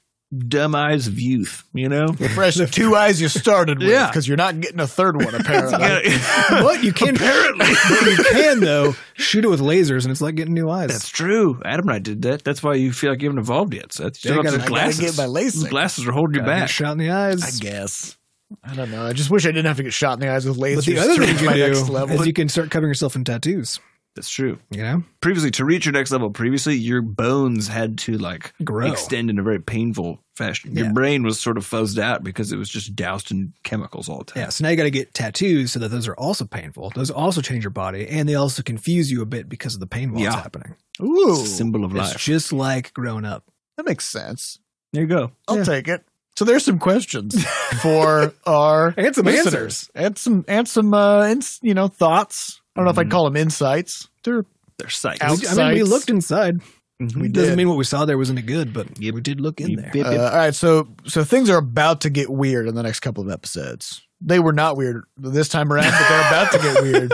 [SPEAKER 2] dumb eyes of youth, you know?
[SPEAKER 3] The fresh two eyes you started with,
[SPEAKER 2] Yeah.
[SPEAKER 3] because you're not getting a third one apparently.
[SPEAKER 2] Yeah.
[SPEAKER 1] But you can apparently you can though shoot it with lasers, and it's like getting new eyes.
[SPEAKER 2] That's true. Adam and I did that. That's why you feel like you haven't evolved yet. So that's
[SPEAKER 1] Yeah, I
[SPEAKER 2] just
[SPEAKER 1] gotta-
[SPEAKER 2] the
[SPEAKER 1] I gotta
[SPEAKER 2] glasses.
[SPEAKER 3] get my LASIK.
[SPEAKER 2] Those glasses are holding you
[SPEAKER 1] Gotta get
[SPEAKER 2] back.
[SPEAKER 1] shot in the
[SPEAKER 3] I
[SPEAKER 1] eyes.
[SPEAKER 3] guess. I don't know. I just wish I didn't have to get shot in the eyes with lasers.
[SPEAKER 1] But the other
[SPEAKER 3] to
[SPEAKER 1] thing you
[SPEAKER 3] reach my
[SPEAKER 1] can
[SPEAKER 3] next
[SPEAKER 1] do
[SPEAKER 3] level.
[SPEAKER 1] is you can start covering yourself in tattoos.
[SPEAKER 2] That's true.
[SPEAKER 1] You know,
[SPEAKER 2] Previously, to reach your next level, previously your bones had to like
[SPEAKER 1] grow.
[SPEAKER 2] extend in a very painful fashion.
[SPEAKER 1] Yeah.
[SPEAKER 2] Your brain was sort of fuzzed out because it was just doused in chemicals all the time.
[SPEAKER 1] Yeah, so now you got to get tattoos so that those are also painful. Those also change your body, and they also confuse you a bit because of the pain while it's
[SPEAKER 2] Yeah.
[SPEAKER 1] happening.
[SPEAKER 3] Ooh,
[SPEAKER 2] It's a symbol of
[SPEAKER 1] It's
[SPEAKER 2] life.
[SPEAKER 1] just like growing up.
[SPEAKER 3] that makes sense.
[SPEAKER 2] there you go.
[SPEAKER 3] I'll
[SPEAKER 1] Yeah.
[SPEAKER 3] take it. So there's some questions for our
[SPEAKER 1] And some
[SPEAKER 3] listeners.
[SPEAKER 1] answers.
[SPEAKER 3] and some and some uh, ins, you know thoughts. I don't know if I'd
[SPEAKER 1] Mm-hmm.
[SPEAKER 2] Mhm.
[SPEAKER 3] call them insights. They're
[SPEAKER 2] They're psyched.
[SPEAKER 3] Out-
[SPEAKER 1] We- I mean, we
[SPEAKER 3] Outsides.
[SPEAKER 1] looked inside.
[SPEAKER 2] Mhm.
[SPEAKER 1] It doesn't
[SPEAKER 3] did.
[SPEAKER 1] mean what we saw there was any good, but
[SPEAKER 2] Yep.
[SPEAKER 1] we did look in
[SPEAKER 2] You
[SPEAKER 1] there.
[SPEAKER 2] bit-
[SPEAKER 3] Uh, all right, so so things are about to get weird in the next couple of episodes. They were not weird this time around, but they're about to get weird.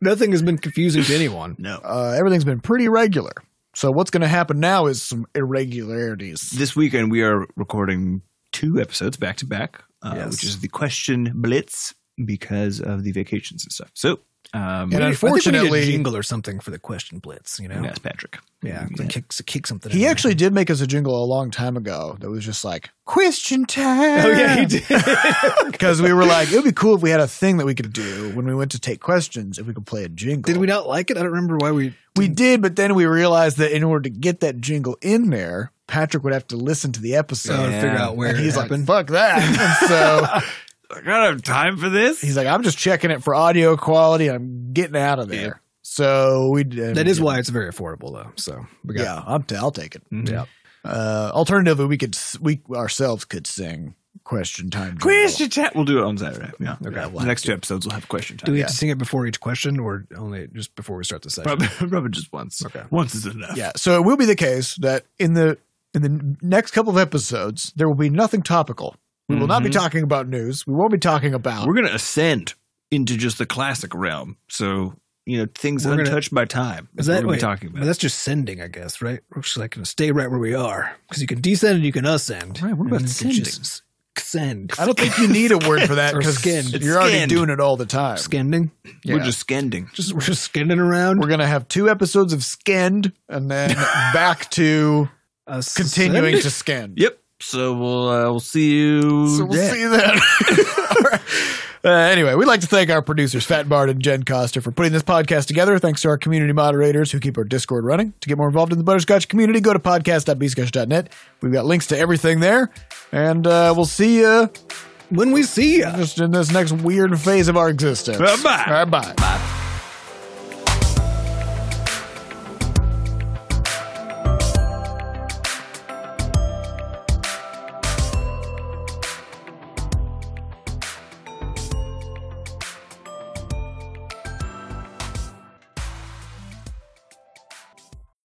[SPEAKER 1] Nothing has been confusing to anyone.
[SPEAKER 2] No.
[SPEAKER 3] Uh, everything's been pretty regular. So what's going to happen now is some irregularities.
[SPEAKER 2] This weekend we are recording two episodes back to back, uh,
[SPEAKER 1] Yes.
[SPEAKER 2] which is the question blitz because of the vacations and stuff. So, um,
[SPEAKER 3] And
[SPEAKER 1] We- I think we
[SPEAKER 3] unfortunately-
[SPEAKER 1] need a jingle or something for the question blitz. You know,
[SPEAKER 2] that's Patrick.
[SPEAKER 1] yeah,
[SPEAKER 2] Yeah.
[SPEAKER 1] Kick, kick something. in
[SPEAKER 3] He
[SPEAKER 1] there.
[SPEAKER 3] actually did make us a jingle a long time ago that was just like question time.
[SPEAKER 1] Oh yeah, he did.
[SPEAKER 3] Because we were like, it would be cool if we had a thing that we could do when we went to take questions, if we could play a jingle.
[SPEAKER 1] did we not like it? I don't remember why we.
[SPEAKER 3] We did, but then we realized that in order to get that jingle in there, Patrick would have to listen to the episode.
[SPEAKER 1] So to
[SPEAKER 2] Yeah.
[SPEAKER 1] figure out where
[SPEAKER 3] and he's
[SPEAKER 1] it
[SPEAKER 3] like,
[SPEAKER 1] happened.
[SPEAKER 3] fuck that. And so
[SPEAKER 2] I gotta have time for this.
[SPEAKER 3] he's like, I'm just checking it for audio quality. I'm getting out of there.
[SPEAKER 2] Yep.
[SPEAKER 3] So we did.
[SPEAKER 1] that is why it's very affordable though. So we got
[SPEAKER 3] Yeah, I'm t- I'll take it.
[SPEAKER 2] Mhm.
[SPEAKER 1] Yeah.
[SPEAKER 3] Uh, alternatively, we could s- we ourselves could sing question time. jingle.
[SPEAKER 2] Question time. We'll do it on Saturday. Yeah.
[SPEAKER 1] Okay.
[SPEAKER 2] Yeah, the next two episodes we'll have question time.
[SPEAKER 1] Do we
[SPEAKER 3] Yeah.
[SPEAKER 1] have to sing it before each question, or only just before we start the session?
[SPEAKER 2] Probably, probably just once.
[SPEAKER 1] Okay.
[SPEAKER 2] Once is enough.
[SPEAKER 3] Yeah, so it will be the case that in the in the next couple of episodes, there will be nothing topical. We will not be
[SPEAKER 2] Mhm.
[SPEAKER 3] talking about news. We won't be talking about
[SPEAKER 2] We're gonna ascend into just the classic realm. So you know things
[SPEAKER 1] We're gonna-
[SPEAKER 2] untouched by time.
[SPEAKER 1] Is
[SPEAKER 2] what
[SPEAKER 1] that-
[SPEAKER 2] we're
[SPEAKER 1] wait,
[SPEAKER 2] talking about?
[SPEAKER 1] But that's just sending, I guess, right? We're just like gonna stay right where we are because you can descend and you can ascend.
[SPEAKER 2] Right, what about
[SPEAKER 1] And you can
[SPEAKER 2] sending?
[SPEAKER 1] just Send.
[SPEAKER 3] I don't think you need a word for that
[SPEAKER 1] Or
[SPEAKER 3] because you're
[SPEAKER 1] skinned.
[SPEAKER 3] already
[SPEAKER 2] Skinned.
[SPEAKER 3] doing it all the time.
[SPEAKER 1] Skending.
[SPEAKER 3] Yeah.
[SPEAKER 2] We're just scanding.
[SPEAKER 1] Just we're just skinning around.
[SPEAKER 3] We're gonna have two episodes of skinned and then back to continuing to skin.
[SPEAKER 2] Yep. So we'll uh, we'll see you.
[SPEAKER 3] So we'll
[SPEAKER 2] then.
[SPEAKER 3] see you then. All right. Uh, anyway, we'd like to thank our producers, Fat Bard and Jen Coster, for putting this podcast together. Thanks to our community moderators who keep our Discord running. To get more involved in the Butterscotch community, go to podcast.bscotch.net. We've got links to everything there. And uh, we'll see you
[SPEAKER 1] when we see ya.
[SPEAKER 3] just in this next weird phase of our existence.
[SPEAKER 2] Bye-bye.
[SPEAKER 3] All right, bye.
[SPEAKER 2] Bye.